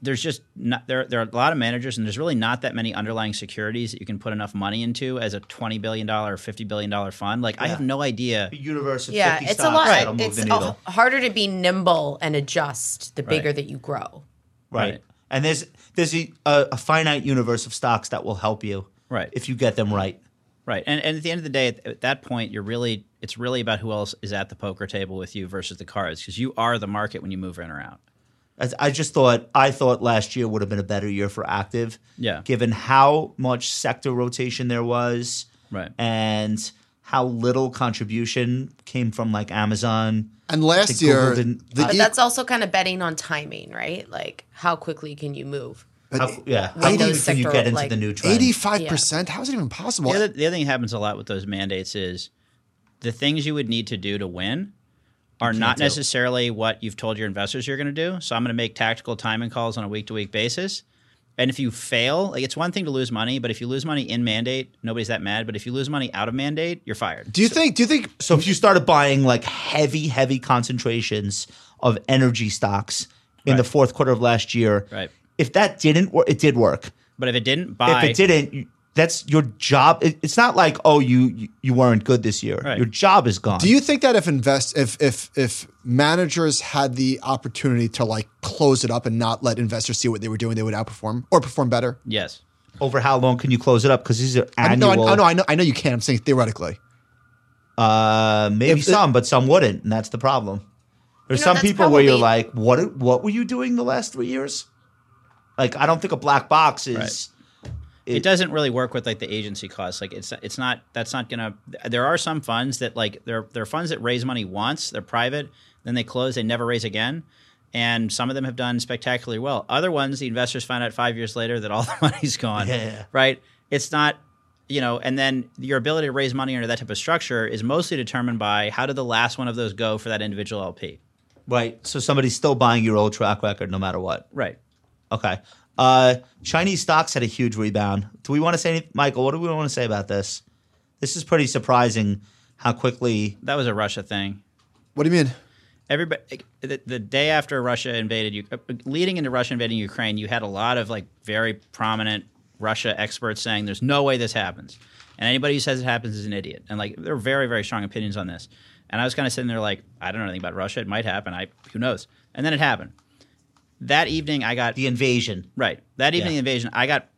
[SPEAKER 4] there's just not, there there are a lot of managers and there's really not that many underlying securities that you can put enough money into as a 20 billion dollar 50 billion dollar fund like i have no idea
[SPEAKER 1] the universe of
[SPEAKER 3] Yeah,
[SPEAKER 1] 50
[SPEAKER 3] it's a
[SPEAKER 1] stocks
[SPEAKER 3] lot.
[SPEAKER 1] that'll move
[SPEAKER 3] It's
[SPEAKER 1] the
[SPEAKER 3] a-
[SPEAKER 1] needle.
[SPEAKER 3] harder to be nimble and adjust the bigger
[SPEAKER 4] Right.
[SPEAKER 3] that you grow.
[SPEAKER 1] right.
[SPEAKER 4] Right.
[SPEAKER 1] And there's there's a, a, a finite universe of stocks that will help you
[SPEAKER 4] Right.
[SPEAKER 1] if you get them right.
[SPEAKER 4] right and, and at the end of the day at, at that point you're really it's really about who else is at the poker table with you versus the cards because you are the market when you move in or out
[SPEAKER 1] As I just thought, I thought last year would have been a better year for active.
[SPEAKER 4] Yeah.
[SPEAKER 1] Given how much sector rotation there was.
[SPEAKER 4] Right.
[SPEAKER 1] And how little contribution came from like Amazon.
[SPEAKER 2] And last
[SPEAKER 1] They Googled
[SPEAKER 2] year,
[SPEAKER 1] and-
[SPEAKER 2] the
[SPEAKER 3] But
[SPEAKER 2] e-
[SPEAKER 3] Oh, that's also kind of betting on timing, right? Like, how quickly can you move?
[SPEAKER 1] How, yeah. How
[SPEAKER 3] Like
[SPEAKER 1] quickly
[SPEAKER 3] those
[SPEAKER 1] can you
[SPEAKER 3] sector,
[SPEAKER 1] get into
[SPEAKER 3] like-
[SPEAKER 1] the new trend?
[SPEAKER 2] 85%? How is it even possible?
[SPEAKER 4] The other, the other thing that happens a lot with those mandates is the things you would need to do to win are not
[SPEAKER 1] do.
[SPEAKER 4] necessarily what you've told your investors you're going to do. So I'm going to make tactical timing calls on a week to week basis. And if you fail, like it's one thing to lose money, but if you lose money in mandate, nobody's that mad. But if you lose money out of mandate, you're fired.
[SPEAKER 2] do you think do you think
[SPEAKER 1] So if you started buying like heavy, heavy concentrations of energy stocks in the fourth quarter of last year,
[SPEAKER 4] Right.
[SPEAKER 1] if that didn't work, it did work.
[SPEAKER 4] But if it didn't, buy.
[SPEAKER 1] If it didn't, you- that's your job. It- It's not like oh you you- you weren't good this year.
[SPEAKER 4] Right.
[SPEAKER 1] Your job is gone.
[SPEAKER 2] do you think that if invest if if if managers had the opportunity to like close it up and not let investors see what they were doing, they would outperform or perform better?
[SPEAKER 4] yes.
[SPEAKER 1] over how long can you close it up? Because these are
[SPEAKER 2] I know,
[SPEAKER 1] annual.
[SPEAKER 2] I know, I know, I know, I know you can. I'm saying theoretically.
[SPEAKER 1] Uh, maybe
[SPEAKER 2] If-
[SPEAKER 1] some, but some wouldn't, and that's the problem. There's
[SPEAKER 3] You know,
[SPEAKER 1] some
[SPEAKER 3] that's
[SPEAKER 1] people where you're
[SPEAKER 3] probably-
[SPEAKER 1] like, what what were you doing the last three years? Like I don't think a black box is.
[SPEAKER 4] Right. it, doesn't really work with like the agency costs. Like it's it's not that's not gonna. There are some funds that like there there are funds that raise money once they're private, then they close, they never raise again, and some of them have done spectacularly [laughs] well. Other ones, the investors find out five years later that all the money's gone.
[SPEAKER 1] Yeah.
[SPEAKER 4] Right? It's not. you know, and then your ability to raise money under that type of structure is mostly determined by how did the last one of those go for that individual LP.
[SPEAKER 1] Right. So somebody's still buying your old track record no matter what.
[SPEAKER 4] Right.
[SPEAKER 1] Okay. Uh, Chinese stocks had a huge rebound. Do we want to say, any- Michael? What do we want to say about this? This is pretty surprising how quickly.
[SPEAKER 4] That was a Russia thing.
[SPEAKER 2] What do you mean?
[SPEAKER 4] Everybody, the, the day after Russia invaded, you leading into Russia invading Ukraine, you had a lot of like very prominent Russia experts saying there's no way this happens, and anybody who says it happens is an idiot. And like there are very very strong opinions on this. And I was kind of sitting there like I don't know anything about Russia. It might happen. I who knows. And then it happened. That evening, I got
[SPEAKER 1] The invasion.
[SPEAKER 4] Right. That evening
[SPEAKER 1] Yeah.
[SPEAKER 4] invasion, I got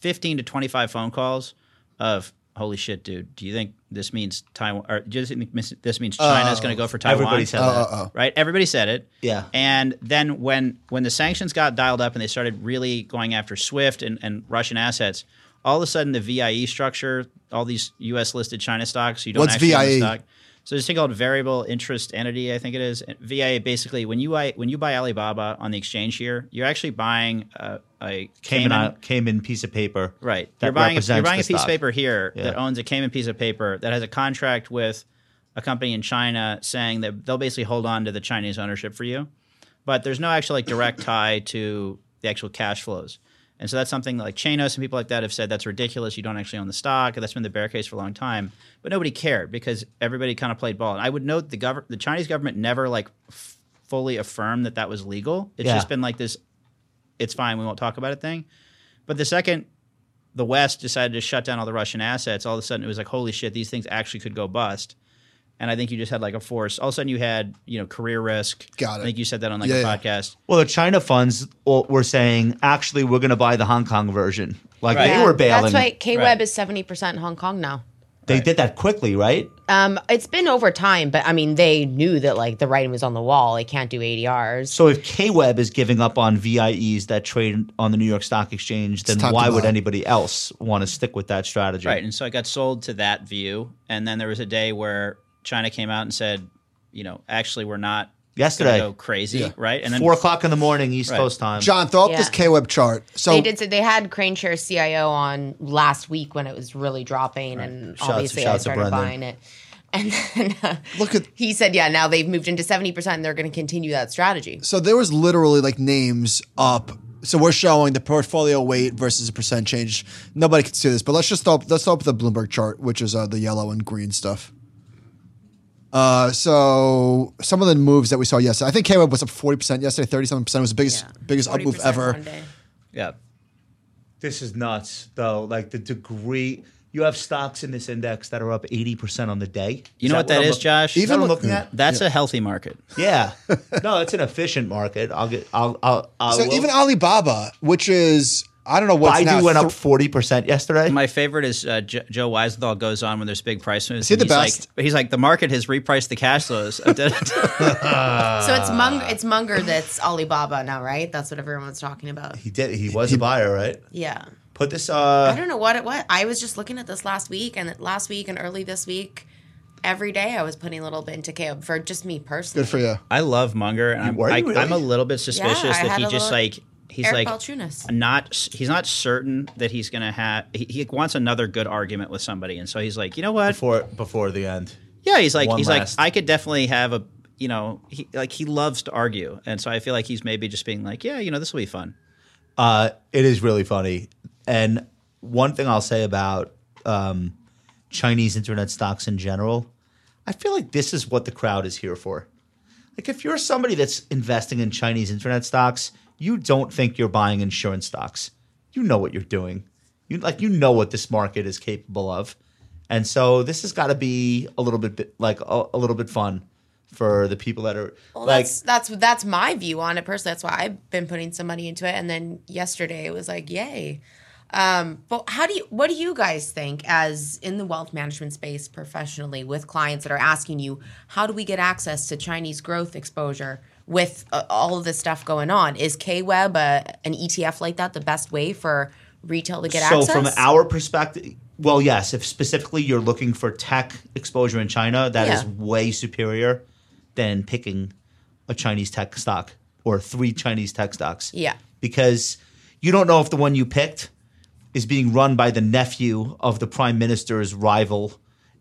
[SPEAKER 4] 15 to 25 phone calls of holy shit, dude. Do you think this means Taiwan or do you think mis- this means China's going to go for Taiwan? Uh,
[SPEAKER 1] Everybody said
[SPEAKER 2] Oh,
[SPEAKER 1] that.
[SPEAKER 2] oh, oh.
[SPEAKER 4] Right? Everybody said it.
[SPEAKER 1] Yeah.
[SPEAKER 4] And then when when the sanctions got dialed up and they started really going after SWIFT and, and Russian assets, all of a sudden the VIE structure, all these US listed China stocks, you don't
[SPEAKER 2] What's
[SPEAKER 4] actually own the
[SPEAKER 2] VIE?
[SPEAKER 4] stock. So there's a thing called variable interest entity, I think it is. And VIA basically when you buy when you buy Alibaba on the exchange here, you're actually buying a, a
[SPEAKER 1] Cayman,
[SPEAKER 4] Cayman-
[SPEAKER 1] out came in piece of paper.
[SPEAKER 4] Right.
[SPEAKER 1] that
[SPEAKER 4] You're buying, a, you're
[SPEAKER 1] represents
[SPEAKER 4] buying
[SPEAKER 1] the
[SPEAKER 4] a piece
[SPEAKER 1] stock.
[SPEAKER 4] of paper here
[SPEAKER 1] Yeah.
[SPEAKER 4] that owns a Cayman piece of paper that has a contract with a company in China saying that they'll basically hold on to the Chinese ownership for you. But there's no actual like direct tie to the actual cash flows. And so that's something like Chanos and people like that have said that's ridiculous. You don't actually own the stock. That's been the bear case for a long time. But nobody cared because everybody kind of played ball. And I would note the gov- the Chinese government never like f- fully affirmed that that was legal. It's
[SPEAKER 1] Yeah.
[SPEAKER 4] just been like this it's fine, we won't talk about it thing. But the second the West decided to shut down all the Russian assets, all of a sudden it was like, holy shit, these things actually could go bust. And I think you just had like a force. All of a sudden you had, you know, career risk.
[SPEAKER 2] Got it.
[SPEAKER 4] I think you said that on like
[SPEAKER 2] Yeah,
[SPEAKER 4] a
[SPEAKER 2] yeah.
[SPEAKER 4] podcast.
[SPEAKER 1] Well, the China funds all- were saying actually we're going to buy the Hong Kong version. Like
[SPEAKER 4] Right.
[SPEAKER 1] they
[SPEAKER 3] Yeah,
[SPEAKER 1] were bailing.
[SPEAKER 3] That's why K Web
[SPEAKER 4] Right.
[SPEAKER 3] is seventy percent Hong Kong now.
[SPEAKER 1] they did that quickly, right?
[SPEAKER 3] Um, it's been over time, but I mean, they knew that like the writing was on the wall. They can't do ADRs.
[SPEAKER 1] So if K Web is giving up on VIEs that trade on the New York Stock Exchange, then
[SPEAKER 2] time to
[SPEAKER 1] why would
[SPEAKER 2] buy.
[SPEAKER 1] anybody else want to stick with that strategy?
[SPEAKER 4] Right. And so it got sold to that view. And then there was a day where China came out and said, you know, actually we're not gonna
[SPEAKER 1] Yesterday.
[SPEAKER 4] go crazy.
[SPEAKER 2] Yeah.
[SPEAKER 4] Right. And then
[SPEAKER 1] Four o'clock in the morning, East
[SPEAKER 4] Right.
[SPEAKER 1] Coast time.
[SPEAKER 2] John, throw up this
[SPEAKER 3] Yeah.
[SPEAKER 2] K Web chart. So
[SPEAKER 3] they did say they had Crane Share CIO on last week when it was really dropping, and
[SPEAKER 1] Shouts-
[SPEAKER 3] obviously
[SPEAKER 1] shouts to
[SPEAKER 3] I started
[SPEAKER 1] Brendan.
[SPEAKER 3] buying it. And then uh,
[SPEAKER 2] Look at-
[SPEAKER 3] he said, yeah, now they've moved into seventy percent, and they're going to continue that strategy.
[SPEAKER 2] So there was literally like names up. So we're showing the portfolio weight versus the percent change. Nobody could see this, but let's just stop. Let's stop with the Bloomberg chart, which is uh, the yellow and green stuff. Uh, so some of the moves that we saw yesterday, I think K-Web was up forty percent yesterday. Thirty-seven percent was the biggest
[SPEAKER 3] Yeah.
[SPEAKER 2] biggest up move
[SPEAKER 3] 40%
[SPEAKER 2] ever.
[SPEAKER 3] one day.
[SPEAKER 4] yeah.
[SPEAKER 1] This is nuts, though. Like the degree you have stocks in this index that are up eighty percent on the day.
[SPEAKER 4] You know what that
[SPEAKER 1] I'm
[SPEAKER 4] is,
[SPEAKER 1] look-
[SPEAKER 4] Josh?
[SPEAKER 1] Is that
[SPEAKER 2] Even
[SPEAKER 1] what I'm
[SPEAKER 2] look-
[SPEAKER 1] looking at?
[SPEAKER 4] That's a healthy market.
[SPEAKER 1] Yeah.
[SPEAKER 2] [laughs]
[SPEAKER 1] No, it's an efficient market. I'll get. I'll. I'll. I'll
[SPEAKER 2] So even Alibaba, which is I don't know what's now.
[SPEAKER 1] Baidu went up
[SPEAKER 2] th-
[SPEAKER 1] forty percent yesterday.
[SPEAKER 4] My favorite is uh, Jo- Joe Weisenthal goes on when there's big price moves.
[SPEAKER 2] he
[SPEAKER 4] and
[SPEAKER 2] the
[SPEAKER 4] he's
[SPEAKER 2] best?
[SPEAKER 4] Like, but he's like, the market has repriced the
[SPEAKER 1] [laughs]
[SPEAKER 4] cash flows. [laughs]
[SPEAKER 3] So it's Munger, it's Munger that's Alibaba now, right? That's what everyone was talking about.
[SPEAKER 1] he did. He was a buyer, right?
[SPEAKER 3] Yeah.
[SPEAKER 1] Put this.
[SPEAKER 3] I
[SPEAKER 1] Uh,
[SPEAKER 3] don't know what it was. I was just looking at this last week and last week and early this week. Every day I was putting a little bit into KO for just me personally.
[SPEAKER 2] Good for you.
[SPEAKER 4] I love Munger, and I'm,
[SPEAKER 1] were you
[SPEAKER 4] I,
[SPEAKER 1] really?
[SPEAKER 4] I'm a little bit suspicious
[SPEAKER 3] Yeah, I
[SPEAKER 4] that
[SPEAKER 3] had
[SPEAKER 4] he
[SPEAKER 3] a little-
[SPEAKER 4] just like he's
[SPEAKER 3] Eric
[SPEAKER 4] like
[SPEAKER 3] Balchunas.
[SPEAKER 4] not he's not certain that he's gonna have he, he wants another good argument with somebody, and so he's like, you know what?
[SPEAKER 1] before before the end.
[SPEAKER 4] yeah, he's like
[SPEAKER 1] one
[SPEAKER 4] he's
[SPEAKER 1] last.
[SPEAKER 4] like I could definitely have a you know he like he loves to argue, and so I feel like he's maybe just being like, yeah, you know, this will be fun.
[SPEAKER 1] Uh, it is really funny. And one thing I'll say about um, Chinese internet stocks in general, I feel like this is what the crowd is here for. Like, if you're somebody that's investing in Chinese internet stocks, you don't think you're buying insurance stocks. You know what you're doing. You like you know what this market is capable of, and so this has got to be a little bit bit- like a, a little bit fun for the people that are
[SPEAKER 3] Well,
[SPEAKER 1] like
[SPEAKER 3] that's that's that's my view on it personally. That's why I've been putting some money into it. And then yesterday it was like, yay. Um, but how do you? What do you guys think as in the wealth management space professionally with clients that are asking you, how do we get access to Chinese growth exposure with uh, all of this stuff going on? Is K Web uh, an ETF like that the best way for retail to get
[SPEAKER 1] so
[SPEAKER 3] access?
[SPEAKER 1] from our perspective well yes if specifically you're looking for tech exposure in china that is
[SPEAKER 3] Yeah.
[SPEAKER 1] way superior than picking a chinese tech stock or three chinese tech stocks
[SPEAKER 3] Yeah.
[SPEAKER 1] because you don't know if the one you picked is being run by the nephew of the prime minister's rival,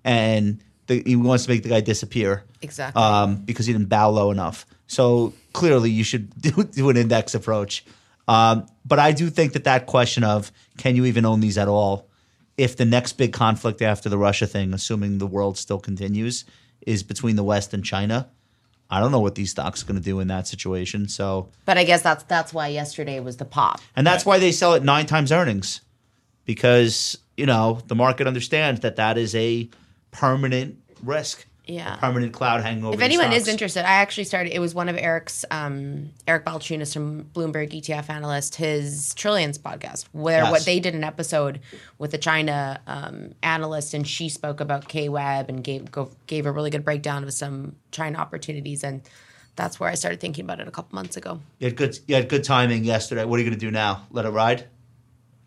[SPEAKER 1] and the, he wants to make the guy disappear
[SPEAKER 3] Exactly.
[SPEAKER 1] um, because he didn't bow low enough. So clearly, you should [laughs] do, do an index approach. Um, but I do think that that question of can you even own these at all, if the next big conflict after the Russia thing, assuming the world still continues, is between the West and China, I don't know what these stocks are going to do in that situation. So,
[SPEAKER 3] But I guess that's that's why yesterday was the pop.
[SPEAKER 1] and that's why they sell at nine times earnings, because you know the market understands that that is a permanent risk, a
[SPEAKER 3] Yeah.
[SPEAKER 1] permanent cloud hanging over.
[SPEAKER 3] If
[SPEAKER 1] these
[SPEAKER 3] anyone is
[SPEAKER 1] stocks.
[SPEAKER 3] interested, I actually started. It was one of Eric's, um, Eric Balchunas from Bloomberg ETF analyst, his Trillions podcast, where
[SPEAKER 1] Yes.
[SPEAKER 3] what they did an episode with a China um, analyst, and she spoke about K Web and gave go, gave a really good breakdown of some China opportunities, and that's where I started thinking about it a couple months ago.
[SPEAKER 1] You had good you had good timing yesterday. What are you gonna do now? Let it ride?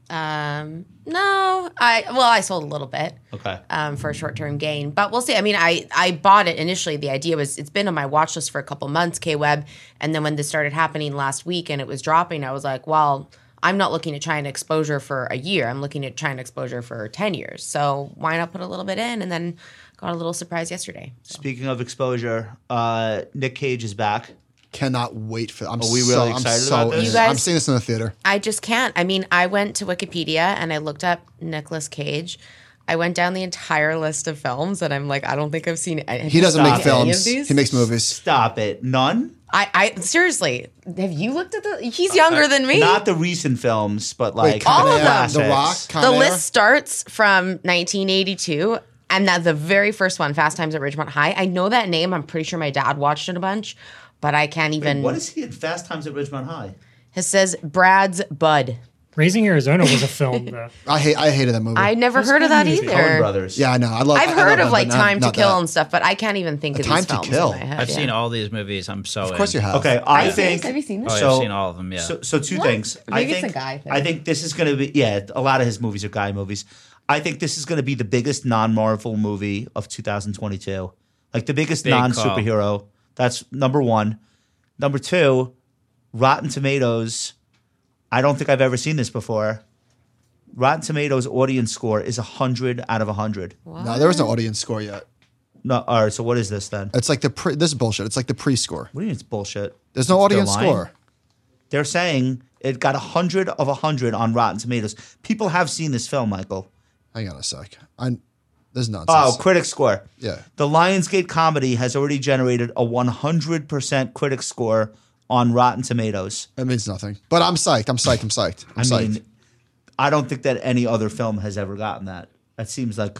[SPEAKER 3] Um, no, I well, I sold a little bit.
[SPEAKER 1] Okay.
[SPEAKER 3] um, for a short term gain. But we'll see. I mean, I, I bought it initially. The idea was it's been on my watch list for a couple months, K Web. And then when this started happening last week and it was dropping, I was like, well, I'm not looking at China exposure for a year. I'm looking at China exposure for 10 years. So why not put a little bit in? And then got a little surprise yesterday.
[SPEAKER 1] Speaking of exposure, uh, Nick Cage is back.
[SPEAKER 2] Cannot wait for. I'm
[SPEAKER 1] Are we
[SPEAKER 2] so,
[SPEAKER 1] really
[SPEAKER 2] I'm
[SPEAKER 1] excited
[SPEAKER 2] so
[SPEAKER 1] about this?
[SPEAKER 2] in.
[SPEAKER 1] You
[SPEAKER 3] guys-
[SPEAKER 2] I'm seeing this in the theater.
[SPEAKER 3] I just can't. I mean, I went to Wikipedia and I looked up Nicolas Cage. I went down the entire list of films and I'm like, I don't think I've seen any.
[SPEAKER 2] He doesn't
[SPEAKER 1] Stop.
[SPEAKER 2] make
[SPEAKER 1] Any of
[SPEAKER 2] films.
[SPEAKER 3] these?
[SPEAKER 2] He makes movies.
[SPEAKER 1] Stop it. None?
[SPEAKER 3] I, I seriously, have you looked at the? He's younger than me.
[SPEAKER 1] Not the recent films, but like
[SPEAKER 2] Con
[SPEAKER 3] All of
[SPEAKER 2] Air,
[SPEAKER 3] them.
[SPEAKER 2] The Rock,
[SPEAKER 1] classics.
[SPEAKER 2] Con
[SPEAKER 3] the
[SPEAKER 2] Air.
[SPEAKER 3] list starts from 1982, and that the very first one, Fast Times at Ridgemont High. I know that name. I'm pretty sure my dad watched it a bunch, but I can't even.
[SPEAKER 1] What is he in Fast Times at Ridgemont High?
[SPEAKER 3] it says Brad's Bud.
[SPEAKER 5] Raising Arizona was
[SPEAKER 1] [laughs]
[SPEAKER 5] a film though.
[SPEAKER 2] I hate. I hated that movie.
[SPEAKER 3] I never
[SPEAKER 5] Those
[SPEAKER 3] heard of
[SPEAKER 5] good
[SPEAKER 3] that
[SPEAKER 5] movies.
[SPEAKER 3] either.
[SPEAKER 5] Coen
[SPEAKER 1] Coen Brothers.
[SPEAKER 2] yeah, I know. I love.
[SPEAKER 3] I've
[SPEAKER 2] I
[SPEAKER 3] heard
[SPEAKER 2] love
[SPEAKER 3] of
[SPEAKER 2] it,
[SPEAKER 3] like
[SPEAKER 2] but
[SPEAKER 3] Time
[SPEAKER 2] not-
[SPEAKER 3] to
[SPEAKER 2] not
[SPEAKER 3] Kill
[SPEAKER 2] that.
[SPEAKER 3] and stuff, but I can't even think of
[SPEAKER 2] Time
[SPEAKER 3] these
[SPEAKER 2] to
[SPEAKER 3] films.
[SPEAKER 2] Kill.
[SPEAKER 3] in my head,
[SPEAKER 4] I've
[SPEAKER 3] yeah.
[SPEAKER 4] seen all these movies. I'm so
[SPEAKER 2] Of course you have.
[SPEAKER 1] Okay, I
[SPEAKER 3] you
[SPEAKER 1] think
[SPEAKER 3] serious? Have you seen this?
[SPEAKER 4] Oh, I've seen all of them, yeah.
[SPEAKER 1] So, so two
[SPEAKER 3] What?
[SPEAKER 1] things. I
[SPEAKER 3] Maybe it's
[SPEAKER 1] think
[SPEAKER 3] a guy thing.
[SPEAKER 1] I think this is going to be yeah. A lot of his movies are guy movies. I think this is going to be the biggest non-Marvel movie of 2022. Like the biggest
[SPEAKER 4] Big call.
[SPEAKER 1] non-superhero. That's number one. Number two, Rotten Tomatoes. I don't think I've ever seen this before. Rotten Tomatoes audience score is hundred out of hundred.
[SPEAKER 2] No, there was no audience score yet.
[SPEAKER 1] No, all right. So what is this then?
[SPEAKER 2] It's like the pre. This is bullshit. It's like the pre-score.
[SPEAKER 1] What do you mean it's bullshit?
[SPEAKER 2] There's no audience
[SPEAKER 1] lying.
[SPEAKER 2] score.
[SPEAKER 1] They're saying it got 100 of 100 on Rotten Tomatoes. People have seen this film, Michael.
[SPEAKER 2] Hang on a sec. I. There's nonsense.
[SPEAKER 1] Oh, critic score.
[SPEAKER 2] Yeah.
[SPEAKER 1] The Lionsgate comedy has already generated a 100% critic score on Rotten Tomatoes.
[SPEAKER 2] It means nothing. But I'm psyched. I'm psyched. I'm psyched. I'm
[SPEAKER 1] I
[SPEAKER 2] psyched.
[SPEAKER 1] mean, I don't think that any other film has ever gotten that. That seems like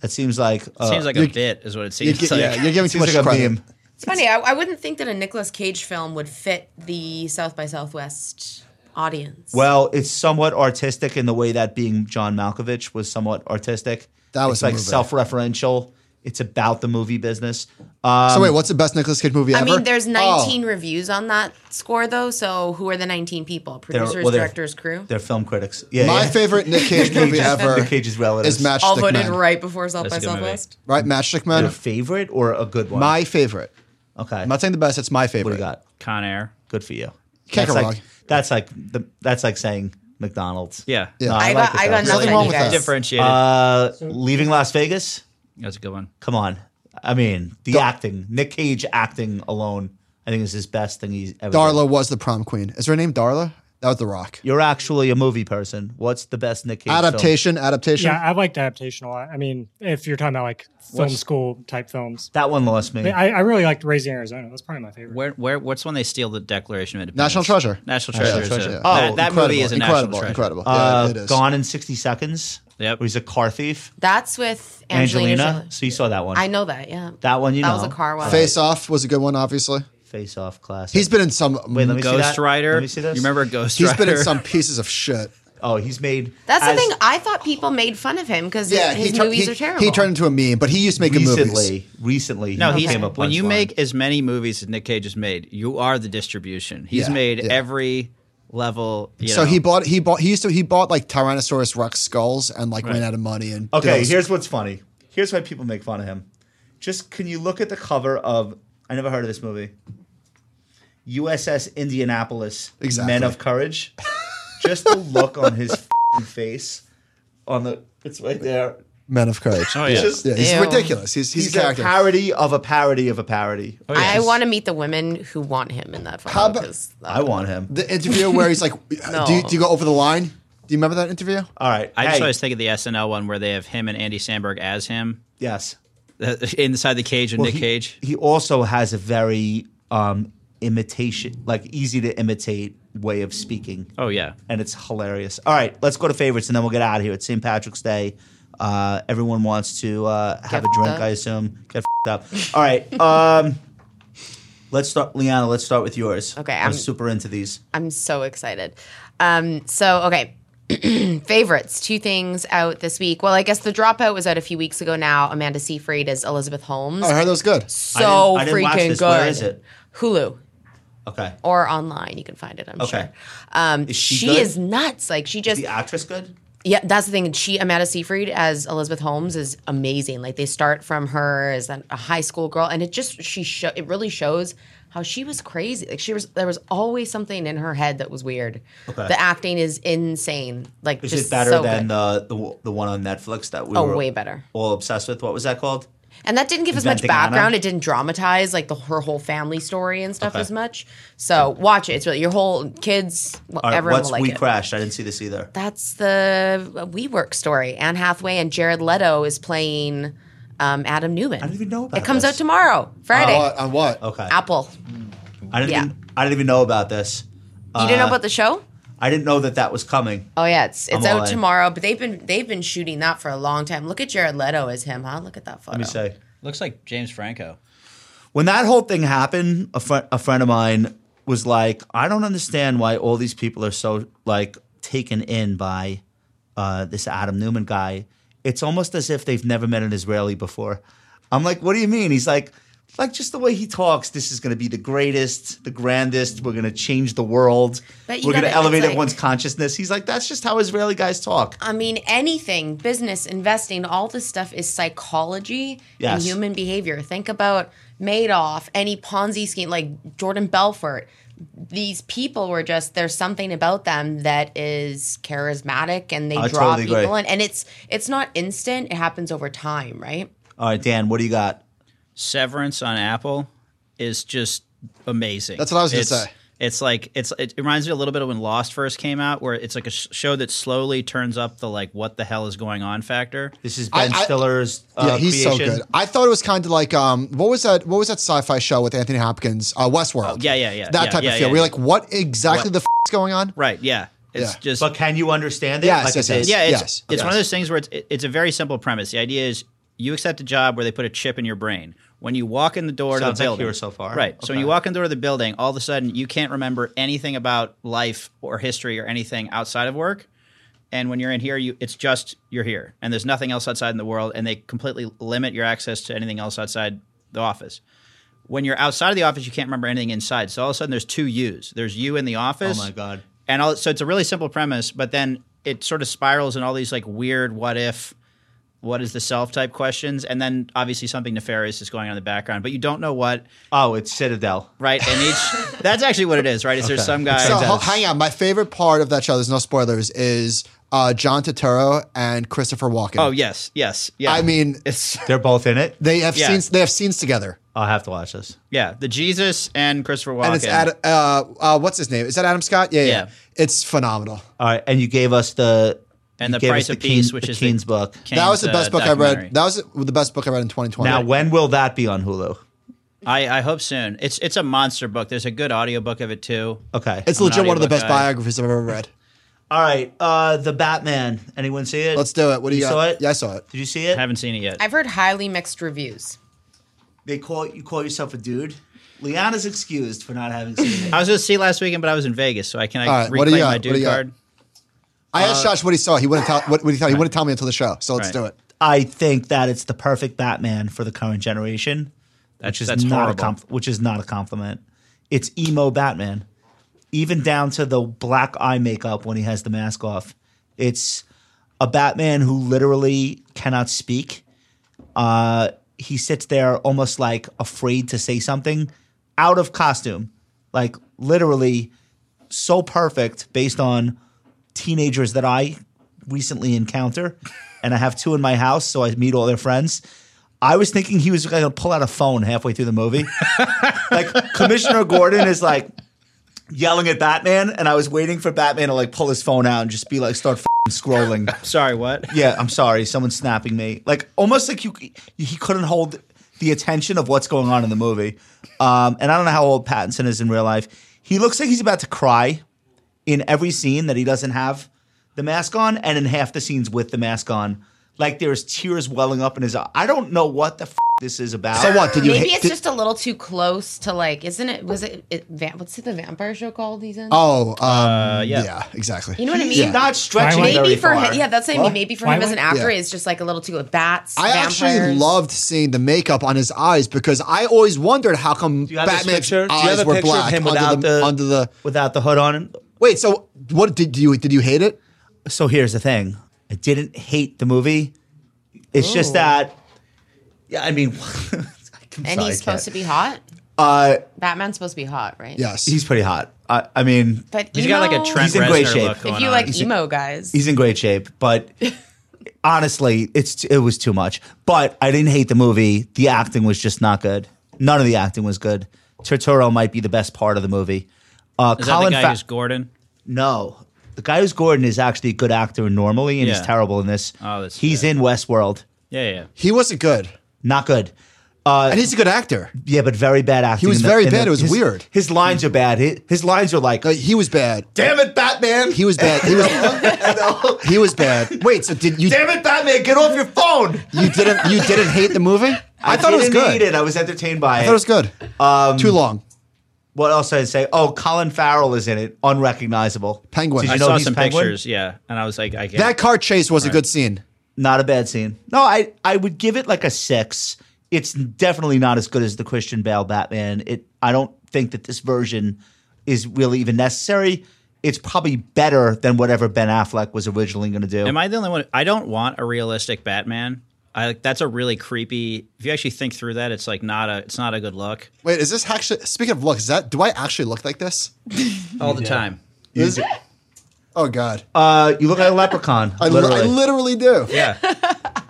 [SPEAKER 1] that seems like uh,
[SPEAKER 4] seems like a bit, is what it
[SPEAKER 2] You're
[SPEAKER 4] seems
[SPEAKER 2] gi-
[SPEAKER 4] like.
[SPEAKER 2] yeah,
[SPEAKER 1] [laughs]
[SPEAKER 2] you're giving too
[SPEAKER 1] seems
[SPEAKER 2] much
[SPEAKER 1] like a
[SPEAKER 2] credit.
[SPEAKER 1] meme.
[SPEAKER 3] It's funny. I, I wouldn't think that a Nicolas Cage film would fit the South by Southwest audience.
[SPEAKER 1] Well, it's somewhat artistic in the way that being John Malkovich was somewhat artistic.
[SPEAKER 2] That was
[SPEAKER 1] It's
[SPEAKER 2] a
[SPEAKER 1] like
[SPEAKER 2] movie.
[SPEAKER 1] self-referential. It's about the movie business. Um,
[SPEAKER 2] So wait, what's the best Nicolas Cage movie
[SPEAKER 3] I
[SPEAKER 2] ever?
[SPEAKER 3] mean, there's
[SPEAKER 2] Oh,
[SPEAKER 3] 19 reviews on that score, though. So who are the 19 people?
[SPEAKER 1] They're-
[SPEAKER 3] Producers,
[SPEAKER 1] well, they're-
[SPEAKER 3] directors, crew?
[SPEAKER 1] They're film critics. Yeah,
[SPEAKER 2] my
[SPEAKER 1] yeah.
[SPEAKER 2] favorite Nick
[SPEAKER 1] [laughs]
[SPEAKER 2] Cage movie ever
[SPEAKER 1] Nick Cage's relatives.
[SPEAKER 2] is Matchstick
[SPEAKER 3] All voted
[SPEAKER 2] Men. Right.
[SPEAKER 3] right before South
[SPEAKER 4] That's
[SPEAKER 3] by
[SPEAKER 4] a good movie.
[SPEAKER 3] Southwest.
[SPEAKER 2] Matchstick Men.
[SPEAKER 1] Your favorite or a good one?
[SPEAKER 2] My favorite.
[SPEAKER 1] okay.
[SPEAKER 2] I'm not saying the best. It's my favorite.
[SPEAKER 1] what do you got?
[SPEAKER 4] Con Air.
[SPEAKER 1] Good for you.
[SPEAKER 2] Can't
[SPEAKER 1] that's
[SPEAKER 2] go
[SPEAKER 1] like,
[SPEAKER 2] wrong.
[SPEAKER 1] That's like the, that's like saying McDonald's.
[SPEAKER 4] Yeah.
[SPEAKER 2] Yeah.
[SPEAKER 1] No,
[SPEAKER 3] I,
[SPEAKER 1] like
[SPEAKER 3] got,
[SPEAKER 1] it,
[SPEAKER 3] I
[SPEAKER 1] though.
[SPEAKER 3] got
[SPEAKER 2] Nothing
[SPEAKER 3] nothing.
[SPEAKER 2] wrong
[SPEAKER 3] you
[SPEAKER 2] with
[SPEAKER 3] guys.
[SPEAKER 2] that.
[SPEAKER 4] Differentiated.
[SPEAKER 1] Uh, leaving Las Vegas.
[SPEAKER 4] That's a good one.
[SPEAKER 1] Come on. I mean, the acting. Nick Cage acting alone. I think is his best thing he's ever. done.
[SPEAKER 2] Darla was the prom queen. Is her name Darla? That was The Rock.
[SPEAKER 1] You're actually a movie person. What's the best Nick Cage film?
[SPEAKER 2] Adaptation. Adaptation.
[SPEAKER 5] Yeah, I liked adaptation a lot. I mean, if you're talking about like film school type films,
[SPEAKER 1] That one lost me.
[SPEAKER 5] I, mean, I, I really liked Raising Arizona. That's probably my favorite.
[SPEAKER 4] Where, where, what's when they steal the Declaration of Independence?
[SPEAKER 2] National Treasure.
[SPEAKER 4] National
[SPEAKER 2] Yeah,
[SPEAKER 4] Treasure. is
[SPEAKER 2] Treasure,
[SPEAKER 4] a-
[SPEAKER 2] yeah.
[SPEAKER 4] that that
[SPEAKER 2] incredible,
[SPEAKER 4] movie is a
[SPEAKER 2] incredible,
[SPEAKER 4] national treasure.
[SPEAKER 2] incredible.
[SPEAKER 1] uh,
[SPEAKER 2] yeah, it is.
[SPEAKER 1] Gone in 60 Seconds.
[SPEAKER 4] Yep.
[SPEAKER 1] Where he's a car thief.
[SPEAKER 3] That's with Angelina.
[SPEAKER 1] Angelina.
[SPEAKER 3] Jolie.
[SPEAKER 1] So you saw that one.
[SPEAKER 3] I know that, yeah.
[SPEAKER 1] that one, you
[SPEAKER 3] That
[SPEAKER 1] know.
[SPEAKER 3] was a car one.
[SPEAKER 2] Face Off was a good one, obviously.
[SPEAKER 1] Face Off class.
[SPEAKER 2] He's been in some.
[SPEAKER 1] Wait, let me see
[SPEAKER 4] Ghost
[SPEAKER 1] that?
[SPEAKER 4] Rider.
[SPEAKER 1] Let me see this.
[SPEAKER 4] You remember Ghost
[SPEAKER 2] he's
[SPEAKER 4] Rider?
[SPEAKER 2] been in some pieces of shit.
[SPEAKER 1] Oh, he's made.
[SPEAKER 3] That's
[SPEAKER 1] as
[SPEAKER 3] the thing. I thought people made fun of him because
[SPEAKER 2] Yeah,
[SPEAKER 3] his
[SPEAKER 2] he, tur-
[SPEAKER 3] movies
[SPEAKER 2] he,
[SPEAKER 3] are terrible.
[SPEAKER 2] he turned into a meme, but he used to make good movies.
[SPEAKER 1] Recently, recently,
[SPEAKER 4] No,
[SPEAKER 1] he
[SPEAKER 4] he's,
[SPEAKER 1] came up
[SPEAKER 4] when you
[SPEAKER 1] punchline.
[SPEAKER 4] make as many movies as Nick Cage has made, you are the distribution. He's
[SPEAKER 2] Yeah,
[SPEAKER 4] made
[SPEAKER 2] yeah.
[SPEAKER 4] every level. You
[SPEAKER 2] So
[SPEAKER 4] know.
[SPEAKER 2] he bought he bought he used to he bought like Tyrannosaurus Rex skulls and like ran out of money and did all
[SPEAKER 1] Okay,
[SPEAKER 2] this-
[SPEAKER 1] here's what's funny. Here's why people make fun of him. Just can you look at the cover of? I never heard of this movie. USS Indianapolis,
[SPEAKER 2] Exactly.
[SPEAKER 1] Men of Courage. Just the look on his face on the. It's right there.
[SPEAKER 2] Men of Courage.
[SPEAKER 4] Oh, yeah.
[SPEAKER 1] Just-
[SPEAKER 2] Yeah, he's
[SPEAKER 3] Ew.
[SPEAKER 2] ridiculous. He's he's,
[SPEAKER 1] He's
[SPEAKER 2] a
[SPEAKER 1] a
[SPEAKER 2] character.
[SPEAKER 1] parody of a parody of a parody.
[SPEAKER 4] Oh,
[SPEAKER 3] I want to meet the women who want him in that photo.
[SPEAKER 2] How about-
[SPEAKER 3] 'cause, uh,
[SPEAKER 1] I want him.
[SPEAKER 2] the interview where he's like, do, you, do you go over the line? Do you remember that interview?
[SPEAKER 1] All right.
[SPEAKER 4] I
[SPEAKER 1] hey,
[SPEAKER 4] just always think of the SNL one where they have him and Andy Sandberg as him [laughs]
[SPEAKER 1] yes.
[SPEAKER 4] uh, inside the cage and
[SPEAKER 1] Well,
[SPEAKER 4] Nick
[SPEAKER 1] he-
[SPEAKER 4] Cage.
[SPEAKER 1] He also has a very um, imitation, like easy to imitate way of speaking.
[SPEAKER 4] Oh yeah,
[SPEAKER 1] and it's hilarious. All right, let's go to favorites and then we'll get out of here. It's St. Patrick's Day. Uh, everyone wants to uh, have
[SPEAKER 3] Get
[SPEAKER 1] a drink,
[SPEAKER 3] f***ed
[SPEAKER 1] I
[SPEAKER 3] up.
[SPEAKER 1] assume. Get f***ed up. All right.
[SPEAKER 3] [laughs]
[SPEAKER 1] Um, let's start, Liana. Let's start with yours.
[SPEAKER 3] Okay,
[SPEAKER 1] I'm,
[SPEAKER 3] I'm-
[SPEAKER 1] super into these.
[SPEAKER 3] I'm so excited. Um, so okay. [clears throat] Favorites, two things out this week. Well, I guess the dropout was out a few weeks ago now. Amanda Seyfried as Elizabeth Holmes.
[SPEAKER 2] Oh, I heard that was good.
[SPEAKER 3] so
[SPEAKER 1] I didn't-
[SPEAKER 3] freaking
[SPEAKER 1] I didn't watch this.
[SPEAKER 3] good.
[SPEAKER 1] Where is it?
[SPEAKER 3] Hulu
[SPEAKER 1] Okay.
[SPEAKER 3] or online. You can find it, I'm
[SPEAKER 1] Okay.
[SPEAKER 3] sure. Um,
[SPEAKER 1] Is she
[SPEAKER 3] she
[SPEAKER 1] good?
[SPEAKER 3] is nuts. Like she just
[SPEAKER 1] The actress good?
[SPEAKER 3] Yeah, that's the thing. She Amanda Seyfried as Elizabeth Holmes is amazing. Like they start from her as an, a high school girl, and it just she sho- it really shows how she was crazy. Like she was there was always something in her head that was weird.
[SPEAKER 1] Okay.
[SPEAKER 3] The acting is insane. Like
[SPEAKER 1] Is
[SPEAKER 3] just
[SPEAKER 1] it better
[SPEAKER 3] so
[SPEAKER 1] than
[SPEAKER 3] good.
[SPEAKER 1] the, the the one on Netflix that we
[SPEAKER 3] Oh,
[SPEAKER 1] were
[SPEAKER 3] way better.
[SPEAKER 1] all obsessed with? What was that called?
[SPEAKER 3] And that didn't give as much
[SPEAKER 1] Inventing Anna?
[SPEAKER 3] background. It didn't dramatize like the her whole family story and stuff
[SPEAKER 1] Okay.
[SPEAKER 3] as much. So watch it. It's really your whole kids.
[SPEAKER 1] All right,
[SPEAKER 3] everyone
[SPEAKER 1] what's
[SPEAKER 3] will like
[SPEAKER 1] We
[SPEAKER 3] it.
[SPEAKER 1] Crashed? I didn't see this either.
[SPEAKER 3] That's the WeWork story. Anne Hathaway and Jared Leto is playing um, Adam Newman. I
[SPEAKER 1] didn't even know about
[SPEAKER 3] It comes
[SPEAKER 1] this.
[SPEAKER 3] out tomorrow, Friday.
[SPEAKER 2] On what? On what?
[SPEAKER 1] Okay.
[SPEAKER 3] Apple.
[SPEAKER 1] I didn't
[SPEAKER 3] yeah.
[SPEAKER 1] even, I didn't even know about this.
[SPEAKER 3] You didn't know about the show?
[SPEAKER 1] I didn't know that that was coming.
[SPEAKER 3] Oh yeah, it's it's
[SPEAKER 1] uh, I'm all
[SPEAKER 3] out
[SPEAKER 1] in.
[SPEAKER 3] tomorrow. But they've been they've been shooting that for a long time. Look at Jared Leto as him, huh? Look at that photo.
[SPEAKER 1] Let me say.
[SPEAKER 4] looks like James Franco.
[SPEAKER 1] when that whole thing happened, a friend a friend of mine was like, "I don't understand why all these people are so like taken in by uh, this Adam Newman guy. It's almost as if they've never met an Israeli before." I'm like, "What do you mean?" He's like, "Like just the way he talks. This is going to be the greatest, the grandest. We're going to change the world.
[SPEAKER 3] But you
[SPEAKER 1] We're going to
[SPEAKER 3] gotta-
[SPEAKER 1] elevate
[SPEAKER 3] it's like-
[SPEAKER 1] everyone's consciousness." He's like, "That's just how Israeli guys talk."
[SPEAKER 3] I mean, anything, business, investing, all this stuff is psychology
[SPEAKER 1] Yes.
[SPEAKER 3] and human behavior. Think about Madoff, any Ponzi scheme, like Jordan Belfort. These people were just there's something about them that is charismatic and they
[SPEAKER 1] I
[SPEAKER 3] draw
[SPEAKER 1] totally agree.
[SPEAKER 3] people in. And it's it's not instant; it happens over time, right?
[SPEAKER 1] All right, Dan, what do you got?
[SPEAKER 4] Severance on Apple is just amazing.
[SPEAKER 2] That's what I was gonna
[SPEAKER 4] It's-
[SPEAKER 2] say.
[SPEAKER 4] It's like it's it reminds me a little bit of when Lost first came out, where it's like a sh- show that slowly turns up the like what the hell is going on factor.
[SPEAKER 1] This is
[SPEAKER 2] I-
[SPEAKER 1] Ben
[SPEAKER 2] I-
[SPEAKER 1] Stiller's. Uh,
[SPEAKER 2] yeah, he's so
[SPEAKER 1] creation.
[SPEAKER 2] good. I thought it was kind of like um, what was that? What was that sci-fi show with Anthony Hopkins? Uh, Westworld.
[SPEAKER 4] Oh, yeah, yeah, yeah,
[SPEAKER 2] That
[SPEAKER 4] yeah,
[SPEAKER 2] type
[SPEAKER 4] yeah,
[SPEAKER 2] of feel.
[SPEAKER 4] yeah,
[SPEAKER 2] We're
[SPEAKER 4] yeah.
[SPEAKER 2] like, what exactly
[SPEAKER 4] What-
[SPEAKER 2] the f- is going on?
[SPEAKER 4] Right? Yeah. It's
[SPEAKER 2] Yeah.
[SPEAKER 4] just
[SPEAKER 1] But can you understand it?
[SPEAKER 2] Yes,
[SPEAKER 1] Like, is
[SPEAKER 2] yes,
[SPEAKER 1] it-
[SPEAKER 2] yes.
[SPEAKER 4] yeah. It's,
[SPEAKER 2] yes,
[SPEAKER 4] it's one of
[SPEAKER 2] yes.
[SPEAKER 4] those things where it's it- it's a very simple premise. The idea is you accept a job where they put a chip in your brain. When you walk in the door
[SPEAKER 1] Sounds
[SPEAKER 4] to the
[SPEAKER 1] like
[SPEAKER 4] building,
[SPEAKER 1] here so far.
[SPEAKER 4] right? So when you
[SPEAKER 1] Okay.
[SPEAKER 4] walk in the door to the building, all of a sudden you can't remember anything about life or history or anything outside of work. And when you're in here, you it's just you're here, and there's nothing else outside in the world, and they completely limit your access to anything else outside the office. When you're outside of the office, you can't remember anything inside. So all of a sudden, there's two yous. There's you in the
[SPEAKER 1] Oh
[SPEAKER 4] office.
[SPEAKER 1] my god.
[SPEAKER 4] And all, so it's a really simple premise, but then it sort of spirals in all these like weird what if, what is the self type questions, and then obviously something nefarious is going on in the background, but you don't know what,
[SPEAKER 1] Oh, it's Citadel.
[SPEAKER 4] right? And each [laughs] that's actually what it is, right? Is there some guy?
[SPEAKER 2] So h- hang on. My favorite part of that show, there's no spoilers, is uh, John Turturro and Christopher Walken.
[SPEAKER 4] oh yes, yes, yeah.
[SPEAKER 2] I mean,
[SPEAKER 4] it's
[SPEAKER 1] They're both in it.
[SPEAKER 2] they have
[SPEAKER 4] yeah.
[SPEAKER 2] scenes. They have scenes together,
[SPEAKER 1] [laughs] I'll have to watch this.
[SPEAKER 4] yeah, the Jesus and Christopher Walken.
[SPEAKER 2] and it's Ad, uh, uh, what's his name? Is that Adam Scott? Yeah, yeah.
[SPEAKER 4] Yeah.
[SPEAKER 2] It's phenomenal.
[SPEAKER 1] All right, and you gave us the
[SPEAKER 4] And
[SPEAKER 1] you
[SPEAKER 4] the
[SPEAKER 1] gave
[SPEAKER 4] Price
[SPEAKER 1] us the
[SPEAKER 4] of Peace,
[SPEAKER 1] Keen-
[SPEAKER 4] which
[SPEAKER 1] the
[SPEAKER 4] is the-
[SPEAKER 1] Keen's book.
[SPEAKER 2] that was the
[SPEAKER 4] Kane's,
[SPEAKER 2] best
[SPEAKER 4] uh,
[SPEAKER 2] book I
[SPEAKER 4] documentary.
[SPEAKER 2] read. That was the best book I read in 2020.
[SPEAKER 1] Now, when will that be on Hulu?
[SPEAKER 4] I, I hope soon. It's it's a monster book. There's a good audiobook of it too.
[SPEAKER 1] Okay,
[SPEAKER 2] it's
[SPEAKER 4] I'm an
[SPEAKER 2] legit one of the
[SPEAKER 4] audiobook
[SPEAKER 2] best
[SPEAKER 4] guy.
[SPEAKER 2] biographies I've ever read.
[SPEAKER 1] all right. Uh, the Batman. Anyone see it?
[SPEAKER 2] Let's do it. What do you,
[SPEAKER 1] You
[SPEAKER 2] got?
[SPEAKER 1] saw it?
[SPEAKER 2] Yeah, I saw it.
[SPEAKER 1] Did you see it?
[SPEAKER 4] I haven't seen it yet.
[SPEAKER 3] I've heard highly mixed reviews.
[SPEAKER 1] they call you call yourself a dude. Liana's excused for not having seen it.
[SPEAKER 4] I was going to see it last weekend, but I was in Vegas, so I can I
[SPEAKER 2] All right, what do
[SPEAKER 4] reclaim
[SPEAKER 2] you
[SPEAKER 4] my
[SPEAKER 2] got? What do
[SPEAKER 4] dude
[SPEAKER 2] you got?
[SPEAKER 4] card.
[SPEAKER 2] I
[SPEAKER 1] Uh,
[SPEAKER 2] asked Josh what he saw. He wouldn't tell. What, what he thought. He wouldn't tell me until the show. So let's
[SPEAKER 4] Right.
[SPEAKER 2] do it.
[SPEAKER 1] I think that it's the perfect Batman for the current generation,
[SPEAKER 4] That's
[SPEAKER 1] which is
[SPEAKER 4] that's
[SPEAKER 1] not
[SPEAKER 4] horrible.
[SPEAKER 1] a compl- which is not a compliment. It's emo Batman, even down to the black eye makeup when he has the mask off. It's a Batman who literally cannot speak. Uh, he sits there almost like afraid to say something, out of costume, like literally so perfect based on teenagers that I recently encounter, [laughs] and I have two in my house, so I meet all their friends. I was thinking he was going to pull out a phone halfway through the movie. like Commissioner Gordon is like yelling at Batman, and I was waiting for Batman to like pull his phone out and just be like, start f***ing scrolling.
[SPEAKER 4] Sorry, what?
[SPEAKER 1] Yeah, I'm sorry. Someone's snapping me. Like almost like you, he couldn't hold the attention of what's going on in the movie. Um, and I don't know how old Pattinson is in real life. He looks like he's about to cry in every scene that he doesn't have the mask on, and in half the scenes with the mask on. Like there's tears welling up in his eye. I don't know what the f- this is about.
[SPEAKER 2] So what? Did you
[SPEAKER 3] Uh, Maybe
[SPEAKER 2] hate?
[SPEAKER 3] it's
[SPEAKER 2] did-
[SPEAKER 3] just a little too close to like, isn't it? Was it, it va- what's it, the vampire show called? He's in.
[SPEAKER 2] oh, um, yeah.
[SPEAKER 1] Uh,
[SPEAKER 4] yeah.
[SPEAKER 2] exactly.
[SPEAKER 3] you know what I mean?
[SPEAKER 1] He's not stretching
[SPEAKER 5] Twilight.
[SPEAKER 1] very
[SPEAKER 3] maybe for
[SPEAKER 1] far.
[SPEAKER 3] him, yeah, that's what I mean. Maybe for
[SPEAKER 5] Why
[SPEAKER 3] him as an
[SPEAKER 5] would-
[SPEAKER 3] actor,
[SPEAKER 2] yeah.
[SPEAKER 3] it's just like a little too bats.
[SPEAKER 2] I actually
[SPEAKER 3] vampires.
[SPEAKER 2] loved seeing the makeup on his eyes because I always wondered how come
[SPEAKER 1] you have this
[SPEAKER 2] Batman's
[SPEAKER 1] picture? Do you have
[SPEAKER 2] eyes
[SPEAKER 1] a
[SPEAKER 2] were
[SPEAKER 1] picture of
[SPEAKER 2] black
[SPEAKER 1] him
[SPEAKER 2] under
[SPEAKER 1] without
[SPEAKER 2] the,
[SPEAKER 1] the-
[SPEAKER 2] under the.
[SPEAKER 1] without the hood on.
[SPEAKER 2] Wait, so what did you did you hate it?
[SPEAKER 1] So here's the thing. I didn't hate the movie. It's
[SPEAKER 4] Oh.
[SPEAKER 1] just that. Yeah, I mean, [laughs] I'm
[SPEAKER 3] And
[SPEAKER 1] sorry, I
[SPEAKER 3] he's supposed
[SPEAKER 1] can't.
[SPEAKER 3] to be hot.
[SPEAKER 1] Uh,
[SPEAKER 3] Batman's supposed to be hot, right?
[SPEAKER 2] Yes,
[SPEAKER 1] he's pretty hot. I, I mean,
[SPEAKER 3] But
[SPEAKER 4] He's
[SPEAKER 3] emo,
[SPEAKER 4] got like a Trent
[SPEAKER 1] He's in great
[SPEAKER 4] Reznor
[SPEAKER 1] shape.
[SPEAKER 4] look
[SPEAKER 1] If
[SPEAKER 4] going
[SPEAKER 3] If you
[SPEAKER 4] on.
[SPEAKER 3] like E- emo guys,
[SPEAKER 1] he's in great shape.
[SPEAKER 3] [laughs]
[SPEAKER 1] But honestly, it's it was too much. But I didn't hate the movie. The acting was just not good. None of the acting was good. Turturro might be the best part of the movie. Uh,
[SPEAKER 4] is that
[SPEAKER 1] Colin
[SPEAKER 4] the guy
[SPEAKER 1] Fa-
[SPEAKER 4] who's Gordon?
[SPEAKER 1] No. The guy who's Gordon is actually a good actor normally, and
[SPEAKER 4] Yeah.
[SPEAKER 1] he's terrible in this.
[SPEAKER 4] Oh, that's
[SPEAKER 1] he's
[SPEAKER 4] bad.
[SPEAKER 1] in Westworld.
[SPEAKER 4] Yeah, yeah.
[SPEAKER 2] he wasn't good,
[SPEAKER 1] Not good. Uh,
[SPEAKER 2] and he's a good actor.
[SPEAKER 1] Yeah, but very bad acting.
[SPEAKER 2] He was
[SPEAKER 1] in the-
[SPEAKER 2] very
[SPEAKER 1] in the-
[SPEAKER 2] bad. It was
[SPEAKER 1] his-
[SPEAKER 2] weird.
[SPEAKER 1] His lines are bad. His, his lines are like, "Oh,
[SPEAKER 2] Like, he was bad.
[SPEAKER 1] "Damn it, Batman! [laughs]
[SPEAKER 2] He was bad. He was he was bad. Wait, so did you
[SPEAKER 1] Damn it, Batman! Get off your phone!"
[SPEAKER 2] you didn't you didn't hate the movie? I, thought it was
[SPEAKER 1] didn't
[SPEAKER 2] good.
[SPEAKER 1] hate it. Um, I was entertained by
[SPEAKER 2] I
[SPEAKER 1] it.
[SPEAKER 2] thought it was good. Too long.
[SPEAKER 1] what else did I say? Oh, Colin Farrell is in it, unrecognizable.
[SPEAKER 2] Penguin.
[SPEAKER 1] Did you
[SPEAKER 4] I
[SPEAKER 1] know
[SPEAKER 4] saw
[SPEAKER 1] he's
[SPEAKER 4] some
[SPEAKER 1] Penguin?
[SPEAKER 4] pictures, yeah, and I was like, I can't.
[SPEAKER 2] That car chase was a good scene.
[SPEAKER 1] Not a bad scene. No, I I would give it like a six. It's definitely not as good as the Christian Bale Batman. It I don't think that this version is really even necessary. It's probably better than whatever Ben Affleck was originally going to do.
[SPEAKER 4] Am I the only one? I don't want a realistic Batman. I like that's a really creepy. If you actually think through that, it's like not a it's not a good look
[SPEAKER 2] Wait, is this actually speaking of looks, is that do I actually look like this?
[SPEAKER 4] all the time.
[SPEAKER 2] Is- oh god.
[SPEAKER 1] Uh, you look like a leprechaun.
[SPEAKER 2] I, li-
[SPEAKER 1] literally.
[SPEAKER 2] I literally do.
[SPEAKER 4] Yeah,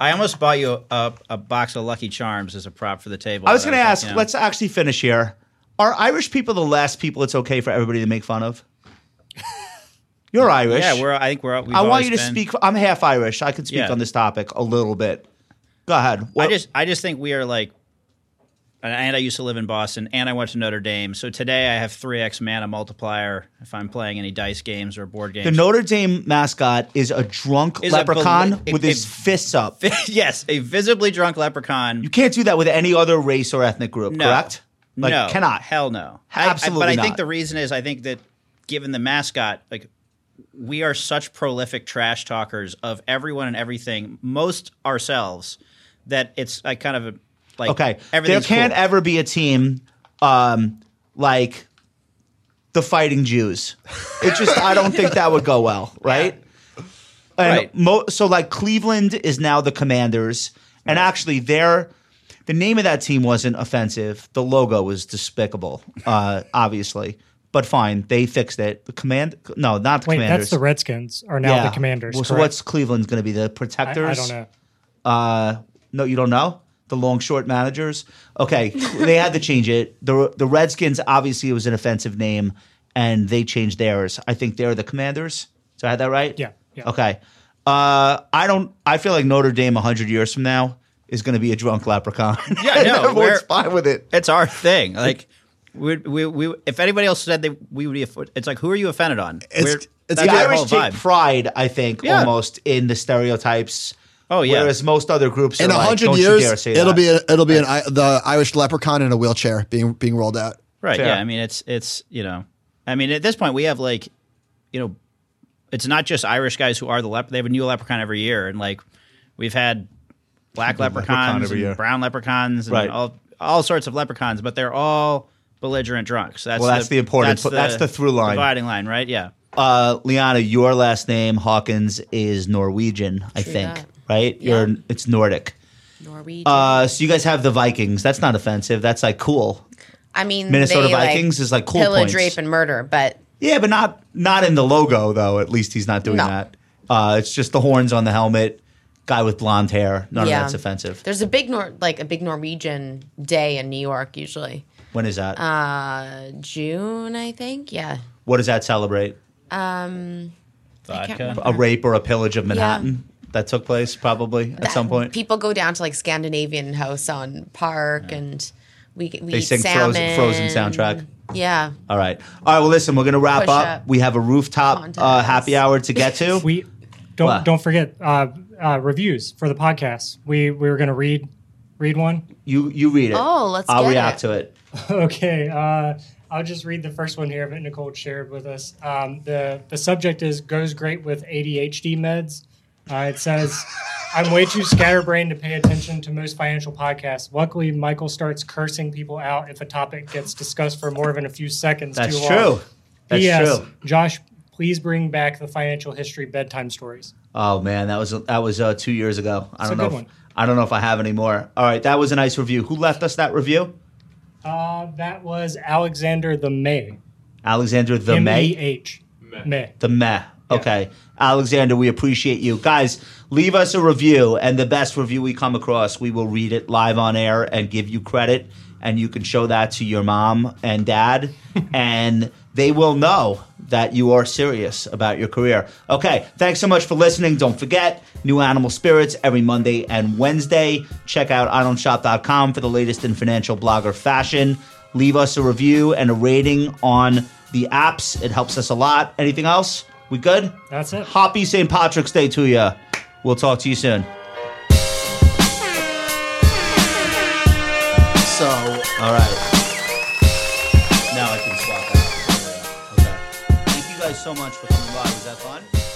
[SPEAKER 4] I almost bought you a, a box of Lucky Charms as a prop for the table.
[SPEAKER 1] I was going to
[SPEAKER 4] like,
[SPEAKER 1] ask.
[SPEAKER 4] you know,
[SPEAKER 1] Let's actually finish here. Are Irish people the last people it's okay for everybody to make fun of? [laughs] You're Irish.
[SPEAKER 4] Yeah, we're. I think we're. We've
[SPEAKER 1] I want
[SPEAKER 4] always
[SPEAKER 1] you to
[SPEAKER 4] been-
[SPEAKER 1] speak. I'm half Irish. I could speak
[SPEAKER 4] Yeah.
[SPEAKER 1] on this topic a little bit. Go ahead. What-
[SPEAKER 4] I just I just think we are like. And I used to live in Boston, and I went to Notre Dame. So today I have three X mana multiplier. If I'm playing any dice games or board games,
[SPEAKER 1] the Notre Dame mascot is a drunk
[SPEAKER 4] Is a
[SPEAKER 1] leprechaun
[SPEAKER 4] beli-
[SPEAKER 1] with
[SPEAKER 4] a-
[SPEAKER 1] his fists up.
[SPEAKER 4] [laughs] yes, a visibly drunk leprechaun.
[SPEAKER 1] You can't do that with any other race or ethnic group,
[SPEAKER 4] No.
[SPEAKER 1] correct? Like,
[SPEAKER 4] no,
[SPEAKER 1] cannot.
[SPEAKER 4] Hell no. I- I-
[SPEAKER 1] Absolutely
[SPEAKER 4] but I think
[SPEAKER 1] not.
[SPEAKER 4] the reason is I think that given the mascot, like we are such prolific trash talkers of everyone and everything, most ourselves, that it's like kind of a, like
[SPEAKER 1] Okay. There
[SPEAKER 4] everything's
[SPEAKER 1] can't
[SPEAKER 4] cool.
[SPEAKER 1] ever be a team um, like the Fighting Jews. It just I don't think that would go
[SPEAKER 5] [laughs]
[SPEAKER 1] well, right? And
[SPEAKER 4] Right.
[SPEAKER 1] Mo- so like Cleveland is now the Commanders, and actually their the name of that team wasn't offensive. The logo was despicable, uh, obviously. But fine, they fixed it. The command? No, not the
[SPEAKER 5] Wait,
[SPEAKER 1] commanders.
[SPEAKER 5] that's the Redskins are now
[SPEAKER 1] Yeah.
[SPEAKER 5] the Commanders.
[SPEAKER 1] Well, so
[SPEAKER 5] correct?
[SPEAKER 1] what's Cleveland's going to be? The
[SPEAKER 5] I,
[SPEAKER 1] protectors?
[SPEAKER 5] I don't know.
[SPEAKER 1] No, you don't know the long short managers. Okay, they had to change it. the The Redskins obviously it was an offensive name, and they changed theirs. I think they're the Commanders. So I had that right.
[SPEAKER 5] Yeah, yeah.
[SPEAKER 1] Okay. Uh, I don't. I feel like Notre Dame hundred years from now is going to be a drunk leprechaun.
[SPEAKER 4] [laughs] Yeah, no,
[SPEAKER 1] [laughs]
[SPEAKER 4] we're-
[SPEAKER 1] everyone's fine with it.
[SPEAKER 4] it's our thing. Like we, we, we if anybody else said that we would be, aff- it's like who are you offended on?
[SPEAKER 2] It's-
[SPEAKER 4] We're-
[SPEAKER 2] it's
[SPEAKER 4] that's
[SPEAKER 1] The
[SPEAKER 2] Yeah,
[SPEAKER 4] our
[SPEAKER 1] Irish
[SPEAKER 4] whole
[SPEAKER 1] take
[SPEAKER 4] vibe.
[SPEAKER 1] pride, I think,
[SPEAKER 4] Yeah.
[SPEAKER 1] almost in the stereotypes.
[SPEAKER 4] Oh, yeah.
[SPEAKER 1] Whereas most other groups
[SPEAKER 2] In
[SPEAKER 1] are
[SPEAKER 2] a
[SPEAKER 1] like,
[SPEAKER 2] hundred
[SPEAKER 1] "Don't you dare
[SPEAKER 2] years,
[SPEAKER 1] say
[SPEAKER 2] it'll
[SPEAKER 1] that."
[SPEAKER 2] be a, it'll be an I, the Irish leprechaun in a wheelchair being being rolled out.
[SPEAKER 4] Right.
[SPEAKER 1] Fair.
[SPEAKER 4] Yeah. I mean, it's it's you know, I mean, at this point we have like, you know, it's not just Irish guys who are the lep. They have a new leprechaun every year, and like we've had black leprechauns,
[SPEAKER 1] every
[SPEAKER 4] and
[SPEAKER 1] year.
[SPEAKER 4] brown leprechauns, and
[SPEAKER 1] Right.
[SPEAKER 4] all all sorts of leprechauns, but they're all belligerent drunks. That's
[SPEAKER 1] Well, that's the important po- that's the through line.
[SPEAKER 4] dividing line, right? Yeah.
[SPEAKER 1] uh, Liana, your last name Hawkins is Norwegian, I
[SPEAKER 3] True
[SPEAKER 1] think,
[SPEAKER 3] that.
[SPEAKER 1] right?
[SPEAKER 3] Yeah.
[SPEAKER 1] You're it's Nordic.
[SPEAKER 3] Norwegian.
[SPEAKER 1] Uh, so you guys have the Vikings. That's not offensive. That's like cool.
[SPEAKER 3] I mean,
[SPEAKER 1] Minnesota
[SPEAKER 3] they, like,
[SPEAKER 1] Vikings is like cool
[SPEAKER 3] pillage,
[SPEAKER 1] points.
[SPEAKER 3] rape, and murder, but
[SPEAKER 1] Yeah, but not not in the logo though. At least he's not doing
[SPEAKER 3] No.
[SPEAKER 1] that.
[SPEAKER 4] Uh, it's just the horns on the helmet. Guy with blonde hair. None
[SPEAKER 3] Yeah.
[SPEAKER 4] of that's offensive.
[SPEAKER 3] There's a big Nor- like a big Norwegian day in New York usually.
[SPEAKER 4] When is that?
[SPEAKER 3] Uh, June, I think. Yeah.
[SPEAKER 4] what does that celebrate?
[SPEAKER 1] Vodka.
[SPEAKER 3] remember.
[SPEAKER 4] A rape or a pillage of Manhattan that took place probably at some point.
[SPEAKER 3] People go down to like Scandinavian House on Park, and we we
[SPEAKER 4] They
[SPEAKER 3] eat
[SPEAKER 4] sing
[SPEAKER 3] salmon.
[SPEAKER 4] Frozen, Frozen soundtrack.
[SPEAKER 3] Yeah.
[SPEAKER 4] All right. All right. Well, listen, we're going to wrap
[SPEAKER 3] Push
[SPEAKER 4] up.
[SPEAKER 3] up.
[SPEAKER 4] We have a rooftop
[SPEAKER 3] Contest.
[SPEAKER 4] uh, happy hour to get
[SPEAKER 3] [laughs]
[SPEAKER 4] to.
[SPEAKER 5] We don't
[SPEAKER 4] What?
[SPEAKER 5] don't forget uh, uh, reviews for the podcast. We we were gonna read read one.
[SPEAKER 4] you you read it.
[SPEAKER 3] Oh, let's
[SPEAKER 4] I'll
[SPEAKER 3] get
[SPEAKER 4] react
[SPEAKER 3] it.
[SPEAKER 4] to it.
[SPEAKER 5] Okay, uh, I'll just read the first one here that Nicole shared with us. Um, the the subject is goes great with ADHD meds. Uh, it says, "I'm way too scatterbrained to pay attention to most financial podcasts. Luckily, Michael starts cursing people out if a topic gets discussed for more than a few seconds.
[SPEAKER 4] That's
[SPEAKER 5] too
[SPEAKER 4] true.
[SPEAKER 5] Long.
[SPEAKER 4] That's
[SPEAKER 5] P.S.
[SPEAKER 4] true.
[SPEAKER 5] Josh, please bring back the financial history bedtime stories.
[SPEAKER 4] Oh man, that was that was uh, two years ago. I
[SPEAKER 5] It's
[SPEAKER 4] don't
[SPEAKER 5] a
[SPEAKER 4] know.
[SPEAKER 5] good
[SPEAKER 4] If,
[SPEAKER 5] one.
[SPEAKER 4] I don't know if I have any more. All right, that was a nice review. Who left us that review?
[SPEAKER 5] Uh, that was Alexander the May.
[SPEAKER 4] Alexander the
[SPEAKER 5] M
[SPEAKER 4] May.
[SPEAKER 5] E H. May.
[SPEAKER 4] The meh. Okay. Alexander, we appreciate you. Guys, leave us a review, and the best review we come across, we will read it live on air and give you credit. And you can show that to your mom and dad, and they will know that you are serious about your career. Okay. Thanks so much for listening. Don't forget, New Animal Spirits every Monday and Wednesday. Check out ironshop.com for the latest in financial blogger fashion. Leave us a review and a rating on the apps. It helps us a lot. Anything else? We good?
[SPEAKER 5] That's it.
[SPEAKER 4] Happy St. Patrick's Day to you. We'll talk to you soon.
[SPEAKER 2] So
[SPEAKER 4] All right. Now I can swap out. Okay. Thank you guys so much for coming by. Was that fun?